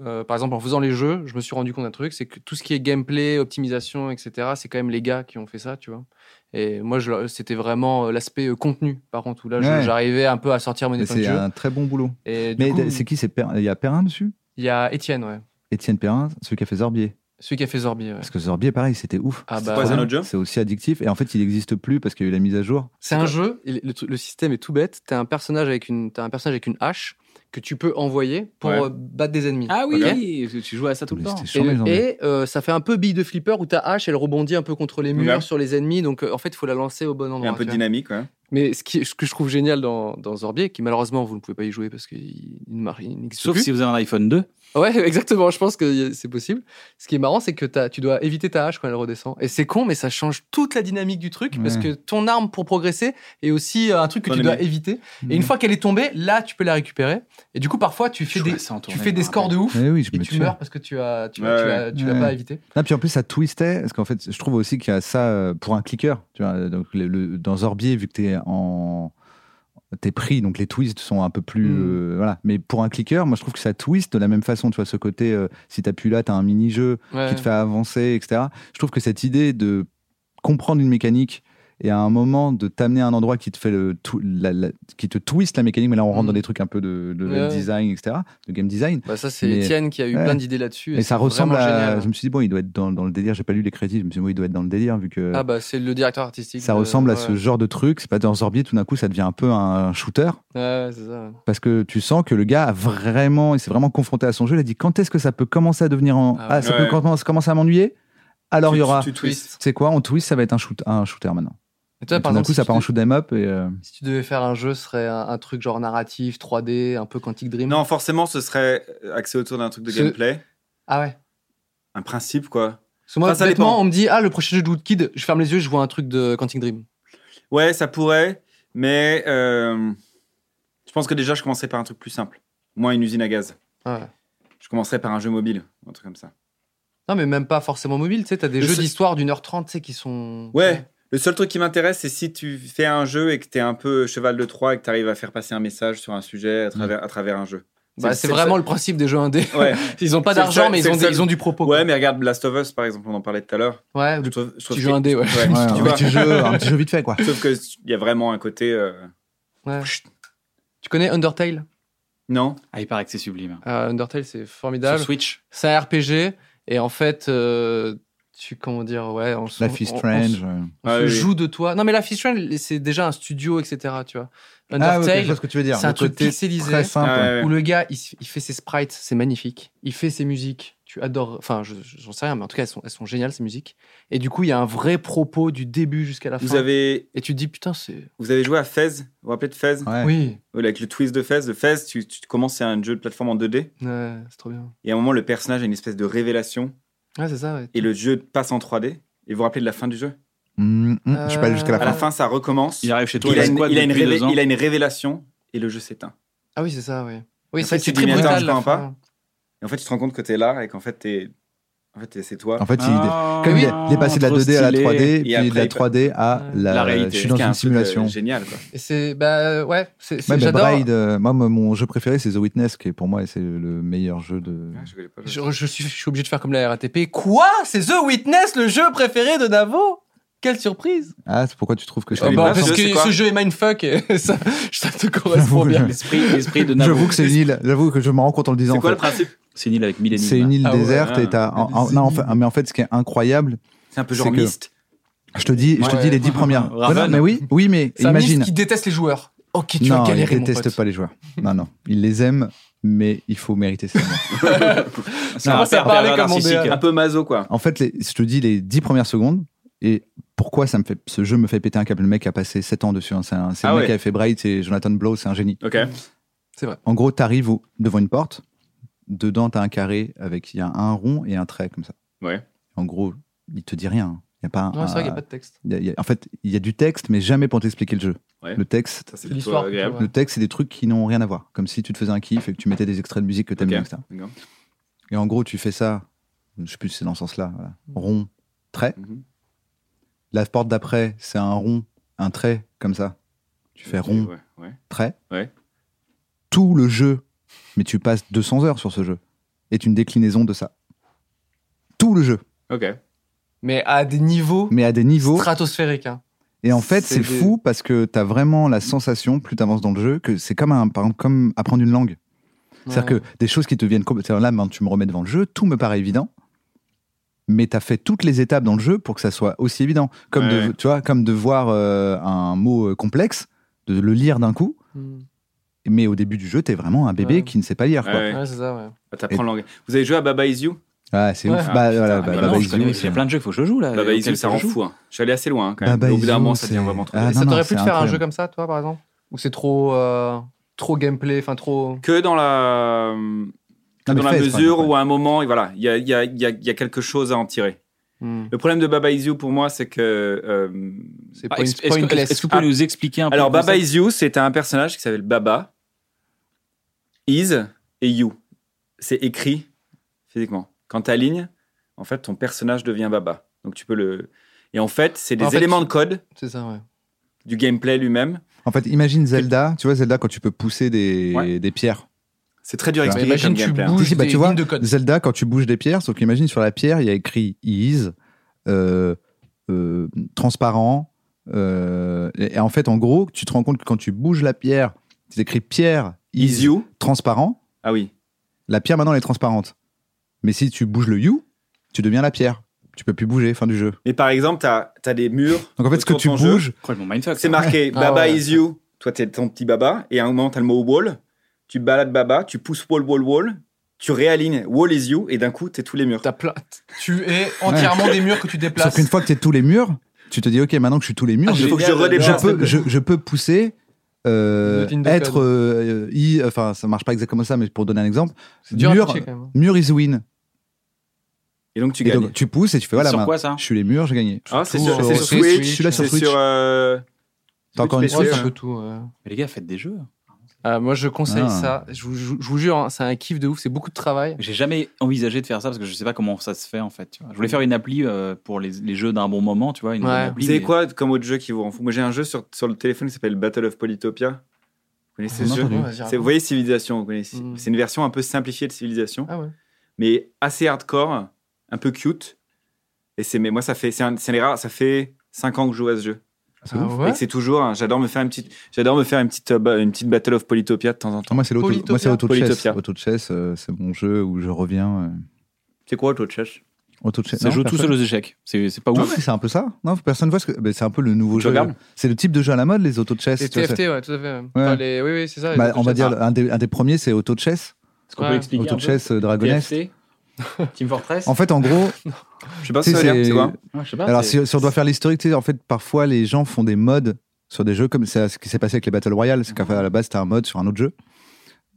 euh, par exemple en faisant les jeux, je me suis rendu compte d'un truc, c'est que tout ce qui est gameplay, optimisation, etc. C'est quand même les gars qui ont fait ça, tu vois. Et moi, je- c'était vraiment euh, l'aspect euh, contenu, par contre, où là, je-
Ouais.
j'arrivais un peu à sortir mon
mais
épingle du
c'est
jeu.
un très bon boulot.
Et du
Mais
coup,
c'est qui c'est Per- Il y a Perrin dessus
il y a Étienne, ouais,
Étienne Perrin, celui qui a fait Zorbier.
celui qui a fait Zorbi. ouais.
Parce que Zorbier, pareil, c'était ouf.
Ah
C'était
bah,
trop
Quoi, c'est un
bien.
autre jeu
C'est aussi addictif. Et en fait, il n'existe plus parce qu'il y a eu la mise à jour.
C'est un jeu. il- le, tru- le système est tout bête. T'as un personnage avec une, t'as un personnage avec une hache que tu peux envoyer pour
Ouais.
euh, battre des ennemis.
Ah oui,
Ok
tu jouais à ça tout le
Mais
temps.
c'était
Et,
chiant, les gens.
et, euh, ça fait un peu bille de flipper où ta hache elle rebondit un peu contre les murs,
Ouais.
sur les ennemis. Donc euh, en fait, il faut la lancer au bon
Il
endroit.
y a un peu
tu
de
vois.
dynamique, ouais.
Mais ce, qui, ce que je trouve génial dans, dans Zorbier, qui malheureusement vous ne pouvez pas y jouer parce qu'il il ne mar- il n'existe
Sauf
plus.
si vous avez un iPhone 2.
Ouais, *laughs* exactement, je pense que y a- c'est possible. Ce qui est marrant, c'est que t'as- tu dois éviter ta hache quand elle redescend. Et c'est con, mais ça change toute la dynamique du truc parce
Ouais.
que ton arme pour progresser est aussi euh, un truc que
Ton
tu dois
ennemi.
éviter.
Mmh.
Et une fois qu'elle est tombée, là, tu peux la récupérer. Et du coup, parfois, tu
Je
fais
jouais
des,
à ça en
tu
tournée,
fais
je
des
me
scores de ouf.
Eh oui, je
Et
me
tu
tue.
meurs parce que tu as, tu,
Ouais,
tu l'as- tu l'as
ouais.
pas évité.
Non, puis en plus, ça twistait. Parce qu'en fait, je trouve aussi qu'il y a ça euh, pour un clicker. Tu vois, donc le- le- dans Zorbier, vu que t'es en. T'es pris, donc les twists sont un peu plus.
Mm.
euh, voilà. Mais pour un clicker, moi, je trouve que ça twist de la même façon. Tu vois, ce côté, euh, si t'appuies là, t'as un mini-jeu
Ouais.
qui te fait avancer, etc. Je trouve que cette idée de comprendre une mécanique et à un moment de t'amener à un endroit qui te fait le tw- la- la- qui te twist la mécanique mais là on rentre
Mm.
dans des trucs un peu de, de
Ouais.
design etc de game design
Bah, ça, c'est
Mais-
Étienne qui a eu
Ouais.
plein d'idées là-dessus.
et ça
c'est
ressemble
vraiment
à.
génial.
Je me suis dit, bon, il doit être dans, dans le délire. J'ai pas lu les crédits. Je me suis dit, bon, il doit être dans le délire, vu que
Ah bah c'est le directeur artistique.
ça
de-
ressemble à ce
ouais.
genre de truc. C'est pas dans Zorbier, tout d'un coup, ça devient un peu un shooter.
Ouais, ouais, c'est ça.
Parce que tu sens que le gars a vraiment. Il s'est vraiment confronté à son jeu. Il a dit, quand est-ce que ça peut commencer à devenir. En...
Ah
Ah,
ouais.
ça
Ouais.
peut commencer- commencer à m'ennuyer Alors,
Tu-
il y aura.
Tu, tu twists.
C'est quoi On twist, ça va être un, shoot... un shooter maintenant.
Et toi,
Et
par
tout d'un
exemple,
coup,
si
ça
tu
part en
te-
shoot 'em up. Et,
*laughs*
euh,
Si tu devais faire un jeu, ce serait un, un truc genre narratif, 3D, un peu Quantic Dream.
Non, forcément, ce serait axé autour d'un truc de
Ce-
gameplay,
Ah ouais.
un principe, quoi.
Parce que moi,
Enfin, ça
honnêtement,
dépend.
on me dit ah le prochain jeu de Woodkid, je ferme les yeux, je vois un truc de Quantic Dream.
Ouais, ça pourrait, mais euh, je pense que déjà, je commencerai par un truc plus simple. Moi, une usine à gaz.
Ah ouais.
Je commencerai par un jeu mobile, un truc comme ça.
Non mais même pas forcément mobile, tu sais, t'as des
Le
jeux
se-
d'histoire d'une heure trente, tu sais, qui sont.
Ouais. Le seul truc qui m'intéresse, c'est si tu fais un jeu et que t'es un peu cheval de Troie et que t'arrives à faire passer un message sur un sujet à travers, à travers un jeu.
Mm. Bah,
C'est-
c'est
c'est
vraiment le principe des jeux indés. *laughs*
Ouais.
Ils ont pas
C'est le
d'argent,
seul-
mais ils
c'est
ont,
le
des-
seul-
ils ont du propos.
ouais,
quoi. Ah,
mais regarde Last of Us, par exemple, on en parlait tout à l'heure.
Ouais,
Je
le
trouve, je trouve
petit
que-
jeu indé, ouais.
Ouais,
ouais,
tu
un,
vois.
petit jeu, un petit jeu vite fait,
*laughs*
quoi.
Sauf qu'il y a vraiment un côté. euh,
Ouais. Tu connais Undertale
Non
Ah, il paraît que c'est sublime.
Ah, Undertale, c'est
Sur
formidable.
Switch.
C'est un RPG et en fait, euh, tu comment dire, ouais, on se-
Life is
on- on-
Strange. euh.
on
Ah
se
oui.
joue de toi. Non, mais Life is Strange, c'est déjà un studio, etc. Tu vois.
Ah, ouais,
Undertale,
je vois ce que tu veux dire.
c'est un
Le
truc
côté
pixelisé.
Très simple.
Ah,
ouais.
ouais, ouais.
où le gars, il, s- il fait ses sprites, c'est magnifique. Il fait ses musiques. Tu adores. Enfin, je- je- j'en sais rien, mais en tout cas, elles sont, elles sont géniales, ces musiques. Et du coup, il y a un vrai propos du début jusqu'à la
Vous
fin.
avez,
Et tu te dis, putain, c'est.
vous avez joué à Fez Vous vous rappelez de Fez
Ouais.
Oui,
Voilà, Avec le twist de Fez. De Fez, tu, tu commences c'est un jeu de plateforme en 2D.
ouais, c'est trop bien.
Et à un moment, le personnage a une espèce de révélation.
Ouais, c'est ça, ouais.
Et le jeu passe en 3D. Et vous vous rappelez de la fin du jeu
Mm, mm, Je suis pas allé jusqu'à la
Euh,
À la
fin.
fin, ça recommence.
Il arrive chez toi,
il, a une,
squad
il a une
depuis
révé-
deux ans.
il a une révélation. Et le jeu s'éteint.
Ah oui, c'est ça, ouais. Oui,
En
c'est
fait,
c'est
tu
très
dis, mais attends,
brutal.
je
la
comprends
fin.
Et en fait, tu te rends compte que t'es là et qu'en fait, t'es En fait, c'est toi.
En fait,
euh,
il,
Ah,
comme il, est- il est passé de la
trop
2D à la
stylé.
3D, puis
Et après,
de la
il-
3D à la,
la réalité.
Je suis dans
C'est un
une
truc,
simulation.
euh, génial, quoi.
Et c'est bah ouais, c'est c'est-
Ouais, mais
j'adore.
Braid, euh, moi, mon- mon jeu préféré, c'est The Witness, qui est pour moi, c'est le meilleur jeu de.
Ah, je connais pas, je-
Je, je suis, je suis obligé de faire comme la RATP. Quoi C'est The Witness, le jeu préféré de Navo Quelle surprise
Ah, c'est pourquoi tu trouves que je.
Ah
Oh,
suis
bah,
pas-
parce
Parce
que
que
c'est quoi
ce jeu est mindfuck et *laughs* ça, ça te correspond
J'avoue, *laughs*
bien.
L'esprit, l'esprit de Nabo.
J'avoue que c'est une île. J'avoue que je me rends compte en le disant.
C'est
en
quoi
fait.
le principe
C'est une île avec mille énigmes.
C'est une île
Ah ouais,
déserte
ouais.
et t'as. en- en- non, en fait- mais en fait, ce qui est incroyable,
C'est un peu
C'est
genre
que-
Myst.
je te dis, je te
Ouais.
dis les dix
*laughs*
premières.
Raven.
Voilà, mais oui, oui, mais
C'est un
imagine.
ministre qui déteste les joueurs. Ok, tu
non,
vas
il
galérer, mon
déteste
pote.
pas les joueurs. Non, non, il les aime, mais il faut mériter ça.
C'est
Moi, ça
pervers
parlait comme mon
narcissique.
DA.
Un peu maso, quoi.
En fait, les- je te dis les dix premières secondes et pourquoi ça me fait, ce jeu me fait péter un câble. Le mec a passé 7 ans dessus. hein. C'est un- c'est
Ah
le mec
ouais.
qui a fait Bright, c'est Jonathan Blow, c'est un génie.
Ok.
En gros, t'arrives au- devant une porte. Dedans, t'as un carré avec il y a un rond et un trait comme ça.
Ouais.
En gros, il te dit rien. hein. Il y a pas. Ah. un-
Non, c'est vrai qu'il n'y a pas de texte.
il y a- il y a- en fait, il y a du texte, mais jamais pour t'expliquer le jeu.
Ouais.
Le texte,
Ça, c'est
L'histoire,
plutôt agréable.
plutôt,
le texte, c'est des trucs qui n'ont rien à voir. Comme si tu te faisais un kiff et que tu mettais des extraits de musique que t'aimes
Ok.
bien, etc.
D'accord.
Et en gros, tu fais ça. Je sais plus si c'est dans ce sens-là. voilà. Rond, trait.
Mhm.
La porte d'après, c'est un rond, un trait, comme ça. Tu fais
Ok,
rond,
ouais, ouais.
trait.
Ouais.
Tout le jeu, mais tu passes 200 heures sur ce jeu, est une déclinaison de ça. Tout le jeu,
Ok.
Mais à des niveaux
mais à des niveaux.
stratosphériques. hein.
Et en fait,
C'est
c'est
des-
fou parce que t'as vraiment la sensation, plus t'avances dans le jeu, que c'est comme, un, par exemple, comme apprendre une langue. C'est-à-dire
Ouais.
que des choses qui te viennent complètement. Là, maintenant, tu me remets devant le jeu, tout me paraît évident, mais tu as fait toutes les étapes dans le jeu pour que ça soit aussi évident. Comme,
Ouais,
de,
ouais.
tu vois, comme de voir euh, un mot euh, complexe, de le lire d'un coup,
Hmm.
mais au début du jeu, tu es vraiment un bébé
Ouais.
qui ne sait pas lire. Quoi.
Ouais, ouais.
Ouais, c'est ça, ouais.
Ah, T'apprends l'anglais. Vous avez joué à Baba Is You
Ah, c'est
Ouais.
ouf.
Ah,
Bah,
putain,
Ah
voilà, bah,
mais non,
Baba
non,
Is
je connais-
You,
Il y
c'est-
a plein de jeux qu'il faut que je joue là.
Baba Is You,
Auquel
ça
je
rend
joue.
fou. hein. Je suis allé assez loin hein, quand même.
Baba
Au
Is
bout d'un
You,
moment, ça
c'est-
devient vraiment trop.
Ah,
Et ça
non, non,
t'aurait pu
c'est
de faire un
incroyable.
jeu comme ça, toi, par exemple Ou c'est trop, euh, trop gameplay, enfin trop.
Que dans la.
Non, Ah, mais
dans la
Fez, par
mesure
exemple,
où à un moment, voilà, il y a, il y a- il y a- il y a quelque chose à en tirer.
Hmm.
Le problème de Baba Is You pour moi, c'est que. euh,
C'est
Ah,
point-
Est-ce est-ce que
pointless.
est-ce que vous pouvez
Ah.
nous expliquer un peu
Alors,
le
Baba
concept
Is You, c'était un personnage qui s'appelle Baba, Is et You. C'est écrit physiquement. Quand tu alignes, en fait, ton personnage devient Baba. Donc, tu peux le. Et en fait, c'est des
En fait,
éléments
tu-
de code
C'est ça, ouais.
du gameplay lui-même.
En fait, imagine Zelda, tu vois, Zelda, quand tu peux pousser des,
Ouais.
des pierres.
C'est très dur
Bah,
à expliquer
imagine,
comme
tu
gameplay. hein.
Bouge
Si, si, bah,
des
tu vois,
lignes de code.
Zelda, quand tu bouges des pierres, sauf qu'imagine sur la pierre, il y a écrit Is, euh, euh, transparent. euh, et, et en fait, en gros, tu te rends compte que quand tu bouges la pierre, c'est écrit pierre,
Is
Is,
You.
transparent.
Ah oui.
La pierre maintenant elle est transparente. Mais si tu bouges le You, tu deviens la pierre. Tu peux plus bouger, fin du jeu.
Mais par exemple, tu as, des murs.
Donc en fait, ce que
autour de
tu
ton jeu.
bouges,
Complètement mindfuck. ça.
C'est marqué
Ah
Baba
ouais.
is you. Toi, t'es ton petit Baba. Et à un moment, t'as le mot wall. Tu balades Baba, tu pousses wall, wall, wall. Tu réalignes wall is you. Et d'un coup, t'es tous les murs.
T'as plein- Tu es entièrement des murs que tu
sauf
déplaces.
qu'une fois que tu es tous les murs, tu te dis, OK, maintenant que je suis tous les murs,
Ah,
je,
Il faut que je
génial,
je
redéplace.
peux, je, je peux pousser. euh,
Une ligne de
être
code.
euh, euh, i- enfin ça marche pas exactement ça mais pour donner un exemple
C'est dur à
mur-
pitcher, quand même.
mur is win
Et donc, tu
Et donc,
gagnes.
tu pousses et tu fais voilà,
Sur
main.
quoi, ça
je suis les murs, j'ai gagné.
Ah, c'est
tout,
sur,
euh,
c'est sur
Switch,
Switch.
Switch,
celui-là sur
c'est
Switch.
sur, euh,
T'as encore une
Switch,
Ouais, c'est
Switch
un peu tout. ouais.
Mais les gars, faites des jeux.
Euh, moi, je conseille
Ah.
ça. Je vous, je vous jure, hein, c'est un kiff de ouf. C'est beaucoup de travail.
J'ai jamais envisagé de faire ça parce que je sais pas comment ça se fait en fait. tu vois. Je voulais faire une appli euh, pour les, les jeux d'un bon moment, tu vois. Une
Ouais.
bonne
Vous
appli,
savez
mais-
quoi comme autre jeu qui vous rend fou Moi, j'ai un jeu sur, sur le téléphone qui s'appelle Battle of Polytopia. Vous connaissez
On
ce
a
jeu
entendu.
vas-y,
C'est- Vous voyez Civilisation, vous connaissez.
Mm.
C'est une version un peu simplifiée de Civilisation.
Ah ouais.
mais assez hardcore, un peu cute. Et c'est, mais moi, ça fait, c'est un, c'est les rares, ça fait 5 ans que je joue à ce jeu.
C'est
Ah
ouf.
ouais
Et que c'est toujours, un- j'adore me faire une petite, j'adore me faire une petite, euh, ba- une petite Battle of Polytopia de temps en temps.
Attends, Ah, moi, c'est l'auto
Polytopia.
moi, c'est Auto Chess.
Polytopia.
Auto Chess, euh, c'est mon jeu où je reviens. euh,
C'est quoi, toi, Tchèche
Auto Chess.
Ça
Non,
joue tous
personne-
seuls aux échecs. C'est c'est pas
Ah
ouf.
ouais, c'est un peu ça Non, personne voit ce que. ben, c'est un peu le nouveau
Tu
jeu.
regardes
C'est le type de jeu à la mode, les Auto Chess.
Les
tu vois,
TFT, ouais, tout à fait. Enfin, les- Oui, oui, c'est ça.
c'est-
les
Bah,
autos
on va
chess.
dire, un des, un des premiers, c'est Auto Chess.
Est-ce
qu'on peut Ouais.
expliquer
Auto Chess, euh, Dragonest.
Team Fortress
En fait, en gros,
Je sais pas
tu
si
sais,
ça veut dire, c'est quoi
Je sais pas.
alors
Ah, c'est-
si, si on doit faire l'historique, tu sais, en fait, parfois les gens font des mods sur des jeux comme c'est ce qui s'est passé avec les Battle Royale, c'est qu'à la base c'était un mod sur un autre jeu.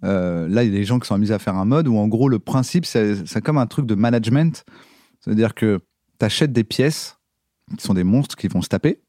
Euh, là, il y a des gens qui sont amusés à faire un mod où en gros le principe c'est c'est comme un truc de management, c'est-à-dire que t'achètes des pièces qui sont des monstres qui vont se taper,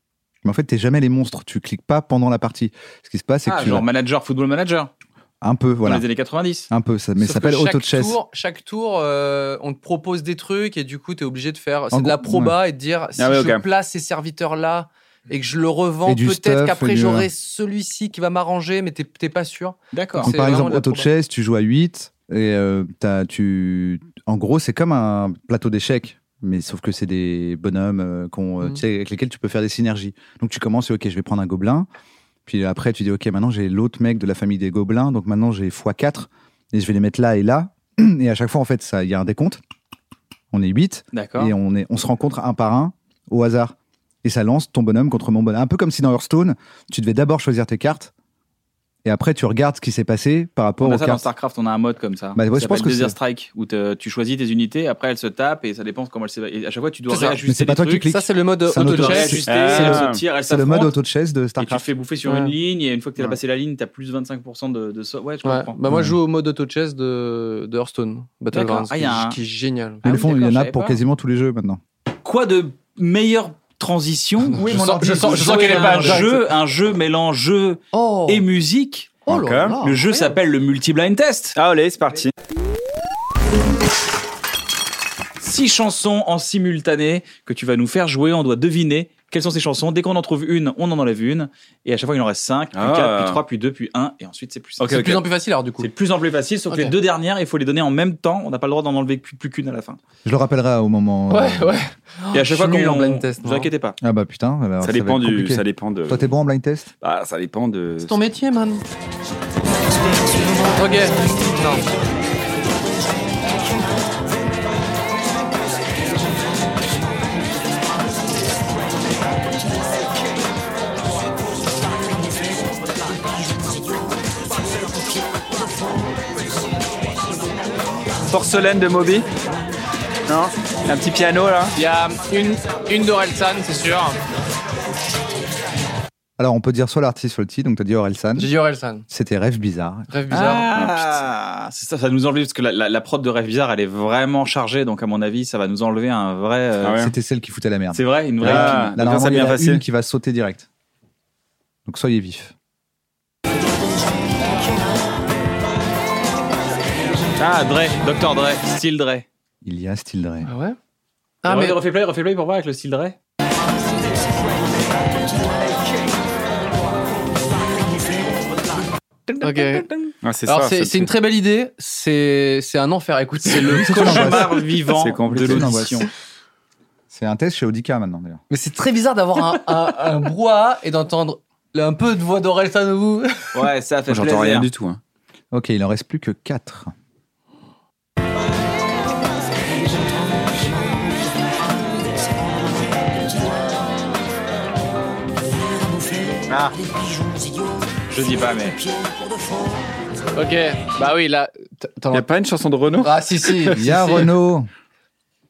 mais en fait t'es jamais les monstres, tu cliques pas pendant la partie. Ce qui se passe c'est
Ah,
que tu
genre
vas-
manager, football manager.
Un peu, voilà.
dans les années 90.
Un peu, ça, mais ça
Sauf que
s'appelle auto
chaque
chess.
tour, chaque tour, euh, on te propose des trucs et du coup, tu es obligé de faire. C'est
En
de la
gros,
proba et de dire si
Ah ouais,
je
ok.
place ces serviteurs-là et que je le revends,
Et du stuff,
peut-être
et
qu'après
du-
j'aurai celui-ci qui va m'arranger, mais t'es t'es pas sûr.
D'accord.
Donc,
C'est
par
vraiment
exemple,
de la
auto
proba.
chess, tu joues à 8 et euh, t'as- tu. En gros, c'est comme un plateau d'échecs, mais sauf que c'est des bonhommes euh, qu'on, euh,
Mhm.
tu sais, avec lesquels tu peux faire des synergies. Donc tu commences, ok, je vais prendre un gobelin. Puis après, tu dis, ok, maintenant j'ai l'autre mec de la famille des gobelins, donc maintenant j'ai x4 et je vais les mettre là et là. *clears throat* Et à chaque fois, en fait, ça, il y a un décompte. On est 8.
D'accord.
et on, est, on se rencontre un par un au hasard. Et ça lance ton bonhomme contre mon bonhomme. Un peu comme si dans Hearthstone, tu devais d'abord choisir tes cartes et après tu regardes ce qui s'est passé par rapport
On a
aux
Bah, ça dans
cartes.
Starcraft, on a un mode comme ça.
Bah, ouais,
Ça
je pense
s'appelle
que
Desert
c'est-
Strike, où te- tu choisis tes unités, après elles se tapent et ça dépend comment elles se. et à chaque fois, tu dois
C'est ça.
réajuster.
Mais c'est pas
les
toi qui
trucs,
cliques.
Ça, c'est le mode
C'est
Tu
un
dois
auto-
auto-chess.
réajuster,
Ah.
elles se tirent, elles
C'est le mode
s'affrontent,
auto chess de
Et tu te
StarCraft.
fais bouffer sur
Ouais.
une ligne et une fois que tu as
Ouais.
passé la ligne, tu as plus de 25% de, de so- Ouais, je
Ouais.
comprends.
Bah, moi,
Ouais.
je joue au mode auto-chess de, de Hearthstone, Battlegrounds,
Ah,
qui,
y a un-
qui est génial.
Mais
Ah
le
oui,
fond, il y
d'accord,
en
je
a
savais
pour
pas.
quasiment tous les jeux maintenant.
Quoi de meilleure
*laughs*
transition
Où est
Je
mon
sens-
ordi
je sens, je sens
Où
qu'elle
est
est
mon
pas un
ordi
jeu, un jeu mêlant jeu
Oh,
et musique.
oh là là,
le jeu
incroyable.
s'appelle le multi-blind test.
Ah, allez, c'est parti.
Six chansons en simultané que tu vas nous faire jouer. On doit deviner quelles sont ces chansons. Dès qu'on en trouve une, on en enlève une. Et à chaque fois, il en reste cinq, puis
Ah.
quatre, puis trois, puis deux, puis un. Et ensuite, c'est plus simple.
Ok,
C'est de
ok.
plus en plus facile alors du coup.
C'est de plus en plus facile, sauf que
Ok.
les deux dernières, il faut les donner en même temps. On n'a pas le droit d'en enlever plus plus qu'une à la fin.
Je le rappellerai au moment. euh,
Ouais, ouais.
Et à chaque
Oh, je
fois
suis nul
qu'on
en blind test,
vous
moi.
inquiétez pas.
Ah bah putain, alors,
Ça
va
dépend
être
du.
compliqué.
Ça dépend de.
Toi, t'es bon en blind test
Bah, ça dépend de.
C'est ton métier, man. Ok. Non.
Porcelaine de Moby Non Un petit piano là
Il y a une, une d'Orelsan, c'est sûr.
Alors, on peut dire soit l'artiste, soit le titre. Donc, t'as dit Orelsan.
J'ai dit Orelsan.
C'était Rêve Bizarre.
Rêve bizarre.
Ah, c'est ça, ça nous enlève parce que la, la- la prod de Rêve Bizarre, elle est vraiment chargée, donc à mon avis, ça va nous enlever un vrai. euh,
Ah ouais.
C'était celle qui foutait la merde.
C'est vrai, une vraie.
Ah.
épine.
Là,
donc
normalement,
ça,
il y
bien
en a
passé.
une qui va sauter direct. Donc, soyez vifs.
Ah, Dre, Dr Dre, style Dre.
Il y a Still Dre.
Ah ouais Ah, mais
refais play, refais play pour voir avec le style Dre.
Ok.
Ah, C'est
Alors
ça,
c'est c'est une très belle idée, c'est c'est un enfer. Écoute, c'est le
*laughs*
Cauchemar vivant
C'est
de
compliqué.
l'audition.
C'est un test chez Audica maintenant, d'ailleurs.
Mais c'est très bizarre d'avoir un, un, un brouhaha et d'entendre un peu de voix d'Orelsan au bout.
Ouais, ça
Moi,
fait
J'entends
plaisir.
rien du tout. hein.
Ok, il en reste plus que
*laughs*
4.
Je dis pas, mais.
Ok, bah oui là. t- t'en-
Y a pas une chanson de Renault
Ah si si.
*laughs* Il y a Renault.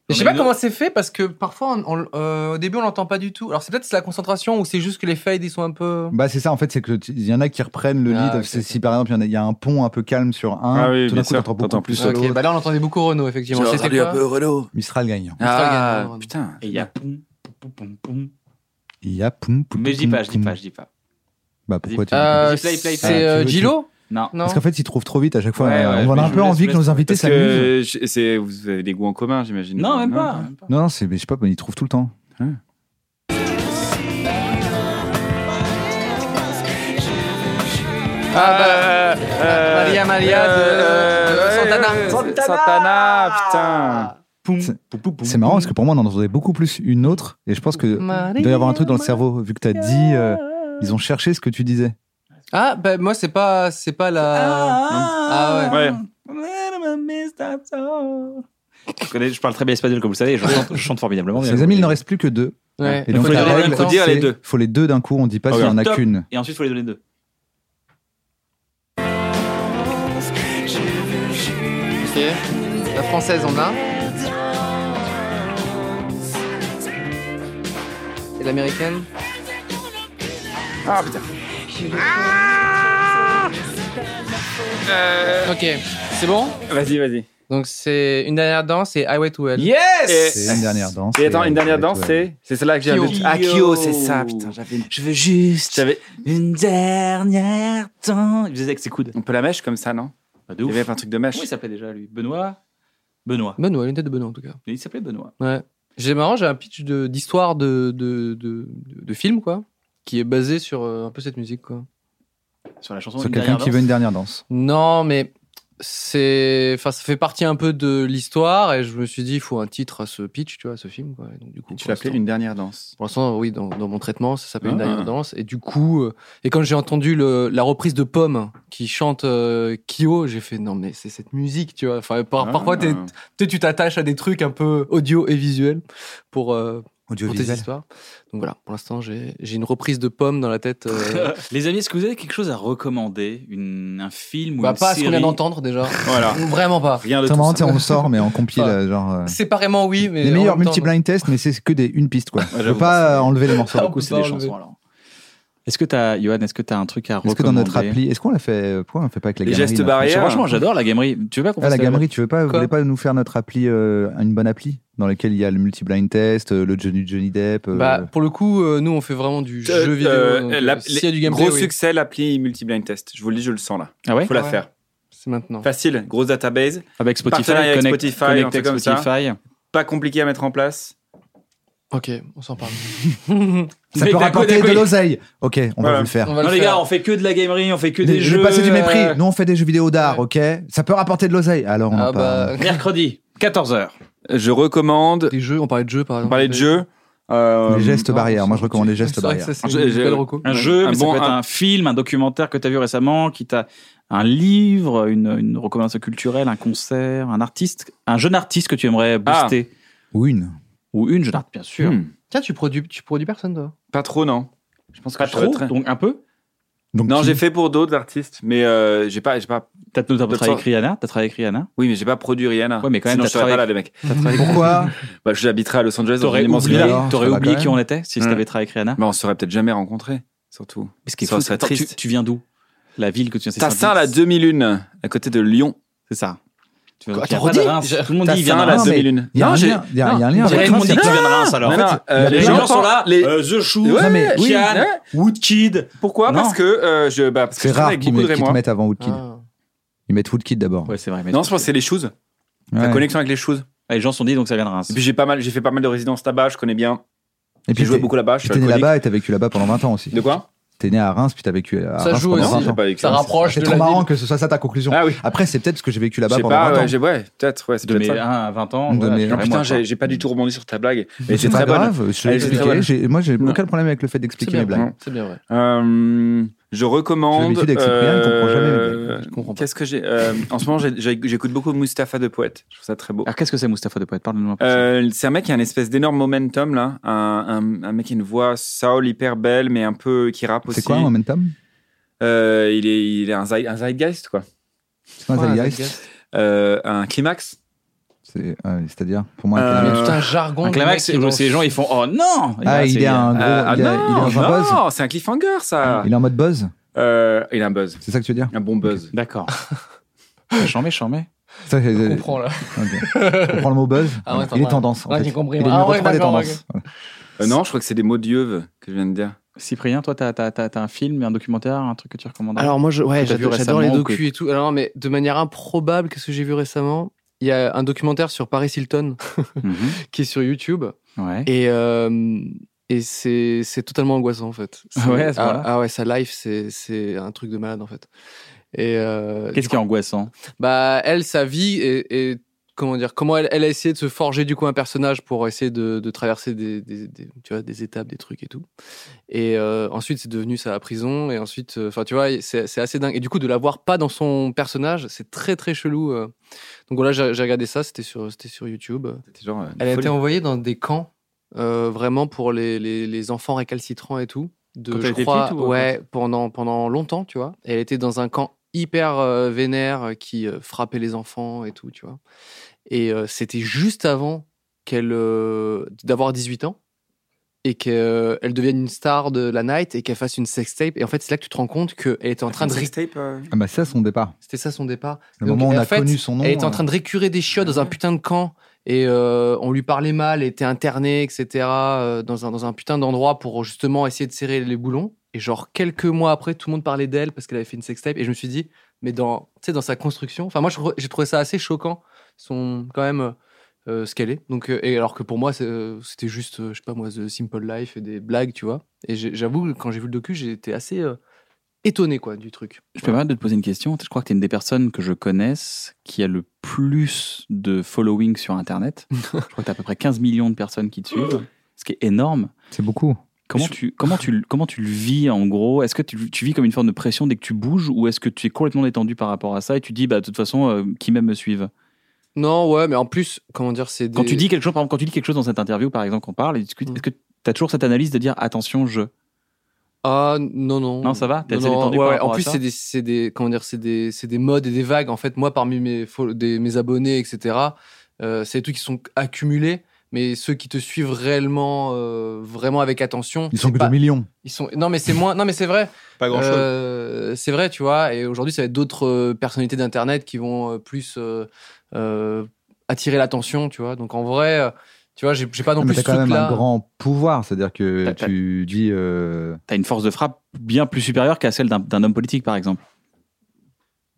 Je sais pas
Mais
comment c'est fait parce que parfois on- on- euh, au début on l'entend pas du tout. Alors c'est peut-être la concentration ou c'est juste que les fades ils sont un peu.
Bah, c'est ça, en fait, c'est qu'il y en a qui reprennent le
Ah,
lead.
ok,
C'est-
ok.
Si par exemple, il y en a- il y, a un pont un peu calme sur un,
Ah oui,
tout
bien
d'un coup,
sûr,
t'entends beaucoup
t'entends
plus
plus
sur
Ok,
l'autre.
bah là on entendait beaucoup Renault effectivement. C'était quoi
Renault.
Mistral gagnant.
Ah,
Ah, putain.
putain.
Et il y a. poum, poum, poum, poum.
Il y a poum, poum,
Mais je dis
poum,
pas, je dis
poum.
pas, je dis pas.
Bah,
Vas-y.
pourquoi tu dis pas
Euh,
Vas-y, play, play, play.
c'est
Ah, tu
euh,
veux-
Gilo
Non.
Non.
Parce qu'en fait, ils trouvent trop vite à chaque fois.
Ouais, ouais,
on
mais
a un
je
peu
vous
envie
laisse-
que nos invités
Parce
s'amusent.
que je- c'est- vous avez des goûts en commun, j'imagine.
Non, même pas. même pas.
Non, non, c'est, mais je sais pas, mais ils trouvent tout le temps.
Ah bah. Maria Maria de,
euh,
de Santana.
ouais, ouais, Santana, putain.
Poum,
C'est-
poum, poum, poum,
C'est marrant parce que pour moi, on en entendait beaucoup plus une autre. Et je pense que
bah,
il doit y avoir un truc dans le cerveau, vu que t'as dit. euh, ils ont cherché ce que tu disais.
Ah bah moi c'est pas c'est pas la. Ah
ouais.
Je, connais- je parle très bien espagnol, comme vous le savez, et je chante, je chante formidablement bien.
Les amis, il n'en reste plus que deux.
Ouais.
Et
Il
donc,
faut
la
dire les-
règle,
faut dire
c'est-
les deux. Ah
Faut les deux d'un coup, on dit pas
Ok.
s'il y en a
Top.
qu'une.
Et ensuite, il faut les donner deux.
Ok. La française, on a. Et l'américaine
Ah, putain.
Ok. C'est bon
Vas-y, vas-y.
Donc c'est une dernière danse et Highway to Hell.
Yes
C'est une dernière danse.
Et attends, une dernière
Ouais,
danse,
ouais.
c'est c'est celle-là que j'ai un
Kyo.
doute. Ah, Kyo, c'est ça, putain. j'avais-
Je veux juste
j'avais-
une dernière temps. Il faisait avec ses coudes.
On peut la mèche comme ça, non
Pas Ah, de
Il
ouf.
y avait un truc de mèche.
Comment il s'appelait déjà lui Benoît Benoît.
Benoît, une tête de Benoît en tout cas.
Il s'appelait Benoît.
Ouais. J'ai marrant, j'ai un pitch de- d'histoire de, de, de, de, de film, quoi, qui est basé sur euh, un peu cette musique, quoi.
Sur la chanson.
Sur
Une
quelqu'un
dernière
qui
danse.
veut une dernière danse.
Non, mais c'est, enfin, ça fait partie un peu de l'histoire, et je me suis dit, il faut un titre à ce pitch, tu vois, à ce film, quoi. Et donc, du coup,
Tu
pour
l'appelais
l'instant-
une dernière danse.
Pour l'instant, oui, dans, dans mon traitement, ça s'appelle une
Ah.
dernière danse. Et du coup, euh, et quand j'ai entendu le- la reprise de Pomme qui chante euh, Kyo, j'ai fait non mais c'est cette musique, tu vois. Enfin, par- parfois, t'es-
Ah.
peut-être tu t'attaches à des trucs un peu audio et visuels pour, euh, pour tes
Audiovisuel.
histoires. Donc voilà, pour l'instant, j'ai j'ai une reprise de Pomme dans la tête.
*laughs*
euh,
*laughs* Les amis, est-ce que vous avez quelque chose à recommander Une- Un film ou
bah,
une
pas ce qu'on
série
vient d'entendre déjà.
Voilà.
Vraiment pas.
Rien de
C'est
tout
marrant,
ça.
tu sais, on le sort, mais on compile,
Ah.
euh, genre. euh,
Séparément, oui, mais.
Les
en
meilleurs
même temps,
multi-blind tests, mais c'est que des une piste, quoi. Je
j'avoue,
peux pas euh, enlever les
*laughs*
morceaux.
Ah, on
Beaucoup,
peut
c'est
pas
des
enlever.
chansons alors. Est-ce que t'as, Johan, est-ce que t'as un truc à recommander
Est-ce que dans notre appli, est-ce qu'on l'a fait euh, Pourquoi on le fait pas avec la
Les
gamerie
gestes
notre-
barrières.
Franchement, j'adore la gamerie. Tu veux pas qu'on
Ah,
fasse
la gamerie, tu veux pas, vous
Quoi
voulez pas nous faire notre appli, euh, une bonne appli dans laquelle il y a le multi-blind test, euh, le Johnny Johnny Depp. euh,
Bah, pour le coup, euh, nous, on fait vraiment du jeu vidéo.
Euh,
donc,
euh,
euh,
la-
S'il y a du gameplay,
gros
oui,
succès, l'appli multi-blind test. Je vous le dis, je le sens là.
Ah ouais
Faut la
Ouais.
faire.
c'est maintenant.
Facile, grosse database,
Avec Spotify,
Partenariat avec
connect-
Spotify,
connect
un
avec
truc comme ça.
Spotify.
pas compliqué à mettre en place.
Ok, on s'en parle.
ça
Mais
peut
d'accord,
rapporter
d'accord.
de l'oseille. Ok, on va
Voilà.
vous le faire.
On va
Non
le
les
faire.
gars, on fait que de la gamerie, on fait que des
Les-
jeux.
J'ai passé du mépris.
euh,
Nous, on fait des jeux vidéo d'art, ok Ça peut rapporter de l'oseille. Alors, on en
Ah
parle.
bah,
Mercredi, 14h.
Je recommande.
des jeux, on parlait de jeux par
On
exemple.
parlait de jeux. euh,
Les gestes
non,
barrières.
c'est-
Moi, je recommande les gestes
C'est vrai que
barrières.
ça, c'est
J'ai-
une
j'ai-
belle reco.
Un jeu,
un
mais
bon-
ça peut être un... film, un documentaire que t'as vu récemment, qui t'a un livre, une, une recommandation culturelle, un concert, un artiste, un jeune artiste que tu aimerais booster.
Ou une.
Ou une jeune artiste, bien sûr.
hmm,
Tiens, tu produis, tu produis personne toi.
Pas trop, non. Je pense que
Pas
je serais
trop,
très-
donc un peu.
Donc,
Non,
qui-
j'ai fait pour d'autres artistes, mais euh, j'ai pas, j'ai pas.
T'as t'as travaillé
Peut-être
avec Rihanna, t'as travaillé avec Rihanna.
Oui, mais j'ai pas produit Rihanna.
Ouais, mais quand même,
Sinon,
t'as
je serais pas là,
travaillé-
les mecs.
Pourquoi
*laughs* Bah, je habiterais à Los Angeles dans
T'aurais
une immense
oublié,
villa.
Alors,
t'aurais
ça va
oublié
quand
qui
même.
on était si
Hmm.
t'avais travaillé avec Rihanna.
Bah, on serait peut-être jamais rencontrés, surtout.
Mais ce qui est
ça
fou,
serait
c'est que tu,
triste.
tu viens d'où La ville que tu viens c'est
Tassin,
Saint-Denis.
la demi-lune, à côté de Lyon.
C'est ça. Tu viens
Quoi,
d'où Tu
attends,
viens pas de
redis
Reims. Tout le monde dit il vient de
Tassin, la
Reims.
mais
demi-lune.
Il y a un
j'ai-
lien. Il y a- il y a un
non,
lien
Tout
avec
le monde dit
Reims.
qu'il vient de Reims alors.
Non, non, euh,
les
plein
gens
de-
sont là.
les-
euh, The Shoe,
Ouais,
Non, mais-
oui,
Kian,
ouais.
Woodkid.
Pourquoi
Non.
Parce que euh, je, bah, parce que
C'est
je travaille
rare
avec
qu'ils
beaucoup de
mettent- qu'ils te
Rémois.
mettent avant Woodkid.
Ah.
Ils mettent Woodkid d'abord.
Ouais, c'est vrai. mais-
Non, je pense que c'est les choses. La
Ouais.
connexion avec les choses.
Ouais, Les gens se sont dit donc ça vient de Reims.
Et puis j'ai pas mal, j'ai fait pas mal de résidences là-bas. Je connais bien.
Et
J'ai
puis,
joué
t'es-
beaucoup là-bas. Je
puis
suis
t'es né
alcoolique.
là-bas et t'as vécu là-bas pendant 20 ans aussi.
De quoi
T'es né à Reims, puis t'as vécu à
Ça
Reims
joue
pendant
aussi.
20 ans.
j'ai pas vécu
Ça rapproche
C'est
de
trop
la
marrant
ville.
que ce soit ça ta conclusion.
Ah oui.
Après, c'est peut-être parce que j'ai vécu
Je
là-bas
sais
pendant
pas.
20 ans.
Ouais, j'ai- ouais, peut-être. Ouais, c'est
de
peut-être
mes
euh,
ça.
1 à 20 ans.
De
voilà, je
mes-
Non,
dirais
putain,
moi, quoi.
j'ai j'ai pas du tout rebondi sur ta blague. Mais c'est
C'est pas
très bonne.
grave, je te
Elle
l'ai
est très
expliqué.
bonne.
j'ai- Moi, j'ai
Non.
aucun problème avec le fait
C'est
d'expliquer
bien,
mes blagues.
vrai, c'est bien vrai.
Euh, je recommande.
J'ai l'habitude avec Cyprien, il comprend jamais mes
Je comprends pas.
Qu'est-ce que j'ai euh, En ce moment, j'ai- j'ai- j'écoute beaucoup Mustapha de Poète. Je trouve ça très beau.
Ah.
Alors qu'est-ce que c'est Mustapha de Poète Parle-nous un peu. de ça.
Euh, c'est un mec qui a une espèce d'énorme momentum là, un, un- un mec qui a une voix soul hyper belle, mais un peu qui rappe aussi.
C'est quoi hein un momentum
Euh, il est, il est un, zei- un zeitgeist quoi,
C'est un
Ouais,
zeitgeist
zeitgeist.
Euh, un climax.
C'est- ouais, C'est-à-dire, pour moi, un
Euh,
Mais
climax.
tout un jargon.
Un
de
climax,
mec qui
c'est c'est les gens ils font oh non. Et
Ah,
là,
il
c'est-
est un
Euh,
gros.
ah
il est- Il est
non,
dans un buzz.
non, c'est un cliffhanger ça.
Il est en mode buzz
Euh, il a un buzz,
C'est ça que tu veux dire
un bon buzz.
D'accord. J'en mets, j'en mets.
ça, c'est-
On
c'est-
comprend là.
ok. On prend le mot buzz.
Ah ouais,
il est
t'entends.
tendance. en
Ouais,
fait.
j'ai compris.
Il est
Ah
numéro
ouais,
3 des
d'accord,
tendances.
Euh, non, je crois que c'est des mots de dieu que je viens de dire.
Cyprien, toi, t'as t'as- t'as- t'as un film, un documentaire, un truc que tu recommandes
Alors moi, je- ouais,
Que t'as vu
j'adore j'adore les
récemment ou que-
docus et tout. Alors non, mais de manière improbable, qu'est-ce que j'ai vu récemment Il y a un documentaire sur Paris Hilton
Mhm.
qui est sur YouTube.
Ouais.
Et, euh, et c'est c'est totalement angoissant en fait. C'est-
ouais, à ce
ah,
moment-là.
ah ouais, sa life, c'est- c'est un truc de malade en fait. Et euh,
Qu'est-ce qui est angoissant
bah, elle, sa vie et, et comment dire, comment elle, elle a essayé de se forger du coup un personnage pour essayer de, de traverser des, des- des- tu vois, des étapes, des trucs et tout. Et euh, ensuite, c'est devenu sa prison. Et ensuite, euh, enfin, tu vois, c'est c'est assez dingue. Et du coup, de la voir pas dans son personnage, c'est très très chelou. euh. Donc voilà, j'ai j'ai regardé ça. C'était sur, c'était sur YouTube.
C'était genre, euh,
Elle a été
folie.
envoyée dans des camps, euh, vraiment pour les, les, les enfants récalcitrants et tout. De,
Quand elle
je
était
crois,
petite ou
ouais, pendant, pendant longtemps, tu vois. Et elle était dans un camp hyper euh, vénère euh, qui euh, frappait les enfants et tout, tu vois. Et euh, c'était juste avant qu'elle euh, d'avoir 18 ans. et qu'elle devienne une star de la night et qu'elle fasse une sextape. Et en fait, c'est là que tu te rends compte qu'elle était en train de. ré-
Sextape, euh,
Ah bah c'est ça son départ.
C'était ça son départ.
Le
Donc,
moment où on
en
a
fait,
connu son nom.
Elle était en
euh,
train de récurer des chiottes dans un putain de camp et euh, on lui parlait mal, elle était internée, etc. euh, dans, un, dans un putain d'endroit pour justement essayer de serrer les boulons. Et genre quelques mois après, tout le monde parlait d'elle parce qu'elle avait fait une sextape. Et je me suis dit, mais dans, tu sais, dans sa construction, enfin moi je trou- j'ai trouvé ça assez choquant, son quand même euh, ce qu'elle est. Donc euh, et alors que pour moi c'est, euh, c'était juste, euh, je sais pas moi, The Simple Life et des blagues, tu vois. Et j'ai- j'avoue que quand j'ai vu le docu, j'ai été assez euh, étonné quoi du truc.
Je peux me permettre de te poser une question. Je crois que tu es une des personnes que je connaisse qui a le plus de following sur *laughs* Internet. je crois que tu as à peu près 15 millions de personnes qui te suivent, ce qui est énorme.
C'est beaucoup.
Comment,
Je-
tu, comment, tu, comment tu le vis en gros Est-ce que tu, tu vis comme une forme de pression dès que tu bouges ou est-ce que tu es complètement détendu par rapport à ça et tu dis, bah, de toute façon, euh, qui m'aime me suive
Non ouais, mais en plus comment dire, c'est
Quand
des-
tu dis quelque chose, par exemple, quand tu dis quelque chose dans cette interview, par exemple, qu'on parle et discute,
Mm.
est-ce que tu as toujours cette analyse de dire, attention, je.
Ah non non.
Non, ça va T'es
Non,
assez
non,
détendu
ouais,
par
ouais.
rapport
En
à
plus,
ça
c'est des, c'est des, comment dire, c'est des, c'est des modes et des vagues. En fait, moi, parmi mes, fol- des, mes abonnés, etc., euh, c'est des trucs qui sont accumulés. Mais ceux qui te suivent réellement, euh, vraiment avec attention,
Ils sont
c'est
que
pas-
2 millions.
ils sont. Non, mais c'est moins. Non, mais c'est vrai.
Pas grand chose.
Euh, c'est vrai, tu vois. Et aujourd'hui, ça va être d'autres euh, personnalités d'Internet qui vont euh, plus euh, euh, attirer l'attention, tu vois. Donc, en vrai, euh, tu vois, j'ai j'ai pas non
mais
plus
t'as
ce
quand même
truc-là.
un grand pouvoir. C'est-à-dire que
T'as- t'as-
tu dis. euh,
T'as une force de frappe bien plus supérieure qu'à celle d'un- d'un homme politique, par exemple.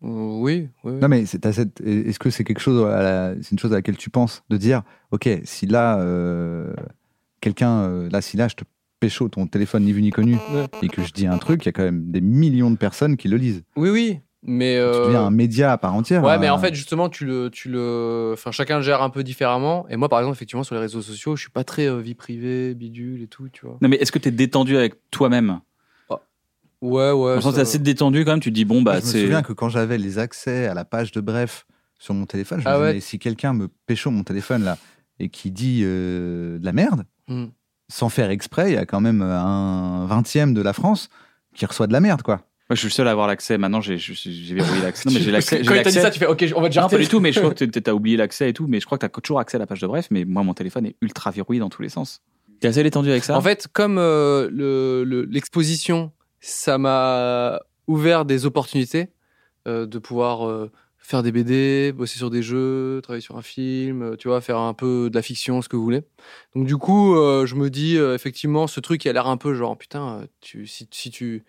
Euh, Oui, oui. oui.
Non, mais c'est- t'as cette- est-ce que c'est quelque chose à la- c'est une chose à laquelle tu penses de dire, ok, si là euh, quelqu'un, euh, là si là je te pécho ton téléphone ni vu ni connu et que je dis un truc, il y a quand même des millions de personnes qui le lisent.
Oui, oui. Mais
Tu
euh,
deviens un média à part entière.
Ouais, mais
euh,
en fait, justement, tu le, tu le, enfin, chacun le gère un peu différemment. Et moi, par exemple, effectivement, sur les réseaux sociaux, je suis pas très euh, vie privée, bidule et tout, tu vois.
Non, mais est-ce que t'es détendu avec toi-même
Ouais,
Dans
ouais.
le sens, t'es
ça-
assez détendu quand même, tu te dis, bon, bah,
je me
c'est.
souviens que quand j'avais les accès à la page de bref sur mon téléphone, je me
Ah
disais,
ouais.
mais si quelqu'un me pécho mon téléphone là et qui dit euh, de la merde,
Hmm.
sans faire exprès, il y a quand même euh, un vingtième de la France qui reçoit de la merde quoi.
Moi, je suis le seul à avoir l'accès. Maintenant, j'ai j'ai- j'ai verrouillé l'accès. Non, *laughs* mais
*laughs* Tu-
j'ai
parce que
l'accès. j'ai
Quand il t'a dit
l'accès-
ça, tu fais, ok, on va déjà
Non, pas
arrêter.
du tout, mais *laughs* je crois que t'es- t'as oublié l'accès et tout. Mais je crois que t'as toujours accès à la page de bref. Mais moi, mon téléphone est ultra verrouillé dans tous les sens. T'es assez détendu avec ça
En fait, comme euh, le- le- l'exposition, ça m'a ouvert des opportunités euh, de pouvoir euh, faire des BD, bosser sur des jeux, travailler sur un film, euh, tu vois, faire un peu de la fiction, ce que vous voulez. Donc du coup, euh, je me dis euh, effectivement, ce truc il a l'air un peu genre putain, euh, tu, si, si tu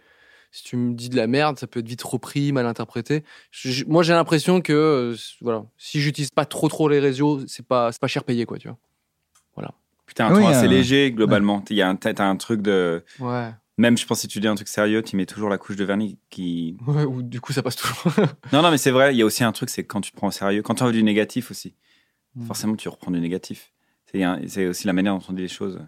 si tu me dis de la merde, ça peut être vite repris, mal interprété. Je- je- moi, j'ai l'impression que euh, c- voilà, si j'utilise pas trop trop les réseaux, c'est pas c'est pas cher payé quoi, tu
Putain, un
Oui,
ton assez
euh,
léger, globalement. Il y a un- T'as t'as un truc de.
vois. Ouais.
Même, je pense, si tu dis un truc sérieux, tu mets toujours la couche de vernis qui.
Ouais, *laughs* ou du coup ça passe toujours.
Non, non, mais c'est vrai, il y a aussi un truc, c'est quand tu te prends au sérieux, quand tu as du négatif aussi. Forcément, tu reprends du négatif. C'est un- c'est aussi la manière dont on dit les choses.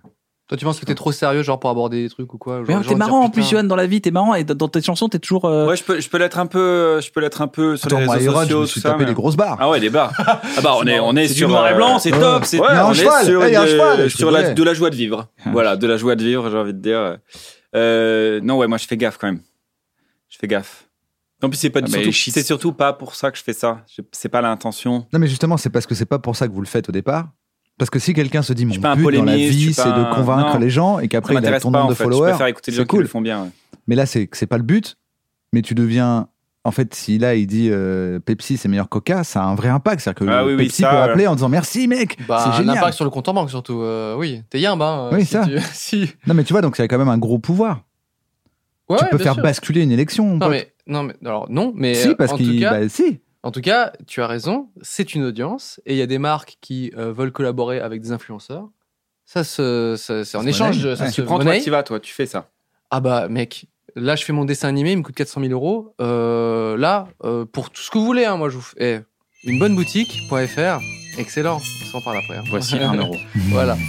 Toi, tu penses que t'es trop sérieux, genre pour aborder des trucs ou quoi genre,
Mais
les gens
t'es
vont dire,
marrant en plus,
putain.
Johan, dans la vie. T'es marrant et dans- dans tes chansons, t'es toujours. euh,
Ouais, je peux, je peux l'être un peu, je peux l'être un peu sur les
Attends, moi,
réseaux
Iron, je
sociaux,
me
tout
suis
ça.
tapé
mais-
des grosses barres.
Ah ouais,
*laughs*
les bars. Ah bah, on est, on est
C'est
sur.
du noir et
euh,
blanc, c'est
ouais.
top. c'est-
Ouais,
Il y a un
on
cheval,
est sur,
eh, il y a un
de,
cheval, je
sur la,
rigolais.
de la joie de vivre. voilà, de la joie de vivre, j'ai envie de dire. Euh, non, ouais, moi je fais gaffe quand même. Je fais gaffe. Non, puis c'est pas
Ah,
du
mais
surtout,
shit.
c'est surtout pas pour ça que je fais ça. Je- C'est pas l'intention.
Non, mais justement, c'est parce que c'est pas pour ça que vous le faites au départ. Parce que si quelqu'un se dit mon
suis pas un
but dans la
polémiste, je
vie,
suis
c'est
pas
de
un-
convaincre
non.
les gens et qu'après
ça
il a
m'intéresse
ton
pas
nombre
en
de
fait. Je
followers.
préfère écouter les
c'est
gens qui
cool.
le font bien. ouais.
Mais là, c'est c'est pas le but. Mais tu deviens. En fait, si là il dit euh, Pepsi c'est meilleur que Coca, ça a un vrai impact. C'est-à-dire que
Ah oui, oui,
Pepsi
ça,
peut
euh,
appeler en disant merci mec,
Bah,
c'est
un
génial.
impact sur le compte en banque surtout. euh, oui, t'es yimbe, hein. euh,
Oui,
si
ça.
tu- *laughs* si.
Non mais tu vois, donc ça a quand même un gros pouvoir.
Ouais,
tu
ouais,
peux
bien
faire
sûr.
basculer une élection. mon
Non
pote.
mais, non mais alors non mais
si
euh,
parce
en, tout
qu'il
cas,
bah, si.
en tout cas tu as raison c'est une audience et il y a des marques qui euh, veulent collaborer avec des influenceurs ça se ça- c'est en
se
échange
monnaie.
ça
Ouais.
se
Tu prends toi,
monnaie.
tu vas toi, tu fais ça.
ah bah mec là je fais mon dessin animé il me coûte 400 000 euros Euh, là euh, pour tout ce que vous voulez hein, moi je vous fais eh, une bonne boutique.fr excellent on s'en parle après hein.
Voici
*laughs*
un euro.
Voilà.
Hmm.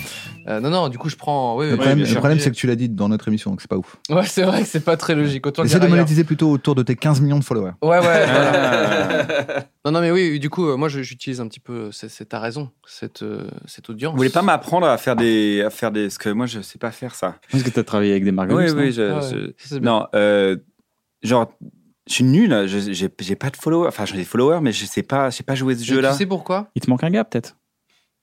Euh, non, non, du coup, je prends. Oui,
Le
oui,
problème,
bien
le
sûr.
problème, c'est que tu l'as dit dans notre émission, donc c'est pas ouf.
*laughs* Ouais, c'est vrai que c'est pas très logique. Autant le
Essaie de
dire ailleurs.
monétiser plutôt autour de tes 15 millions de followers.
Ouais, ouais.
*laughs*
voilà.
Ah.
Non, non, mais oui, du coup, euh, moi, je- j'utilise un petit peu. euh, C'est c'est ta raison, cette, euh, cette audience.
*laughs* Vous voulez pas m'apprendre à faire des, à faire des, parce que moi je sais pas faire ça.
Parce que t'as travaillé avec des marques de
Oui,
luxe, non
oui, je-
Ah ouais,
je-
ça, c'est bien.
Non, euh, genre, je suis nul, là, je- j'ai j'ai pas de followers, enfin j'ai des followers, mais je sais pas, je sais pas jouer ce
Et
jeu-là.
Tu sais pourquoi
Il te manque un gars, peut-être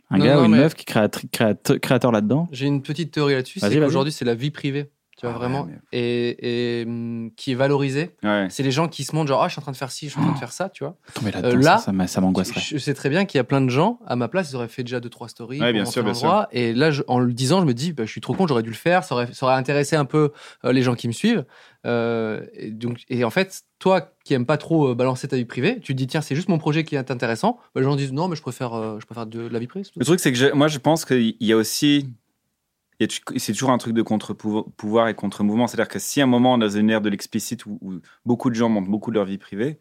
Un
Non,
gars
non,
ou une
mais-
meuf qui est créat- créat- créateur là-dedans
J'ai une petite théorie là-dessus.
Vas-y,
C'est
vas-y.
qu'aujourd'hui, c'est la vie privée, tu vois,
Ah ouais,
vraiment, et, et, hum, qui est valorisée.
Ouais. Oh.
C'est les gens qui se montrent genre, ah, je suis en train de faire ci, je suis en train de faire ça, tu vois.
Tomber
là-dedans, Euh, là, ça-
ça, m'angoisserait.
Je sais très bien qu'il y a plein de gens, à ma place, ils auraient fait déjà deux, trois stories.
Ouais,
pour
bien
montrer
sûr, bien
l'endroit. Et là, je- en le disant, je me dis, bah, je suis trop con, j'aurais dû le faire, ça aurait, ça aurait intéressé un peu euh, les gens qui me suivent. Euh, et, donc, et en fait, toi qui aimes pas trop euh, balancer ta vie privée, tu te dis, tiens, c'est juste mon projet qui est intéressant. Bah, les gens disent, non, mais je préfère, euh, je préfère de, la vie privée. c'est tout.
Le truc, c'est que je- moi, je pense qu'il y a aussi. il y a tu- C'est toujours un truc de contre-pouvoir et contre-mouvement. C'est-à-dire que si à un moment, on est dans une ère de l'explicite où, où beaucoup de gens montrent beaucoup de leur vie privée,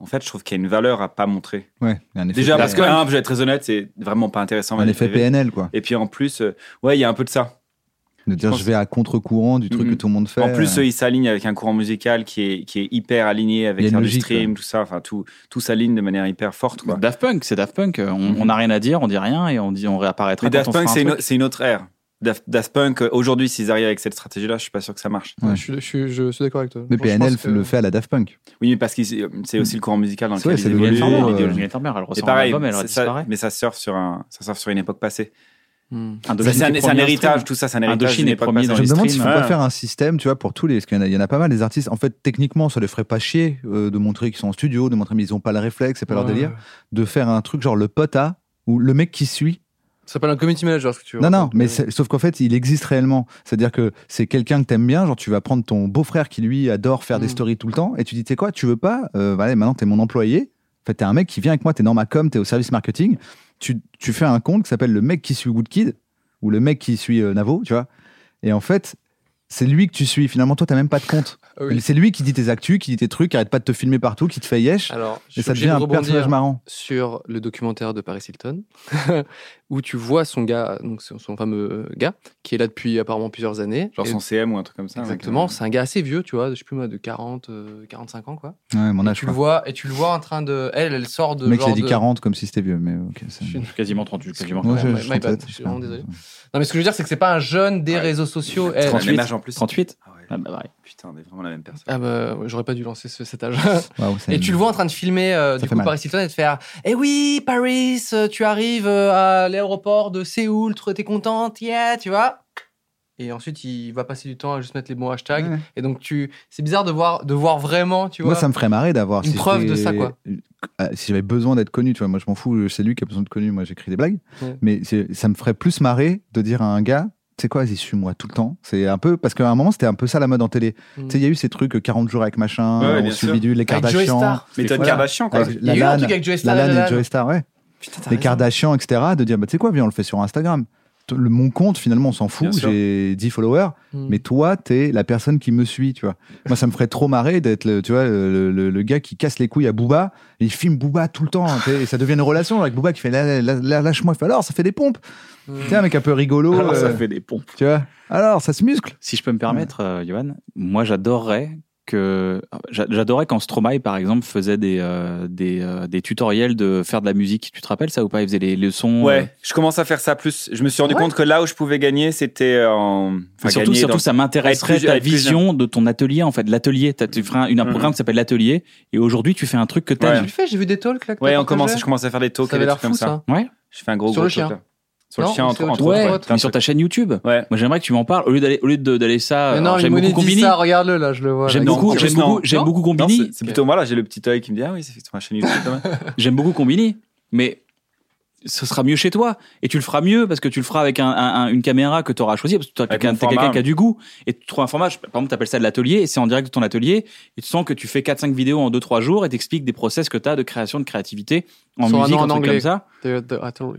en fait, je trouve qu'il y a une valeur à pas montrer.
Ouais, un effet,
Déjà,
P-
parce que, un, je vais être très honnête, c'est vraiment pas intéressant. ma
un
vie
effet
privée.
PNL, quoi.
Et puis en plus, euh, ouais, il y a un peu de ça.
De dire,
pense-
je vais à contre-courant du truc
Mm-hmm.
Mhm.
que tout le monde fait.
en plus,
euh,
euh, il s'aligne avec un courant musical qui est, qui est hyper aligné
Il y a
avec
une
l'art du
logique,
stream, tout ça. Enfin, tout, tout s'aligne de manière hyper forte. Quoi.
Daft Punk, c'est Daft Punk. Euh, On on n'a rien à dire, on dit rien et on, dit, on réapparaîtra.
Mais
quand
Daft
on fera
Punk,
un
c'est une,
truc.
c'est une autre ère. Daft, Daft Punk, euh, aujourd'hui, s'ils arrivent avec cette stratégie-là, je suis pas sûr que ça marche.
Ouais.
je, suis, je, suis, je suis d'accord avec toi.
le
Moi, je
PNL
pense que-
le fait à la Daft Punk.
Oui, mais parce que c'est aussi le courant musical dans
C'est vrai,
lequel ils
c'est le
évoluent.
Mylène Farmer,
euh,
l'idéologie de Mylène Farmer, elle
C'est
ressemble à un
pareil,
album, elle
c'est ça,
disparaît.
mais ça surfe sur un, ça surfe sur une époque passée.
Hmm.
Un
Ça,
Dochine
C'est un,
qui est
c'est un
premier
héritage,
stream.
tout ça, c'est un héritage
Indochine
d'une
est
époque
premier
passée.
dans
Je
les
me demande s'il
streams.
faut pas
Ouais.
faire un système, tu vois, pour tous les. Parce qu'il y en a- il y, en a pas mal, les artistes. En fait, techniquement, ça les ferait pas chier euh, de montrer qu'ils sont en studio, de montrer, mais ils ont pas le réflexe, c'est pas leur
Ouais.
délire. De faire un truc genre le pote à, ou le mec qui suit.
Ça s'appelle un community manager, ce que tu veux.
Non, non,
Donc,
mais
euh,
c'est- sauf qu'en fait, il existe réellement. C'est-à-dire que c'est quelqu'un que t'aimes bien, genre tu vas prendre ton beau-frère qui lui adore faire des
Mm.
stories tout le temps, et tu dis, tu sais quoi, tu veux pas, euh, voilà, maintenant t'es mon employé. En fait, t'es un mec qui vient avec moi, t'es dans ma com, t'es au service marketing. Tu, tu fais un compte qui s'appelle le mec qui suit Woodkid, ou le mec qui suit euh, Navo, tu vois. Et en fait, c'est lui que tu suis. Finalement, toi, t'as même pas de compte.
ah oui.
C'est lui qui dit tes actus, qui dit tes trucs, qui arrête pas de te filmer partout, qui te fait yesh.
Alors, Ah, je
et
suis
ça
obligé
devient
de
un
rebondir.
personnage marrant.
sur le documentaire de Paris Hilton, *laughs* où tu vois son gars, donc son son fameux euh, gars, qui est là depuis apparemment plusieurs années.
Genre
Et-
son CM ou un truc comme ça.
exactement,
avec, euh,
c'est un gars assez vieux, tu vois, je sais plus moi, de 40, euh, 45 ans, quoi.
Ouais, mon
Et
âge.
tu
quoi.
le vois, et tu le vois en train de. Elle, elle sort de.
Le mec, il a
genre
dit
de-
40 comme si c'était vieux, mais ok. c'est-
Je suis-
Je suis quasiment 38, quasiment
Moi,
Ouais, my-
je
my
suis
bad,
tête,
je suis
je sais
vraiment
pas.
désolé. Non, mais ce que je veux dire, c'est que c'est pas un jeune des
Ouais.
réseaux sociaux.
t'as
Elle-
le même âge en plus.
38
Ah ouais.
Ah bah, pareil.
Putain, on est vraiment la même personne.
Ah bah, ouais, j'aurais pas dû lancer ce- cet âge. *laughs*
Waouh, c'est-
Et tu le vois en train de filmer euh,
fait
du coup
mal.
Paris Hilton et de faire Eh oui, Paris, euh, tu arrives euh, à l'aéroport de Séoul, tr- t'es contente, yeah, tu vois. Et ensuite, il va passer du temps à juste mettre les bons hashtags.
Ouais.
Et donc, tu, c'est bizarre de voir, de voir vraiment, tu vois.
Moi, ça me ferait marrer d'avoir.
Une
si
preuve de
j'étais-
ça, quoi.
Euh, Si j'avais besoin d'être connu, tu vois, moi, je m'en fous, c'est lui qui a besoin de connu, moi, j'écris des blagues.
Ouais.
Mais c'est- ça me ferait plus marrer de dire à un gars. Tu sais quoi, vas-y, suis-moi tout le temps. C'est un peu. Parce qu'à un moment, c'était un peu ça la mode en télé.
Mm.
Tu sais, il y a eu ces trucs euh, 40 jours avec machin,
Ouais, ouais,
euh, on
bien
suit
sûr.
bidule, les
Avec Joey
Kardashians.
Star.
Mais Todd
Voilà.
Kardashian, quoi.
Avec
Il y a eu un
la
truc
LAN,
avec Joey
la
Star.
LAN
la
et
LAN.
Joey Star, ouais.
Putain, t'as
les
raison.
Kardashians, etc., de dire, bah, tu sais quoi, viens, on le fait sur Instagram. T- Le, mon compte, finalement, on s'en fout,
Bien sûr.
j'ai 10 followers,
Mm.
mais toi, t'es la personne qui me suit, tu vois. Moi, ça me ferait trop marrer d'être, le, tu vois, le, le- le gars qui casse les couilles à Booba, et il filme Booba tout le temps, tu sais, et ça devient une relation avec Booba qui fait, là, là, là, lâche-moi, il fait, alors, ça fait des pompes.
Mm.
Tu sais, un mec un peu rigolo,
Alors,
euh,
ça fait des pompes.
tu vois. Alors, ça se muscle.
Si je peux me permettre, euh, Johan, moi j'adorerais que j'a- j'adorais quand Stromae par exemple faisait des euh, des, euh, des tutoriels de faire de la musique. Tu te rappelles ça ou pas Il faisait les leçons. euh,
Ouais, je commence à faire ça plus. Je me suis rendu compte que là où je pouvais gagner, c'était en.
mais
Enfin,
surtout,
gagner
surtout
dans-
ça m'intéresserait
être plus-
ta
être plus
vision de ton atelier en fait. L'atelier, t'as- tu ferais un, une- un
Mhm.
programme qui s'appelle l'atelier et aujourd'hui tu fais un truc que
Tu
t'aimes.
le fais, j'ai vu des talks là. que
Ouais,
t'as
on commence,
partagé.
je commence à faire des talks
Ça
et
avait
des
l'air
trucs
fou,
comme ça.
ça.
Je fais un gros
Sur
gros
le chien.
talk, là. Sur
Non,
le chien,
c'est
entre,
autre
entre
chose.
autres,
Ouais,
Ouais,
T'as un
mais sur
truc.
ta chaîne YouTube.
Ouais.
Moi j'aimerais que tu m'en parles au lieu d'aller au lieu de d'aller ça. euh, alors,
Mais
Ah,
non, il
j'aime beaucoup
monétise
Combini.
ça, regarde-le là, je le vois.
J'aime
là.
Non,
beaucoup,
en
j'aime
plus, non.
beaucoup, j'aime
Non
beaucoup
Non,
Combini.
c'est c'est plutôt moi là, j'ai le petit œil qui me dit Ah oui, c'est sur ma chaîne YouTube quand même.
J'aime beaucoup Combini, mais ce sera mieux chez toi. Et tu le feras mieux parce que tu le feras avec un- un- un- une caméra que tu auras choisie. Parce que tu as
Avec
quelqu'un
mon
t'as
format.
quelqu'un qui a du goût. Et tu trouves un format, je- par exemple, tu appelles ça de l'atelier, et c'est en direct de ton atelier. Et tu sens que tu fais 4-5 vidéos en 2-3 jours et t'expliques des process que tu as de création, de créativité, en
Sur un
musique,
an
en,
en
truc
anglais.
comme ça.
The- the Atelier.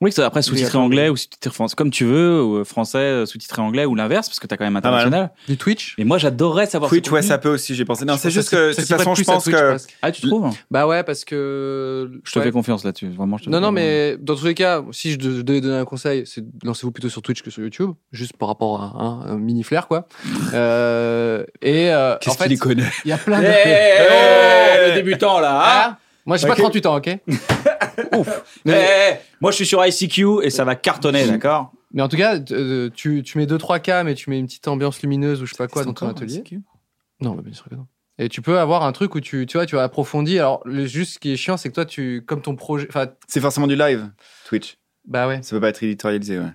Oui, que ça, après sous-titré
attends.
anglais ou sous-titré français, comme tu veux, ou euh, français, euh, sous-titré anglais ou l'inverse, parce que tu as quand même
Pas mal.
international.
Du Twitch
Mais moi, j'adorerais savoir
Twitch,
ce
ouais,
contenu.
ça peut aussi, j'ai pensé. Non,
Je
c'est
pense
juste
ça,
que de
ça
toute
s'y prête
façon, je
plus à
pense
Twitch,
que.
presque.
Ah, tu trouves
Bah ouais, parce que.
Je te
ouais.
fais confiance là-dessus. Vraiment, je te
Non,
fais
non,
confiance.
mais dans tous les cas, si je de- devais donner un conseil, c'est lancez-vous plutôt sur Twitch que sur YouTube, juste par rapport à hein, un mini flair, quoi. Euh, et euh, en fait, il
connaît
y a plein de.
Eh, le débutant là. hein
Ah Moi, j'ai pas
Ok.
38 ans, ok
Eh,
Mais-
eh, eh, moi, je suis sur ICQ et ça va cartonner, d'accord
Mais en tout cas, t- euh, tu, tu mets 2-3 cams et tu mets une petite ambiance lumineuse ou je sais pas quoi dans ton atelier. Non, mais bien sûr que non. Et tu peux avoir un truc où tu, tu vois, tu vas approfondir. Alors, le, juste ce qui est chiant, c'est que toi, tu, comme ton projet, enfin,
C'est forcément du live, Twitch.
Bah ouais.
Ça peut pas être éditorialisé, ouais.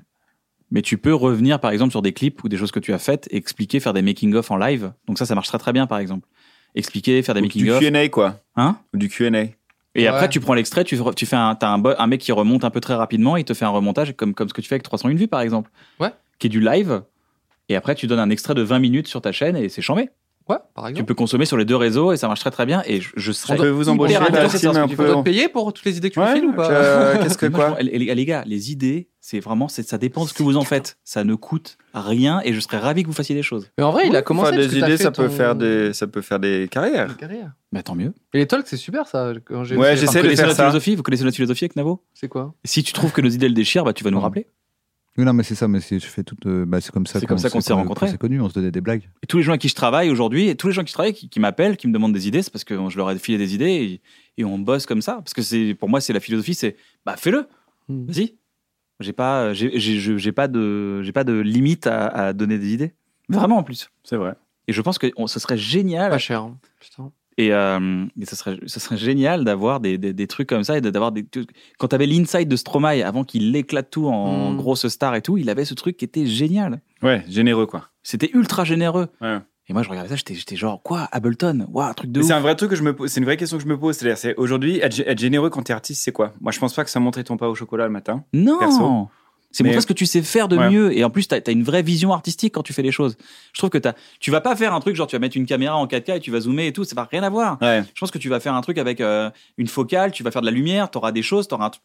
Mais tu peux revenir, par exemple, sur des clips ou des choses que tu as faites, et expliquer, faire des making-of en live. Donc ça, ça marche très très bien, par exemple. Expliquer, faire des
Ou Du
making-of.
Q&A, quoi.
Hein
Ou Du Q&A.
Et
Ouais.
après, tu prends l'extrait, tu, tu fais un, t'as un, bo- un mec qui remonte un peu très rapidement, il te fait un remontage, comme, comme ce que tu fais avec 301 vues, par exemple.
Ouais.
Qui est du live. Et après, tu donnes un extrait de 20 minutes sur ta chaîne, et c'est chambé.
Ouais, par
Tu
exemple.
peux consommer sur les deux réseaux, et ça marche très très bien. Et je, je serais.
On peut vous embaucher,
hyper intéressé de
Maxime,
savoir ce
un
que tu
peu.
fais.
On doit te payer pour toutes les idées que tu nous
Ouais,
files ou pas
euh, Qu'est-ce que
Moi, je
quoi
pense- les, les- les gars, les idées, c'est vraiment, c'est- ça dépend de ce que vous en faites. Ça ne coûte rien et je serais ravi que vous fassiez des choses.
Mais en vrai, il a commencé
Enfin,
parce
des
que t'as
idées,
fait
ça peut
ton-
faire des, ça peut faire des carrières.
une carrière.
Bah tant mieux.
Et les talks, c'est super ça. Quand j'ai-
Ouais,
j'ai-
j'essaie
enfin,
de
Vous connaissez
faire
notre
ça.
philosophie Vous connaissez notre philosophie avec Navo
C'est quoi
Si tu trouves que nos idées le déchirent, bah, tu vas nous
Mhm.
rappeler.
Oui, non, mais c'est ça, mais c'est- je fais tout. euh, bah, c'est comme ça
C'est comme ça qu'on
s'est-
s'est rencontrés.
qu'on s'est connus, on se donnait des blagues.
Et tous les gens à qui je travaille aujourd'hui, et tous les gens qui je travaille, qui, qui m'appellent, qui me demandent des idées, c'est parce que je leur ai filé des idées et, et on bosse comme ça. Parce que c'est, pour moi, c'est la philosophie, c'est bah fais-le,
Hmm.
Mhm.
vas-y. J'ai pas, j'ai, j'ai- je- j'ai pas de, j'ai pas de limite à, à donner des idées. Vraiment en plus.
C'est vrai. Bah,
Et je pense que on- ce serait génial
Pas cher. hein. Putain.
Et, euh, et ça, serait, ça serait génial d'avoir des, des, des trucs comme ça et de- d'avoir des. tu- Quand t'avais l'inside de Stromae avant qu'il éclate tout en
Hmm.
Mm.
grosse star et tout, il avait ce truc qui était génial.
Ouais, généreux quoi.
C'était ultra généreux.
Ouais.
Et moi, je regardais ça, j'étais j'étais genre, quoi, Ableton Waouh, truc de
Mais
ouf.
C'est un vrai truc que je me pose- c'est une vraie question que je me pose. C'est-à-dire, c'est aujourd'hui, être, gé- être généreux quand t'es artiste, c'est quoi Moi, je pense pas que ça montrer ton pain au chocolat le matin.
Non
perso.
C'est
Mais-
montrer ce que tu sais faire de
Ouais.
mieux. Et en plus, t'as as une vraie vision artistique quand tu fais les choses. Je trouve que t'as- tu vas pas faire un truc genre tu vas mettre une caméra en 4K et tu vas zoomer et tout, ça va rien avoir.
Ouais.
Je pense que tu vas faire un truc avec euh, une focale, tu vas faire de la lumière, tu auras des choses, t'auras un truc.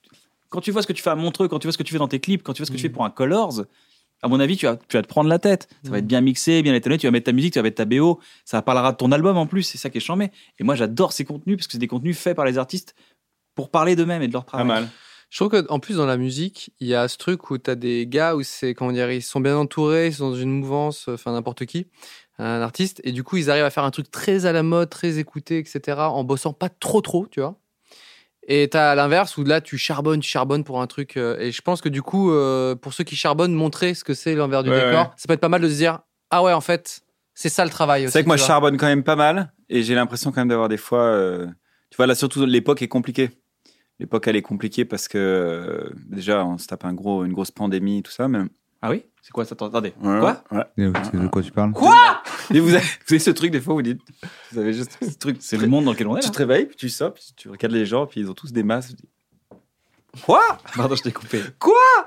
Quand tu vois ce que tu fais à Montreux, quand tu vois ce que tu fais dans tes clips, quand tu vois ce que
Mm.
tu fais pour un Colors, à mon avis, tu vas, tu vas te prendre la tête. Ça
Mm.
va être bien mixé, bien étonné, tu vas mettre ta musique, tu vas mettre ta BO, ça parlera de ton album en plus, c'est ça qui est chambé. Et moi, j'adore ces contenus parce que c'est des contenus faits par les artistes pour parler d'eux-mêmes et de leur
Pas
travail.
mal.
Je trouve qu'en plus, dans la musique, il y a ce truc où tu as des gars où c'est, comment dire, ils sont bien entourés, ils sont dans une mouvance, euh, enfin n'importe qui, un artiste, et du coup, ils arrivent à faire un truc très à la mode, très écouté, etc., en bossant pas trop, trop, tu vois. Et t'as l'inverse où là, tu charbonnes, tu charbonnes pour un truc. euh, et je pense que du coup, euh, pour ceux qui charbonnent, montrer ce que c'est l'envers du
Ouais,
décor,
ouais.
ça peut être pas mal de se dire, ah ouais, en fait, c'est ça le travail aussi.
C'est vrai que moi,
tu
je
vois.
charbonne quand même pas mal, et j'ai l'impression quand même d'avoir des fois, euh, tu vois, là surtout l'époque est compliquée. L'époque elle est compliquée parce que euh, déjà on se tape un gros, une grosse pandémie, tout ça. Mais...
Ah oui C'est quoi ça Attendez.
Ouais,
Quoi
ouais.
Et, euh, c'est de quoi tu parles
Et vous avez, vous avez ce truc des fois, vous dites, vous avez juste ce truc.
C'est le monde dans lequel on est.
Tu
là.
te réveilles, puis tu sors, puis tu regardes les gens, puis ils ont tous des masques.
Pardon, je t'ai coupé.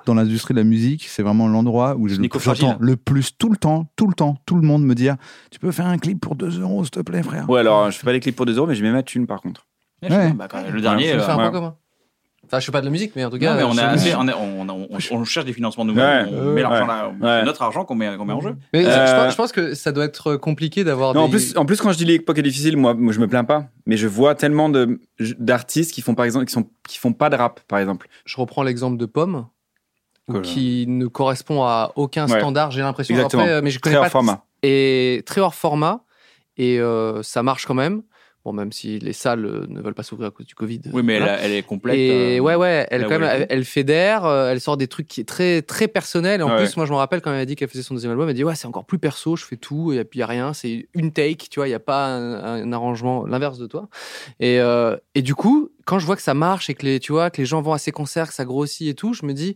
Dans l'industrie de la musique, c'est vraiment l'endroit où je-
Nico
j'entends
Fragile.
le plus tout le temps, tout le temps, tout le monde me dire Tu peux faire un clip pour 2 euros, s'il te plaît, frère
Ouais, alors euh, je fais pas les clips pour 2 euros, mais je mets ma thune par contre.
Ouais, je sais
Ouais.
pas, bah, quand même, le dernier.
Je vais
euh,
faire un
ouais.
peu comme un. Enfin, je fais pas de la musique, mais en tout
Non,
cas.
mais on, a
je-
assez- on, a- on, a- on- on cherche des financements nouveaux.
Ouais.
on
Euh,
met l'argent
ouais.
là, on-
Ouais.
c'est notre argent qu'on met, qu'on met en jeu.
Mais je- je,
Euh,
pense, je pense que ça doit être compliqué d'avoir
Non, en
des-
plus, en plus, quand je dis l'époque est difficile, moi, moi, je me plains pas. Mais je vois tellement de d'artistes qui font par exemple, qui sont qui font pas de rap, par exemple.
je reprends l'exemple de Pomme, ou
Cool.
qui ne correspond à aucun
Ouais.
standard, j'ai l'impression.
Exactement.
Après, euh, mais je
Très
connais
hors
pas-
format.
Et très hors format, et euh, ça marche quand même. Bon, même si les salles euh, ne veulent pas s'ouvrir à cause du Covid.
Oui, mais
Voilà.
elle, elle est complète.
Et
euh,
ouais, ouais, elle,
là
quand
où
même,
elle
elle,
est.
elle fédère, euh, elle sort des trucs qui est très, très personnel. Et en
Ouais,
plus,
ouais.
moi, je me rappelle quand elle a dit qu'elle faisait son deuxième album, elle dit Ouais, c'est encore plus perso, je fais tout, et puis il n'y a rien, c'est une take, tu vois, il n'y a pas un, un arrangement, l'inverse de toi. Et, euh, et du coup, quand je vois que ça marche et que les, tu vois, que les gens vont à ses concerts, que ça grossit et tout, je me dis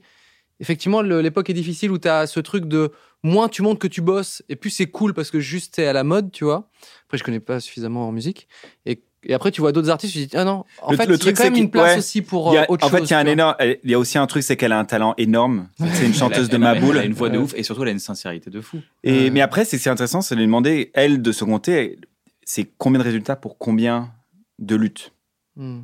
Effectivement, le- l'époque est difficile où tu as ce truc de moins tu montres que tu bosses, et plus c'est cool parce que juste t'es à la mode, tu vois. Après, je connais pas suffisamment en musique. Et, et après, tu vois d'autres artistes, tu te dis Ah non, en
Le-
fait,
le
il y a
truc,
quand même
c'est
une
que-
place
ouais.
aussi pour
Il y a-
euh, autre
en fait,
chose,
il y a un
tu vois.
énorme. elle- Il y a aussi un truc, c'est qu'elle a un talent énorme. C'est une chanteuse de
elle a-
ma boule.
Elle a une voix de ouf et surtout elle a une sincérité de fou.
Et,
Ouais.
Mais après, c'est c'est intéressant, c'est de lui demander, elle, de se compter, c'est combien de résultats pour combien de luttes.
Hmm.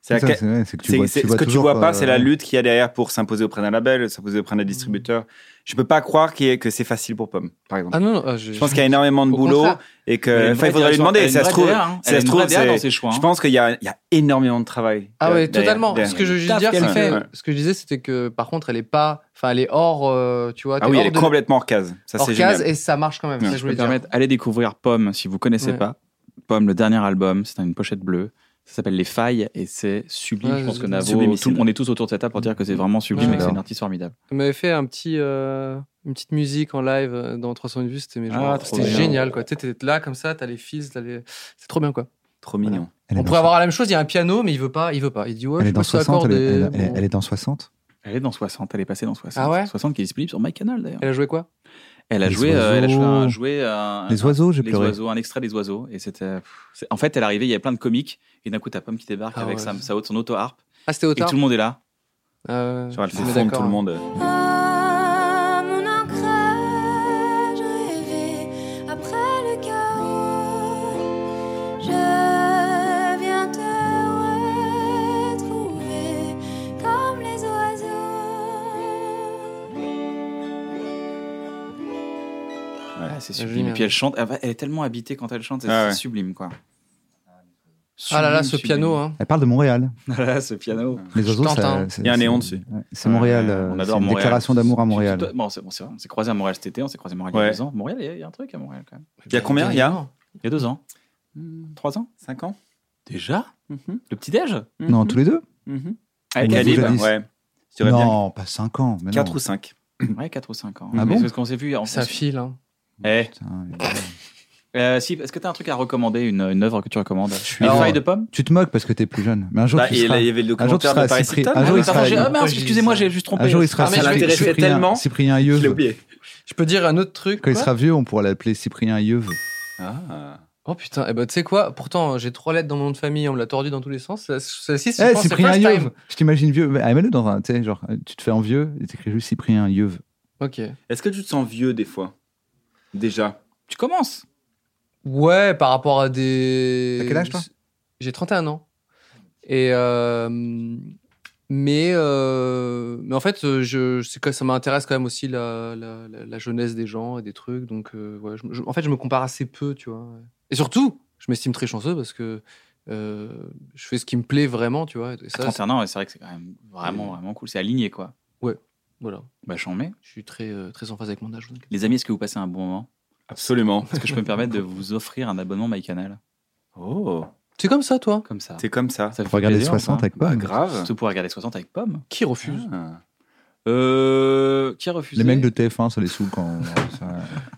C'est
Ça,
la-
c'est vrai, c'est que tu
c'est-
vois,
c'est-
tu
ce
vois
que tu
toujours,
vois pas,
euh,
c'est la lutte qu'il y a derrière pour s'imposer auprès d'un label, s'imposer auprès d'un distributeur. Je peux pas croire qu'il y ait- que c'est facile pour Pomme, par exemple.
Ah non, non, ah, je,
je pense qu'il y a énormément de
Au
boulot
contraire.
et
Elle a
que
une vraie
enfin, il faudrait lui
direction, elle a
demander.
une
Ça se
vraie
trouve,
DA, hein.
ça
Elle a
se
une
trouve,
vraie DA
c'est-
dans ses choix. hein.
je pense qu'il y a, il y a énormément de travail.
Ah ouais,
derrière-
totalement.
derrière-
Ce que je veux juste
Taf
dire,
qu'elle
c'est
fait,
que-
ouais.
ce que je disais, c'était que par contre, elle est pas, enfin, elle est hors, euh, tu vois, t'es
Ah oui,
hors
elle est
de-
complètement hors case. Ça,
hors
c'est
case
génial.
et ça marche quand même.
Ouais.
Ça, je
Je vais
voulais
me
dire.
permettre, allez découvrir Pomme si vous connaissez
Ouais.
pas. Pomme, le dernier album, c'est une pochette bleue. Ça s'appelle Les Failles et c'est sublime.
Ouais,
je pense que
c'est
Navo,
sublimissime.
tout- on est tous autour de cette table pour dire que c'est vraiment sublime
Ouais.
et que c'est une artiste formidable.
Elle m'avait fait un petit, euh, une petite musique en live euh, dans 300 vues. C'était mais
Ah,
genre,
trop
c'était
bien.
génial, quoi. Tu sais, t'es là comme ça, t'as les fils, t'as les- c'est trop bien, quoi.
Trop mignon.
elle est
On
dans
pourrait avoir la même chose. Il y a un piano, mais il veut pas, il veut pas. Il dit ouais,
Elle
je
est
peux
dans
pas
60, elle est-
accorder.
elle- elle- elle est dans 60.
Elle est dans 60, elle est passée dans 60.
Ah ouais
60 qui est disponible sur MyCanal d'ailleurs.
Elle a joué quoi
Elle a
Les
joué, euh, elle a joué, un,
oiseaux.
joué un-
Les oiseaux, j'ai
les
pleuré.
oiseaux, un extrait des oiseaux. Et c'était. pff, c'est- En fait, elle arrivait, il y avait plein de comiques. Et d'un coup, t'as Pomme qui débarque
Ah
avec
ouais.
sa, sa haute- son auto-harpe.
Ah, c'était
Et
Autar.
tout le monde est là.
Euh,
Genre, elle fait
mais
fondre
d'accord.
tout le monde.
Ah, mon ancrage rêvé après le chaos. Je viens te retrouver comme les oiseaux.
Ah, c'est
Joli,
sublime. Et
hein.
puis elle chante. Elle, va- elle est tellement habitée quand elle chante, c'est
Ah
c'est
ouais.
sublime quoi.
Ah là là, ce
Sublime,
piano,
sublime.
hein.
Elle parle de Montréal.
*laughs* Ah là là, ce piano.
Les oiseaux,
tente,
ça-
hein.
c'est-
Il y a un
c'est-
néon dessus.
ouais, C'est Montréal.
Ouais,
euh,
on
c'est
adore
une
Montréal.
déclaration d'amour à Montréal.
Bon, c'est bon, c'est vrai. On s'est croisés à Montréal cet été, on s'est croisés à Montréal il y a
Ouais.
deux ans. Montréal, il y a- il y a un truc à Montréal quand même.
Il y a combien Il y a
Il y a deux ans
Hmm.
Trois ans
5 ans
Déjà
Mhm.
Le petit-déj
Non, tous les deux
Mhm.
Avec
Ou
Alib.
déjà dix.
Ah, ouais. Je dirais bien
Non, pas 5 ans. mais
4
non.
ou 5.
Ouais, 4 ou 5 ans.
Ah
Mais
bon
Parce qu'on s'est vu en
Ça
fait.
file, hein.
Eh,
Putain,
euh, si, est-ce que t'as un truc à recommander, une, une œuvre que tu recommandes
suis-
Les
Alors-
failles de pommes
Tu te moques parce que t'es plus jeune. Mais un jour,
Bah,
tu
il
seras...
il y avait le
un jour, tu
documentaire
seras
de Paris
Cyprien.
Hilton. hein.
Un
Ah
jour,
oui,
il sera
pardon, j'ai-
à
ah, mince,
Hypogée,
excusez-moi,
ça.
j'ai juste trompé.
un jour, il sera
Ah, mais je
Cyprien-
l'ai- je l'ai-
Cyprien,
tellement-
Cyprien
Je l'ai
Yeuve.
oublié.
Je peux dire un autre truc.
Quand il
quoi
sera vieux, on pourra l'appeler Cyprien Yeuve.
Ah.
Oh putain, eh ben, tu sais quoi Pourtant, j'ai trois lettres dans mon nom de famille, on me l'a tordu dans tous les sens. Celle- Celle-ci,
Eh,
c'est je pense, c'est
Cyprien
first time.
Yeuve Je t'imagine vieux. Mais, ah, mets-le dans un. Tu sais, genre, tu te fais en vieux et t'écris juste Cyprien Yeuve.
Ok.
Est-ce que tu te sens vieux des fois Déjà.
Tu commences
Ouais, par rapport à des.
T'as quel âge, toi
J'ai 31 ans. Et. euh, Mais, euh, mais en fait, euh, je, c'est que ça m'intéresse quand même aussi la, la, la- la jeunesse des gens et des trucs. Donc, euh, ouais, je me- je- en fait, je me compare assez peu, tu vois. Et surtout, je m'estime très chanceux parce que euh, je fais ce qui me plaît vraiment, tu vois. Et
À
ça,
31 ans, ouais, c'est vrai que c'est quand même vraiment, vraiment cool. C'est aligné, quoi.
c'est- voilà.
Bah, j'en mets.
Je suis très, euh, très en phase avec mon âge. donc.
Les amis, est-ce que vous passez un bon moment
Absolument.
Est-ce que je peux me permettre de vous offrir un abonnement MyCanal
Oh.
C'est comme ça, toi
Comme ça.
C'est comme ça.
Ah, Ça fait
Pour regarder
plaisir,
60
ça.
avec pas.
Bah, grave.
Surtout pour regarder 60 avec pommes.
Qui refuse
Ah.
Euh, qui a refusé
Les mecs de TF1, ça les saoule quand. ça-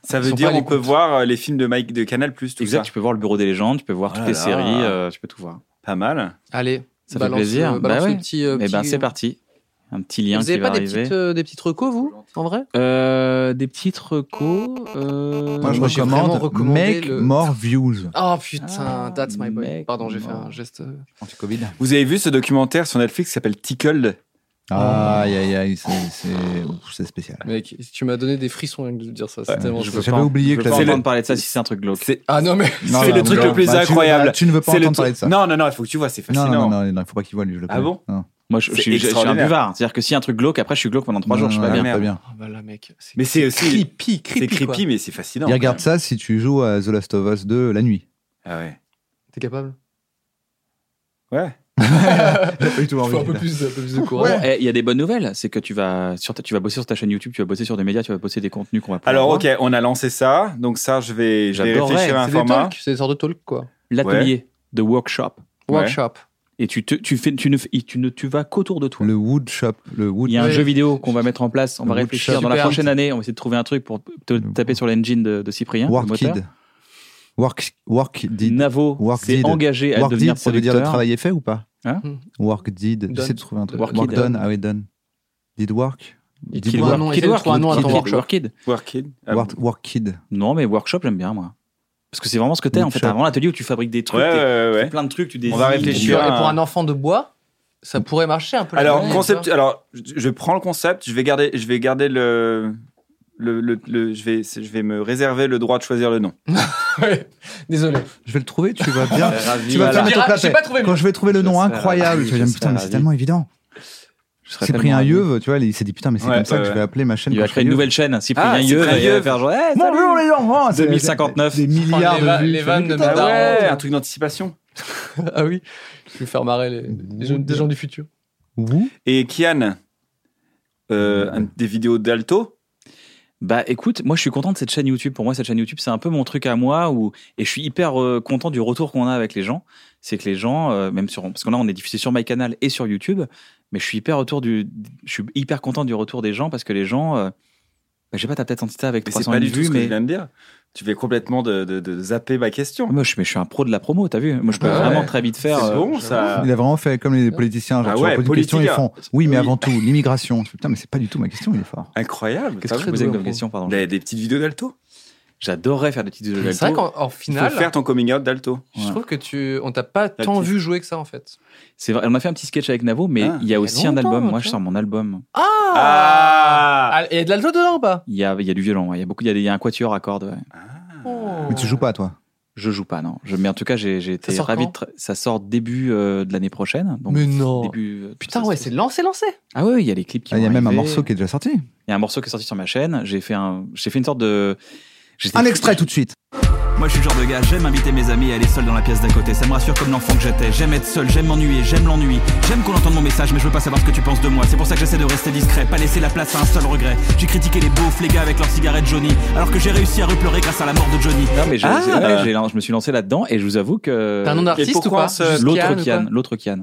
Ça
Ils
veut
sont
dire
pas à
on peut
l'écoute.
voir euh, les films de Mike de Canal Plus tout
Exact,
ça.
tu peux voir le Bureau des légendes, tu peux voir
Oh
toutes
là
les
là.
séries, euh, tu peux tout voir.
Pas mal.
Allez,
Ça fait
balance,
plaisir.
euh, balance
Bah
le
ouais.
petit, euh,
Eh ben,
petit-
c'est parti. Un petit lien
Vous
qui
avez
va
pas des
arriver.
petites, euh, des petites recos, vous, en vrai
Euh, des petites recos. euh,
Moi, je
Moi, j'ai vraiment
recommande
recommandé
Make
le-
More Views.
Oh putain,
Ah,
that's my boy.
mec,
Pardon, j'ai
non.
fait un geste. euh,
Anti-Covid.
Vous avez vu ce documentaire sur Netflix qui s'appelle Tickled
Aïe, aïe, aïe, c'est- c'est ouf, c'est spécial.
Mec, tu m'as donné des frissons rien que de dire ça. C'est
Ouais,
tellement
je
chaud.
veux
J'avais
pas- je
oublié
veux
que
pas
la-
entendre parler de ça si c'est un truc glauque.
C'est
Ah non, mais.
Non,
c'est
bah,
le truc
non,
le plus
bah, tu-
incroyable.
bah, Tu ne veux pas
C'est le
entendre parler
truc-
de ça.
Non, non, non, il faut que tu vois, c'est
Non,
fascinant.
non, non, non, il faut pas qu'il voit, lui, je le
Ah
connais.
bon
Non.
Moi, je, je
C'est
suis, je- je suis un
extraordinaire.
buvard. C'est-à-dire que si un truc glauque, après, je suis glauque pendant trois jours, je suis
Non,
pas
non,
bien.
non,
bien.
Ah bah là, mec. c'est-
Mais c'est aussi
creepy,
c'est
creepy.
creepy,
quoi.
mais c'est fascinant.
Il regarde ça si tu joues à The Last of Us 2 la nuit.
Ah ouais.
T'es capable
Ouais.
J'ai pas du tout
Faut un
envie.
peu
là.
plus, un peu plus de courage.
Bon, eh, il y a des bonnes nouvelles. C'est que tu vas, sur ta- tu vas bosser sur ta chaîne YouTube, tu vas bosser sur des médias, tu vas bosser des contenus qu'on va pouvoir
Alors
voir.
ok, on a lancé ça, donc ça je vais, je vais
J'adorerais,
réfléchir à un
C'est des
format.
talks, c'est des sortes de talks, quoi.
L'atelier de workshop.
Ouais.
Workshop.
Et tu, te, tu, fais, tu, ne, fais- tu ne tu vas qu'autour de toi.
Le wood shop, le wood.
Il y a un
Ouais.
jeu vidéo qu'on va mettre en place. On va
Le
réfléchir dans la
Super.
prochaine année. On va essayer de trouver un truc pour te taper sur l'engine de, de Cyprien. le
Work
moteur.
kid. Work, work did.
Navo
Work
s'est
did.
engagé à
Work
devenir
did, ça veut dire le
producteur.
travail est fait ou pas
Hein
Work did. J'essaie de trouver un truc.
Work
Work,
did.
done, ah oui, done. Did work
Il
Did
dit
work.
un nom,
Kid
essaie de
Work,
trouver un nom à
Kid
ton
Kid,
workshop.
Work Kid.
Work Kid. Ah,
Work, work kid.
Non, mais workshop, j'aime bien, moi. Parce que c'est vraiment ce que t'es, en fait.
Workshop.
T'as vraiment l'atelier où tu fabriques des
Ouais,
trucs,
ouais,
t'es-
ouais,
tu fais
ouais.
plein de trucs, tu
On
dessines.
va
Et
réfléchir.
pour
un-
un enfant de bois, ça pourrait marcher un peu. la
Alors
journée,
concept,
tu vois.
alors je je prends le concept, je vais garder, je vais garder le, le, le- le- je vais, je vais me réserver le droit de choisir le nom.
Ouais. Désolé.
Je vais le trouver, tu
*laughs*
vas
Euh,
bien.
Ravi,
Ah, tu vas
voilà.
bien mettre au
Tu diras, j'ai
clapet.
pas trouvé mieux.
Quand je vais trouver le
Je
nom
serai ravi,
incroyable, tu vas dire,
je
mais putain, mais
serai
c'est tellement évident.
Je serais
C'est pris
tellement
un
ravi.
yeuve, tu vois, il s'est dit putain, mais c'est
Ouais,
comme ça
ouais,
que je vais
ouais.
appeler ma chaîne.
Il va
quand je
créer
serai
une
yeuve.
nouvelle chaîne, hein. Cyprien
Ah,
Yeux,
Cyprien
et il va
Yeux.
faire genre, Eh, salut
Bonjour les gens hein, c'est-
2059.
Des milliards
les va-
de vues.
les
tu
vannes
vois.
de-
Ah
Daron,
ouais,
ouais.
un truc d'anticipation.
Ah oui, je vais faire marrer les, les gens, des gens du futur.
Ouh.
Et Kian, euh, un- des vidéos d'alto.
Bah écoute, moi je suis content de cette chaîne YouTube. Pour moi, cette chaîne YouTube, c'est un peu mon truc à moi où et je suis hyper euh, content du retour qu'on a avec les gens. C'est que les gens, euh, même sur parce qu'on là on est diffusé sur MyCanal et sur YouTube, mais je suis hyper retour du, je suis hyper content du retour des gens parce que les gens, euh, bah, j'ai pas t'as peut-être senti ça avec
Mais c'est
300
pas
000
du tout
vues,
ce que je
mais
viens de dire. Tu fais complètement de, de- de zapper ma question.
Moi, je, mais je suis un pro de la promo, t'as vu Moi, je peux
Bah ouais.
vraiment très vite faire.
C'est
euh,
bon, ça.
Il a vraiment fait comme les politiciens. Genre,
Ah
tu leur
ouais,
poses une question, ils
politica.
font Oui, mais
Oui.
avant tout, l'immigration. Je fais, Putain, mais c'est pas du tout ma question, il est fort.
Incroyable.
Qu'est-ce que
T'as
je
vu
posais comme question Pardon.
des, des petites vidéos d'alto.
J'adorais faire des petites vidéos de
C'est vrai
l'alto.
qu'en en
Il faut
finale,
faire ton coming out d'alto.
je
Ouais.
trouve que tu, on t'a pas tant
petite-
vu jouer que ça en fait.
C'est vrai, on a fait un petit sketch avec Navo, mais
Ah,
il y a aussi un
longtemps,
album. Moi,
tu
je
vois.
sors mon album.
Ah,
Ah, Il y a de l'alto dedans ou pas
Il y a, il y a du violon, ouais. il y a beaucoup, il y a, des- il y a un quatuor à cordes. ouais.
Mais tu joues pas, toi
Je joue pas, non. Je, mais en tout cas, j'ai j'ai été
sort
ravi.
quand
de tra- ça sort début euh, de l'année prochaine. Donc
Mais non.
début, euh,
Putain,
ça-
ouais, c'est lancé, lancé.
Ah ouais, ouais, il y a les clips qui
Ah, Il y a
vont
même un
arriver.
morceau qui est déjà sorti.
Il y a un morceau qui est sorti sur ma chaîne. J'ai fait un, j'ai fait une sorte de. j'étais-
Un extrait tout de suite.
Moi je suis le genre de gars, j'aime inviter mes amis et aller seul dans la pièce d'à côté. Ça me rassure comme l'enfant que j'étais. J'aime être seul, j'aime m'ennuyer, j'aime l'ennui. J'aime qu'on entende mon message, mais je veux pas savoir ce que tu penses de moi. C'est pour ça que j'essaie de rester discret, pas laisser la place à un seul regret. J'ai critiqué les beaufs, les gars avec leurs cigarettes Johnny, alors que j'ai réussi à repleurer grâce à la mort de Johnny.
Non, mais j'ai-
Ah.
c'est vrai, j'ai- je me suis lancé là-dedans et je vous avoue que.
T'as un nom
Euh, et
d'artiste ou
pourquoi
pas
on se-
Juste Kian
L'autre
ou pas
Kian, l'autre Kian.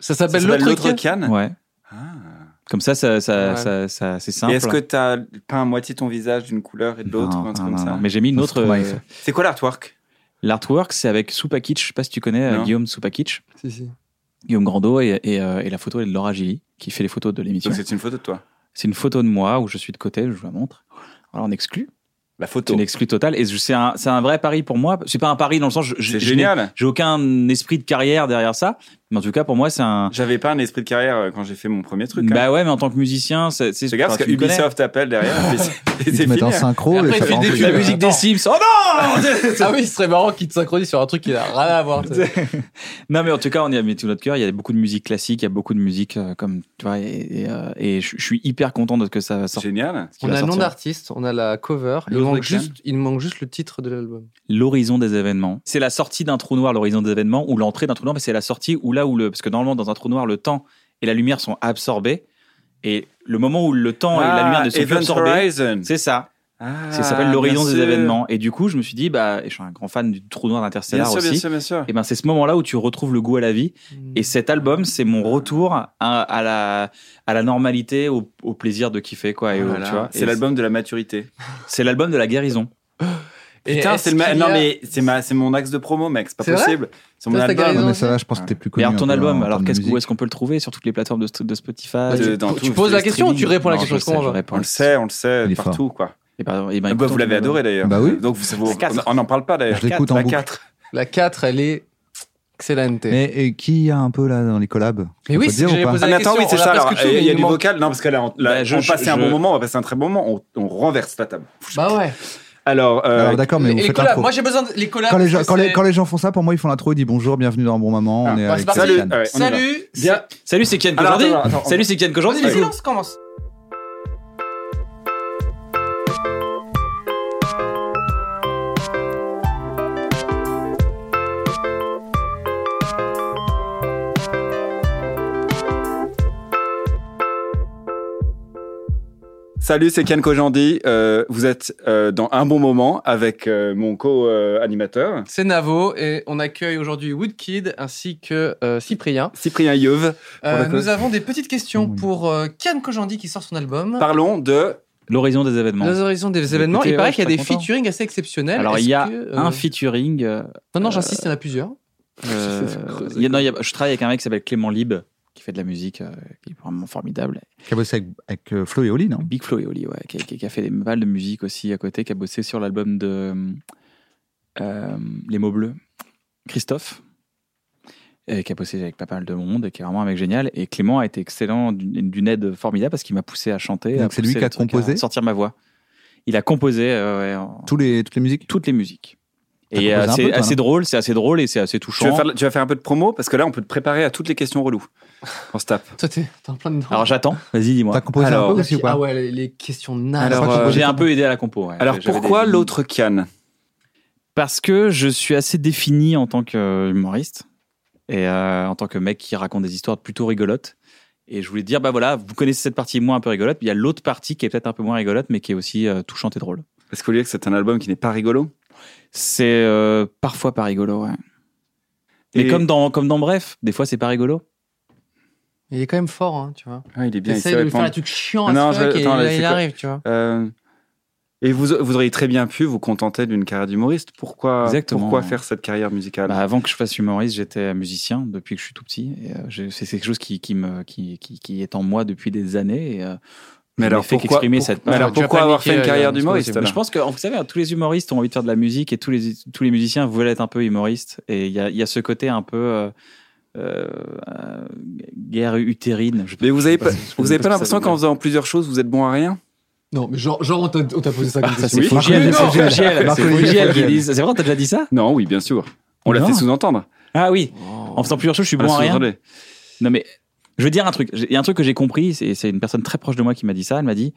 Ça
ça
s'appelle
s'appelle
l'autre
l'autre
Kian.
canne.
Ouais.
Ah.
Comme ça, ça, ça,
Ouais.
ça, ça- c'est
Et
simple.
est-ce que t'as peint à moitié ton visage d'une couleur et de l'autre
Non,
ou un truc
non,
comme
non,
ça
non. Mais j'ai mis une
Non,
autre.
c'est
euh,
trop mal,
C'est quoi l'artwork
L'artwork, c'est avec Soupakic. Je sais pas si tu connais euh,
Non.
Guillaume Soupakic,
Si, si.
Guillaume Grandot, et, et, euh, et la photo est de Laura Gilly, qui fait les photos de l'émission.
Donc c'est une photo de toi.
C'est une photo de moi où je suis de côté, je vous la montre. Alors on exclut.
La
C'est
photo.
une exclue totale. Et je- c'est un, c'est un vrai pari pour moi. C'est pas un pari dans le sens. je- je-
C'est
je
génial.
n'ai- J'ai aucun esprit de carrière derrière ça. Mais en tout cas, pour moi, c'est un.
J'avais pas un esprit de carrière euh, quand j'ai fait mon premier truc. hein.
Bah ouais, mais en tant que musicien, c'est. c'est-
Fais gaffe
enfin,
parce que
tu me connais.
Ubisoft appelle
*laughs*
derrière et c'est- et
Ils
c'est
te mettent en
fini. hein.
synchro
Et
et,
après,
ça
il fait
part en
des
couille.
culs.
La musique des Sims. Oh *laughs* non
Ah oui, ce serait marrant qu'il te synchronise sur un truc qui n'a rien à voir.
*laughs*
tu sais.
bah. Non, mais en tout cas, on y a mis tout notre cœur. Il y a beaucoup de musique classique, il y a beaucoup de musique euh, comme tu vois, et, et, euh, et je je suis hyper content de que ça sorte.
Génial.
qui
On
va
a le nom
sortir.
d'artiste, on a la cover. Il
L'autre
manque,
Kian.
juste, il manque juste le titre de l'album.
L'horizon des événements. C'est la sortie d'un trou noir, l'horizon des événements, ou l'entrée d'un trou noir, mais c'est la sortie où là où le. Parce que normalement, dans un trou noir, le temps et la lumière sont absorbés. Et le moment où le temps et la lumière ne sont plus
Ah, Event
absorbés,
Horizon.
c'est ça.
Ah,
Ça s'appelle l'horizon
bien
des
sûr.
événements. Et du coup, je me suis dit, bah, et je suis un grand fan du trou noir
Bien
d'Interstellar
sûr,
aussi.
bien sûr, Mm. bien sûr.
Et ben, c'est ce moment-là où tu retrouves le goût à la vie. Et cet album, c'est
Ah.
mon retour à, à la, à la normalité, au, au plaisir de kiffer, quoi. Et au-
Voilà.
tu vois.
C'est
Et
l'album de la maturité.
C'est l'album de la guérison.
Et
Putain,
est-ce
c'est le ma-
qu'il y
non
a-
mais c'est ma c'est mon axe de promo mec, c'est pas
C'est vrai
possible. C'est mon
Toi, c'est ta
Non,
album.
guérison.
mais ça, là, je pense que t'es plus
Mais
connu.
alors, ton
un peu
album,
en
alors,
termes de
qu'est-ce que-
musique.
où est-ce qu'on peut le trouver sur toutes les plateformes de, st- de Spotify
De-
de-
dans
tu
tout,
poses la
le
question ou tu
streaming.
réponds à la
Non,
question
je
Je comprends
sais, je
pas.
On le
réponds.
sait, on le sait
Il est
partout quoi.
Et ben, et ben,
Bah,
écoute,
vous
on
l'avez
va-
adoré d'ailleurs.
Bah oui.
Donc vous-
La quatre.
on n'en parle pas d'ailleurs. bah,
Je l'écoute en
La
boucle.
4.
La 4, elle est excellente.
Mais et qui a un peu là dans les collabs
Mais
On
oui,
peut
c'est
dire
que
ou
j'allais
pas
poser-
Ah, mais attends,
question,
oui, c'est
on l'a
ça.
presque
alors,
tout,
Il y a-
mais
il y a
il
du
manque-
vocal. Non, parce qu'elle a,
Bah,
là,
je-
on
je-
passait un
je-
bon moment, on va passer un très bon moment. On, on renverse la table.
Bah ouais.
Alors, euh,
Alors d'accord, mais
Les-
vous
les
faites
collabs,
l'intro.
Moi j'ai besoin de. Les collabs.
Quand les,
parce
gens,
que
quand, les,
c'est-
quand les gens font ça, pour moi, ils font l'intro, ils disent bonjour, bienvenue dans un bon moment.
Ah,
on est
bah, c'est
avec
parti.
salut.
Stan.
ouais, on y va.
Salut.
Bien.
Salut, c'est Kian
Alors,
Kojandi.
attends, attends, attends.
Salut, c'est Kian Kojandi.
Vas-y, les
du coup.
silences commencent.
Salut, c'est Ken Kojandi. Euh, vous êtes euh, dans un bon moment avec euh, mon co-animateur
C'est Navo et on accueille aujourd'hui Woodkid ainsi que euh, Cyprien.
Cyprien Yeuve.
Euh,
la cause.
nous avons des petites questions
Oui.
pour euh, Kian Kojandi qui sort son album.
Parlons de.
L'horizon des événements.
Nous horizons des événements.
Écoutez,
il paraît
ouais,
qu'il y a
je suis
des
pas content.
featuring assez exceptionnels.
Alors,
Est-ce
il y a
que, euh,
un featuring.
*laughs*
euh,
Non, non, j'insiste, il y en a plusieurs.
Euh,
Ça fait creuser,
il y a-
quoi.
non, il y a- je travaille avec un mec qui s'appelle Clément Lib qui fait de la musique, euh, qui est vraiment formidable.
Qui a bossé avec, avec, euh, Flo et Oli, non
Big Flo et Oli, ouais, qui, qui- qui a fait des balles de musique aussi à côté, qui a bossé sur l'album de euh, Les mots bleus, Christophe, et qui a bossé avec pas mal de monde, et qui est vraiment un mec génial. Et Clément a été excellent, d'une d'une aide formidable, parce qu'il m'a poussé à chanter.
Donc
à
c'est lui
pousser
qui a
le truc,
composé
à sortir ma voix. Il a composé euh, ouais, en-
Tous les, Toutes les musiques
toutes les musiques.
T'as
Et
composé un
euh,
peu,
c'est
toi,
assez
non
drôle, c'est assez drôle et c'est assez
Tu vas,
touchant.
faire, tu vas faire un peu de promo parce que là, on peut te préparer à toutes les questions reloues. On se *laughs* tape.
Toi, t'es t'es en plein dedans.
Alors j'attends, vas-y
T'as
dis-moi.
composé
Alors,
un peu aussi ou
ah
pas
ouais, les, les questions nazes.
Alors,
Je crois que
euh,
tu
J'ai
posais-
un peu aidé à la compo. ouais.
Alors,
J'avais
pourquoi
des-
l'autre Kian
Parce que je suis assez défini en tant qu'humoriste et euh, en tant que mec qui raconte des histoires plutôt rigolotes. Et je voulais dire, bah voilà, vous connaissez cette partie moi un peu rigolote, mais il y a l'autre partie qui est peut-être un peu moins rigolote, mais qui est aussi euh, touchante et drôle.
Est-ce que vous voulez que c'est un album qui n'est pas rigolo
C'est euh, parfois pas rigolo, ouais. Mais
Et-
comme dans, comme dans Bref, des fois c'est pas rigolo.
Il est quand même fort, hein, tu vois.
Ah, Il est bien, il
T'essayes
sait
de lui faire
répondre.
un truc chiant
Non,
à
je-
ce fuck et
attends, là,
là,
c'est
il
quoi
arrive, tu vois.
Euh, Et vous, vous auriez très bien pu vous contenter d'une carrière d'humoriste. Pourquoi,
Exactement.
pourquoi faire cette carrière musicale
Bah, avant que je fasse humoriste, j'étais musicien depuis que je suis tout petit. Et, euh, j'ai- c'est c'est quelque chose qui, qui, me, qui, qui, qui est en moi depuis des années. Et, euh, je n'ai fait qu'exprimer
pour-
cette
mais
part.
alors
Tu vas
pourquoi
pas
avoir
niquer,
fait une
euh,
carrière
Yann, c'est
d'humoriste
possible.
alors
Je pense que, vous savez, tous les humoristes ont envie de faire de la musique et tous les, tous les musiciens veulent être un peu humoristes. Et il y a, il y a ce côté un peu euh, euh, euh, guerre utérine. Je sais pas-
Mais vous
je sais
avez pas,
si- je sais
vous avez
si
pas
ça
l'impression
veut
qu'en
dire.
faisant plusieurs choses, vous êtes bon à rien
Non, mais genre, genre on t'a on t'a posé ça comme
Ah, ça,
question.
c'est
Marc
Fogiel,
Olivier,
c'est
non.
Fogiel,
Marc
c'est
Olivier
Fogiel qui
Fogiel.
dit. ça. C'est vrai, t'as déjà dit ça
Non, oui, bien sûr. On l'a
Non.
fait sous-entendre.
Ah oui. En faisant plusieurs choses, je suis
On l'a
bon à rien.
sous-entendu.
Non, mais je veux dire un truc. J'ai- Il y a un truc que j'ai compris. C'est c'est une personne très proche de moi qui m'a dit ça. Elle m'a dit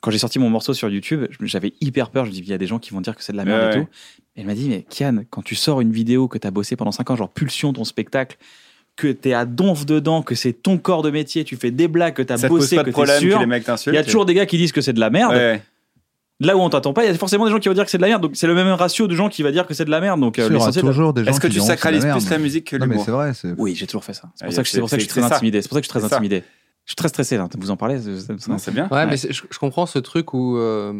quand j'ai sorti mon morceau sur YouTube, je- j'avais hyper peur. Je me dis il y a des gens qui vont dire que c'est de la merde
Ouais,
et
ouais.
tout. Et elle m'a dit mais Kian, quand tu sors une vidéo que t'as bossé pendant 5 ans, genre Pulsion, ton spectacle, que t'es à donf dedans, que c'est ton corps de métier, tu fais des blagues, que t'as
Ça te pose
bossé,
pas
que
de
t'es
problème que
sûr.
les mecs
Il
t'insultent.
y a toujours des gars qui disent que c'est de la merde.
Ouais, ouais.
Là où on t'attend pas, il y a forcément des gens qui vont dire que c'est de la merde. Donc c'est le même ratio de gens qui va dire que c'est de la merde. Donc euh,
Il y aura
l'essentiel,
toujours des gens
Est-ce que
qui
tu
diront c'est de
sacralises plus la
merde.
musique que
Non, mais
l'humour
c'est vrai. c'est-
Oui, j'ai toujours fait ça. C'est
Ah,
pour
y
ça
a-
que je- c'est pour
c'est-
ça que je suis très
c'est ça.
intimidé. C'est pour ça que je suis
C'est
très
ça.
intimidé. Je suis très stressé là. Vous en parlez ça- ça- ça-
Non, c'est bien.
Ouais,
Ouais.
mais c'est- je, je comprends ce truc où euh,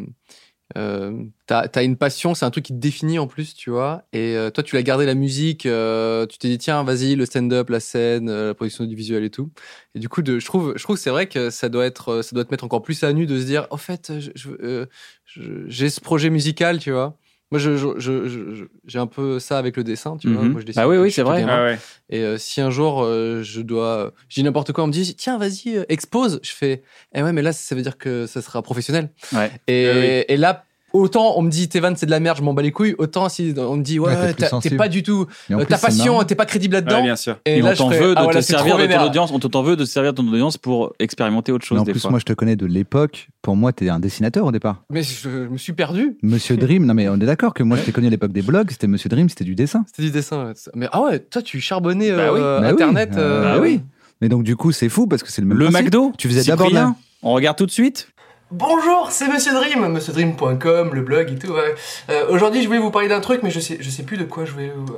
euh, t'as t'as une passion, c'est un truc qui te définit en plus, tu vois. Et euh, toi, tu l'as gardé la musique, euh, tu t'es dit tiens, vas-y, le stand-up, la scène, euh, la production du visuel et tout. Et du coup, de, je trouve, je trouve que c'est vrai que ça doit être, euh, ça doit te mettre encore plus à nu de se dire, en fait, je- je- euh, je- j'ai ce projet musical, tu vois. Moi, je- je- je- je- je- j'ai un peu ça avec le dessin, tu vois.
Mhm.
Moi, je dessine
Bah oui,
depuis
oui,
que je
c'est
suis tout
vrai.
gamin.
Ah ouais.
Et euh, si un jour euh, je dois, j'ai n'importe quoi, on me dit tiens vas-y euh, expose, je fais eh ouais mais là ça veut dire que ça sera professionnel.
Ouais.
Et,
Eh
et là autant on me dit tes vannes c'est de la merde, je m'en bats les couilles, autant si on me dit ouais,
Ouais, t'es
ouais,
plus
t'as- t'es
sensible.
pas du tout,
Et en
euh,
plus,
ta
c'est
passion,
marrant.
t'es pas crédible là-dedans.
Ouais, bien sûr.
et
Et
là
on
je
t'en
fais,
veut de
ah, voilà,
te
c'est trop
servir de ton
vénère.
audience, on t'en veut de te servir de ton audience pour expérimenter autre
Mais
chose
en
des
plus,
fois.
moi, je te connais de l'époque. Pour moi, t'es un dessinateur au départ.
Mais je, je me suis perdu.
Monsieur Dream, non mais on est d'accord que moi je t'ai connu à l'époque des blogs, c'était Monsieur Dream, c'était du dessin.
C'était du dessin. ouais. Mais ah ouais toi tu charbonnais
Bah
euh,
oui.
euh,
Bah oui.
internet.
Euh,
euh,
bah oui.
Mais donc du coup c'est fou parce que c'est le même
le
principe.
McDo,
Tu faisais d'abord
Cyprien,
là.
On regarde tout de suite.
Bonjour, c'est Monsieur Dream, monsieurdream.com, le blog et tout. ouais. Euh, Aujourd'hui, je voulais vous parler d'un truc, mais je sais, je sais plus de quoi je voulais vous.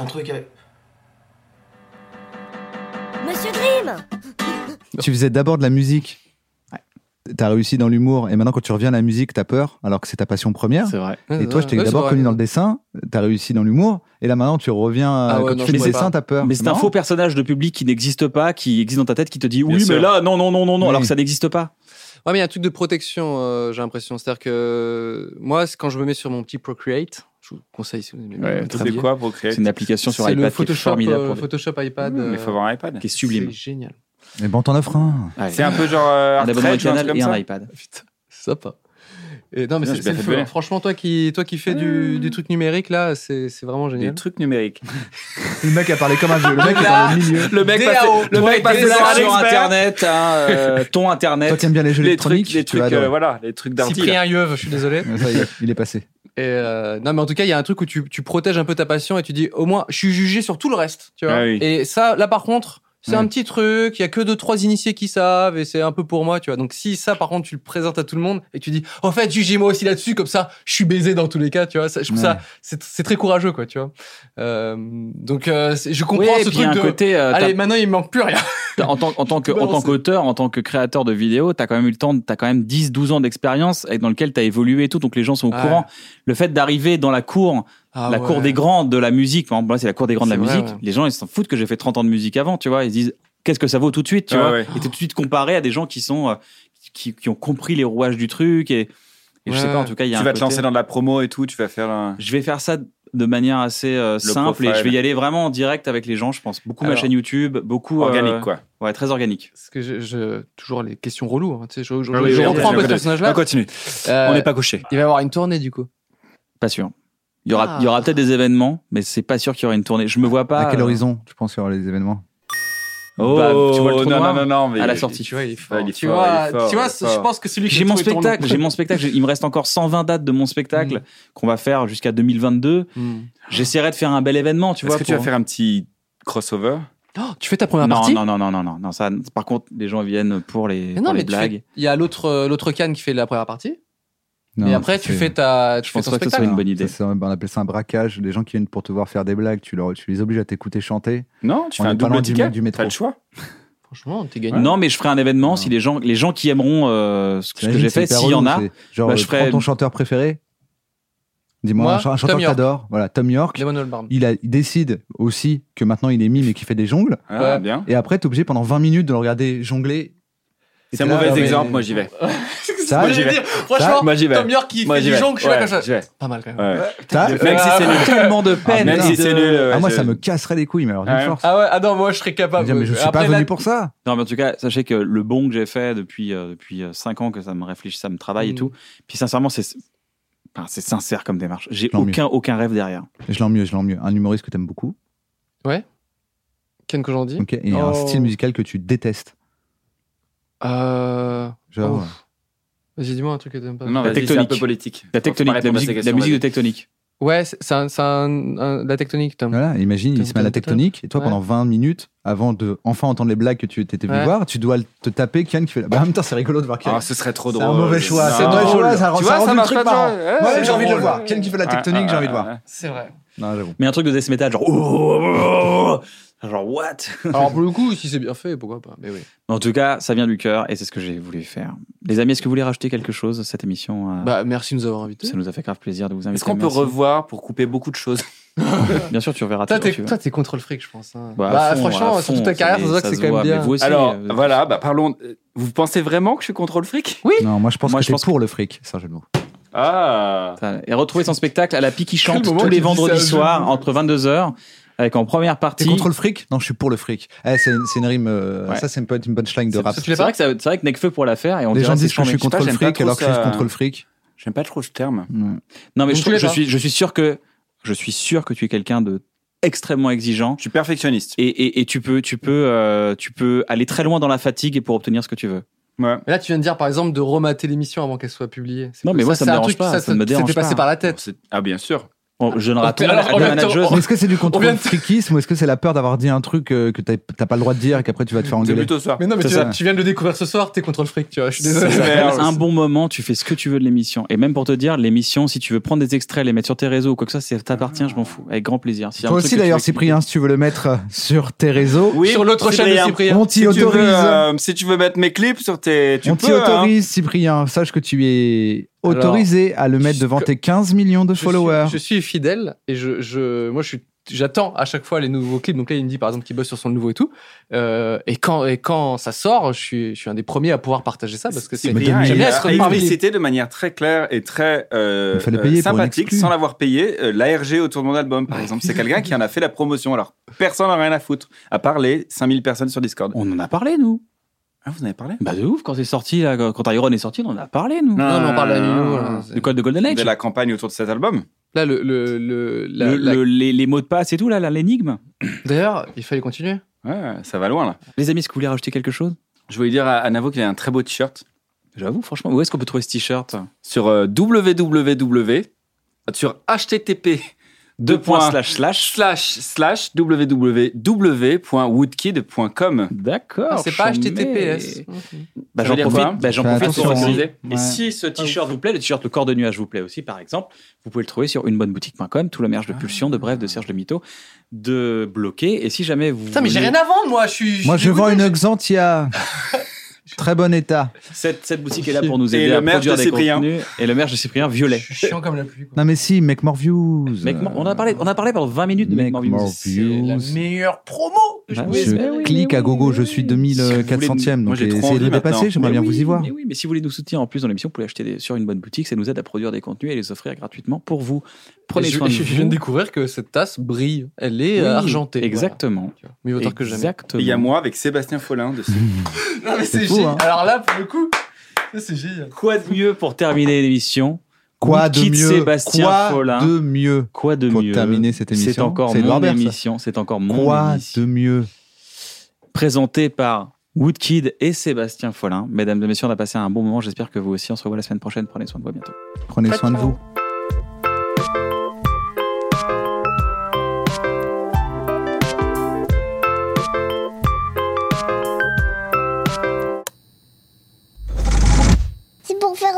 Un truc avec.
Monsieur Grimm
Tu faisais d'abord de la musique. T'as réussi dans l'humour et maintenant quand tu reviens à la musique t'as peur alors que c'est ta passion première.
C'est vrai.
Et toi je t'ai
Ouais, c'est
d'abord
vrai.
connu dans le dessin, t'as réussi dans l'humour et là maintenant tu reviens euh,
Ah ouais,
quand
non,
tu fais
je
du
pourrais
dessin
pas.
t'as peur.
Mais c'est un faux personnage de public qui n'existe pas, qui existe dans ta tête, qui te dit oui, mais
sûr.
là, non, non, non, non, non, alors
Oui.
que ça n'existe pas.
Ouais, mais il y a un truc de protection, euh, j'ai l'impression. C'est-à-dire que euh, moi, c'est quand je me mets sur mon petit Procreate, je vous conseille si vous aimez bien.
très
C'est
travailler.
quoi pour créer
C'est une application sur
C'est le
iPad qui est
Photoshop,
formidable,
euh,
pour-
Photoshop iPad.
Mmh, Mais il
euh,
faut avoir un iPad.
qui est sublime.
C'est génial.
Mais bon t'en offres un.
Ouais.
C'est un peu genre euh,
un abonnement
Artred ou un truc
canal
comme
et un
ça.
iPad.
Putain, c'est sympa. Et non, mais c'est
Putain, j'ai
c'est
bien
le
fait de Mmh.
feu. hein.
venir.
Franchement, toi qui, toi qui fais du, du truc numérique, là, c'est c'est vraiment
Des
génial.
trucs numériques.
Le mec a parlé comme un vieux. Le mec est
Là.
dans le milieu.
Le mec
DAO.
passe le
Ouais,
mec passe
des
sur
heures
un
sur
expert.
Internet, hein, euh, ton
Toi
Internet.
t'aimes bien les jeux
Les trucs,
électroniques.
les
tu
trucs,
vas
euh,
adorer.
voilà, les trucs d'arty. là.
Cyprien Yeuve, je suis désolé.
Ça y est, Il est passé.
Et euh, non, mais en tout cas, il y a un truc où tu, tu protèges un peu ta passion et tu dis au moins, je suis jugé sur tout le reste. Tu vois
Ah oui.
Et ça, là par contre, c'est
Ouais.
un petit truc, il y a que deux, trois initiés qui savent et c'est un peu pour moi, tu vois. Donc si ça, par contre, tu le présentes à tout le monde et tu dis, en fait, jugez-moi aussi là-dessus, comme ça, je suis baisé dans tous les cas, tu vois. Ça, je trouve
Ouais.
ça, c'est c'est très courageux, quoi, tu vois. Euh, donc euh, c'est- je comprends
Oui,
ce
et puis
truc
un
de.
côté, euh, t'as-
Allez, maintenant, il me manque plus rien.
T'as- en tant, en tant que,
peux
en tant
balancer.
qu'auteur, en tant que créateur de vidéos, t'as quand même eu le temps, de- t'as quand même 10, 12 ans d'expérience avec- dans lequel t'as évolué et tout, donc les gens sont au
Ouais.
courant. Le fait d'arriver dans la cour,
Ah
Ah
la cour des grands de la musique, par exemple, là, c'est la cour des grands de la
C'est vrai,
musique,
ouais.
les gens, ils s'en foutent que j'ai fait 30 ans de musique avant, tu vois, ils se disent, qu'est-ce que ça vaut tout de suite, tu
Ouais,
vois.
ouais.
Et t'es tout de suite comparé à des gens qui sont, euh, qui, qui ont compris les rouages du truc et, et je sais
Ouais.
pas, en tout cas, il y a
Tu
un
vas te
côté-
lancer dans de la promo et tout, tu vas faire un...
je vais faire ça de manière assez euh, simple et je
profile.
vais y aller vraiment en direct avec les gens, je pense. Beaucoup ma
Alors,
chaîne YouTube, beaucoup euh,
organique quoi.
Ouais, très organique.
Parce que je, je- toujours les questions reloues. hein, tu sais, je je-
Ah oui,
je
oui,
reprends
oui,
un peu ce
oui, oui.
personnage-là.
On continue.
Euh,
On n'est pas couché.
Il va y avoir une tournée du coup.
Pas sûr. Il y aura,
Ah.
il y aura peut-être des événements, mais c'est pas sûr qu'il y aura une tournée. Je me vois pas.
À quel
euh,
horizon tu penses qu'il y aura les événements
Bah, tu vois le
non,
trou
non,
noir
non, non, mais
à la sortie.
Tu vois, il est
Ah, il est
tu
fort,
vois,
il est fort,
tu vois,
il est fort.
je pense que celui qui
euh, J'ai
a
mon
trouvé ton
spectacle, j'ai mon spectacle. j'ai- Il me reste encore 120 dates de mon spectacle
Mm.
qu'on va faire jusqu'à 2022.
nom. Mm.
J'essaierai de faire un bel événement, tu
Est-ce
vois.
que tu vas
pour-
faire un petit crossover
Oh, tu fais ta première
non,
partie
non, non, non, non, non, non, ça. Par contre, les gens viennent pour les,
Mais
pour les
tu fais-
blagues.
Il y a l'autre euh, l'autre canne qui fait la première partie. et
Non,
après, tu
c'est-
fais ta. Tu
Je
fais
pense
ton
pas que ce soit
spectacle.
une bonne
Ça,
idée.
c'est un- on appelle ça un braquage. Les gens qui viennent pour te voir faire des blagues, tu, leur, tu les obliges à t'écouter chanter.
Non, tu
On
fais
est
un
pas loin
double
du-
ticket
du métro.
T'as le choix.
Franchement, t'es gagné.
Non, mais je ferai un événement si les gens, les gens qui aimeront euh, ce que- ce que
T'imagines,
j'ai
c'est
fait,
hyper
s'il y en
relou,
a.
c'est Genre,
bah, je
euh, prends
ferais-
ton chanteur préféré. Dis-moi
Moi,
un, cha- un chanteur
Tom
que
York.
t'adores. Voilà, Tom York.
Lemon Albarn.
Il, a, il décide aussi que maintenant il est mime et qu'il fait des jongles.
Ah,
Ouais.
bien.
Et après, t'es obligé pendant 20 minutes de le regarder jongler. Et
C'est un
t'es là,
mauvais
ah, mais-
exemple, moi j'y vais.
Ça,
Moi, j'allais
vais.
dire, Franchement,
Moi, j'y vais.
Tom York qui
Moi
fait
j'y
du
vais.
jonc, je suis
Ouais,
là comme ça.
j'y vais.
Pas mal quand même.
Ouais.
ça-
Même si
*laughs*
c'est nul.
Tellement de
Ah,
peine.
Même
non.
si c'est nul. ouais,
Ah, moi,
je-
ça me casserait les couilles, mais alors d'une
Ouais.
force.
Ah ouais, ah non, moi je serais
Je
capable.
veux dire, mais je suis
Après,
pas
là-
venu pour ça.
Non, mais en tout cas, sachez que le bon que j'ai fait depuis euh, depuis euh, cinq ans que ça me réfléchit, ça me travaille et
Mm.
tout. Puis sincèrement, c'est enfin, c'est sincère comme démarche. J'ai
Tant mieux.
aucun aucun rêve derrière.
Je l'en mieux, je l'en mieux. Un humoriste que t'aimes beaucoup.
Ken Kojandi
Ok. Et un
Oh.
style musical que tu détestes.
Euh.
Genre.
Oh. Vas-y, dis-moi un truc que t'aimes pas.
Non,
La
vas-y, c'est un
tectonique.
peu politique.
La tectonique, la musique, la musique de tectonique.
Ouais, c'est c'est un, c'est un- un- la tectonique, Tom.
Voilà, imagine, il se met à la tectonique, et toi,
Ouais.
pendant 20 minutes, avant de enfin entendre les blagues que tu étais venu
Ouais.
voir, tu dois te taper Kian qui fait. Bah, en même temps, c'est rigolo de voir Kian.
Ah, ce serait trop
c'est
drôle.
un mauvais choix.
Non.
C'est un mauvais choix, ça, rend-
Tu
ça
vois,
rend
ça
du
marche
truc
pas,
marrant.
toi. Ouais,
Ouais,
c'est
j'ai envie de le
drôle.
voir. Kian
Ah,
qui fait la tectonique, j'ai envie de voir.
C'est vrai.
Non, j'avoue.
Mais un truc de death metal, genre oh, oh, oh, genre what
Alors pour le coup, si c'est bien fait, pourquoi pas Mais oui.
En tout cas, ça vient du cœur et c'est ce que j'ai voulu faire. Les amis, est-ce que vous voulez rajouter quelque chose à cette émission euh,
Bah, merci de nous avoir invités.
Ça nous a fait grave plaisir de vous inviter.
Est-ce qu'on peut
Merci.
revoir pour couper beaucoup de choses
Bien sûr, tu reverras.
Toi,
tout-
t'es,
Ah, tu-
toi, t'es contre le fric, je pense. hein.
Ouais, à
bah,
fond,
franchement,
à
sur
fond,
toute ta carrière, ça se voit que
mais
c'est quand
voit,
même
mais
bien.
vous aussi,
Alors,
euh,
voilà, bah, parlons. euh, Vous pensez vraiment que je suis contre le fric
Non, moi, je pense
Moi,
que
je
t'es
pense
pour le fric, c'est un jeu de mots.
Ah
Putain, Et retrouver son spectacle à la pique qui chante
Quel moment
tous les
tu dis ça,
vendredis
je-
soirs entre 22h avec en première
T'es
partie.
contre le fric Non, je suis pour le fric. Eh, c'est c'est une rime. euh,
Ouais.
Ça, c'est une bonne une punchline de
C'est
rap.
c'est vrai que ça- c'est vrai que Nekfeu pourra la faire et on
Les
dira
gens
c'est
disent que je
chambé.
suis
je sais pas,
contre le
j'aime pas
fric
trop
alors que je suis
ça.
contre le fric.
J'aime pas trop ce terme.
Non mais
Vous
je, trouve-
voulez
je
pas
suis je suis sûr que je suis sûr que tu es quelqu'un de extrêmement exigeant
Je suis perfectionniste.
et, et, et tu peux tu peux euh, tu peux aller très loin dans la fatigue et pour obtenir ce que tu veux.
Ouais.
Mais là, tu viens de dire, par exemple, de remater l'émission avant qu'elle soit publiée. C'est
Non,
cool.
mais moi, ça me
c'est un
dérange
truc-
pas, ça me
ça
dérange
t'est passé
pas.
par la tête.
C'est- Ah, bien sûr.
Bon, je ne
Ah,
rate
mais alors, en même temps,
manageuse.
on-
Mais Est-ce que c'est du contrôle
vient de-
friquisme ou est-ce que c'est la peur d'avoir dit un truc euh, que t'as t'as pas le droit de dire et qu'après tu vas te faire
C'est
engueuler
plutôt ça.
Mais non, mais
C'est
tu,
ça.
viens- tu viens de le découvrir ce soir, t'es contre le fric, tu vois. Je suis
C'est
désolé.
ça.
Passe
Merde.
un bon moment, tu fais ce que tu veux de l'émission. Et même pour te dire, l'émission, si tu veux prendre des extraits, les mettre sur tes réseaux ou quoi que ça, ça t'appartient, je m'en fous. Avec grand plaisir. Si y a un
Toi
truc
aussi
que tu
d'ailleurs,
veux cliquer-
Cyprien, si tu veux le mettre euh, sur tes réseaux,
Oui,
Sur l'autre chaîne de
Cyprien.
hein,
Cyprien.
on t'y
Si tu,
autorise.
veux, euh, si tu veux mettre mes clips sur tes. Tu
on t'y
peux. hein.
autorise, Cyprien. Sache que tu es
Alors,
autorisé à le mettre
je-
devant tes 15 millions de
Je suis-
followers.
Je suis, fidèle et je, je, moi, je suis, j'attends à chaque fois les nouveaux clips. Donc là, il me dit, par exemple, qu'il bosse sur son nouveau et tout. Euh, et quand, et quand ça sort, je suis, je suis un des premiers à pouvoir partager ça parce que c'est,
Cyprien
j'aime
il
bien
a
être parmi les-
explicité de manière très claire et très euh,
Il fallait
euh,
payer pour une
sympathique,
exclue.
sans l'avoir payé, euh, l'ARG autour de mon album, par exemple. C'est quelqu'un qui en a fait la promotion. Alors, personne n'a rien à foutre, à part les 5000 personnes sur Discord.
On en a parlé, nous.
Ah, vous en avez parlé
Bah, de ouf, quand c'est sorti, là, quand quand Iron est sorti, on en a parlé, nous.
Non, mais on parle à Nuno, là.
Du code de Golden Age.
De la campagne autour de cet album
Là, le, le, le, la-
Le-
la-
le- les, les mots de passe et tout, là, là, l'énigme.
D'ailleurs, il fallait continuer.
Ouais, ça va loin, là.
Les amis, est-ce que vous voulez rajouter quelque chose
Je voulais dire à, à Navo qu'il a un très beau t-shirt
J'avoue, franchement, où est-ce qu'on peut trouver ce t-shirt
sur euh, www, sur http
Deux points slash slash.
slash slash www.woodkid.com.
D'accord.
Ah, c'est pas
chômé.
HTTPS.
Bah, j'en
Ça veut dire quoi
profite, bah, j'en
Fais
profite
attention,
pour
hein.
préciser.
Ouais.
Et si ce t-shirt vous plaît, le t-shirt Le Corps de Nuage vous plaît aussi, par exemple, vous pouvez le trouver sur unebonneboutique.com, tout le merge de Pulsion, de Bref, de Serge Le Mito, de Bloqué. Et si jamais vous.
Putain, mais j'ai
voulez-
rien à vendre, moi. Je suis.
Moi,
suis
je vends
dégoûté.
une Xantia.
*laughs*
Très bon état.
Cette, cette boutique est là pour nous
Et
aider
le
à
merch
produire
de
des
Cyprien.
contenus. Et le merge de Cyprien
Je
Violet.
suis chiant comme la pluie. quoi.
Non, mais si, make more views.
Mec, on, a parlé, on a parlé pendant 20 minutes de Make
Make
More Views.
more
C'est la
views.
meilleure promo que je
Bah,
pouvais
monsieur.
espérer.
oui,
Euh, Je clique
mais
à
oui,
gogo,
mais
je
oui.
suis
Si vous
2400ème.
voulez- moi,
Donc,
j'ai trop
essayez de
envie
le dépasser,
maintenant.
j'aimerais
Mais
bien
oui,
vous y voir.
Mais oui, mais si vous voulez nous soutenir en plus dans l'émission, vous pouvez acheter des, sur une bonne boutique. Ça nous aide à produire des contenus et les offrir gratuitement pour vous. Prenez
Et je,
soin de
*laughs* je-
vous.
je viens de découvrir que cette tasse brille. Elle est
Oui,
euh, argentée.
Exactement.
voilà. Mieux vaut tard que jamais.
Et
Exactement.
il y a moi avec Sébastien Follin dessus.
Non, mais
C'est
c'est
fou,
génial.
hein.
Alors là, pour le coup, ça, c'est génial.
Quoi de mieux pour terminer l'émission
Quoi
Woodkid
de mieux
Sébastien
Quoi
Follin.
de mieux
Quoi de
pour
mieux
terminer cette émission
C'est encore
C'est
mon
Edouard Baird, ça.
émission. C'est encore mon
Quoi
émission.
de mieux
Présenté par Woodkid et Sébastien Follin. Mesdames et messieurs, on a passé un bon moment. J'espère que vous aussi. On se revoit la semaine prochaine. Prenez soin de vous. À bientôt.
Prenez soin de vous.
C'est pour faire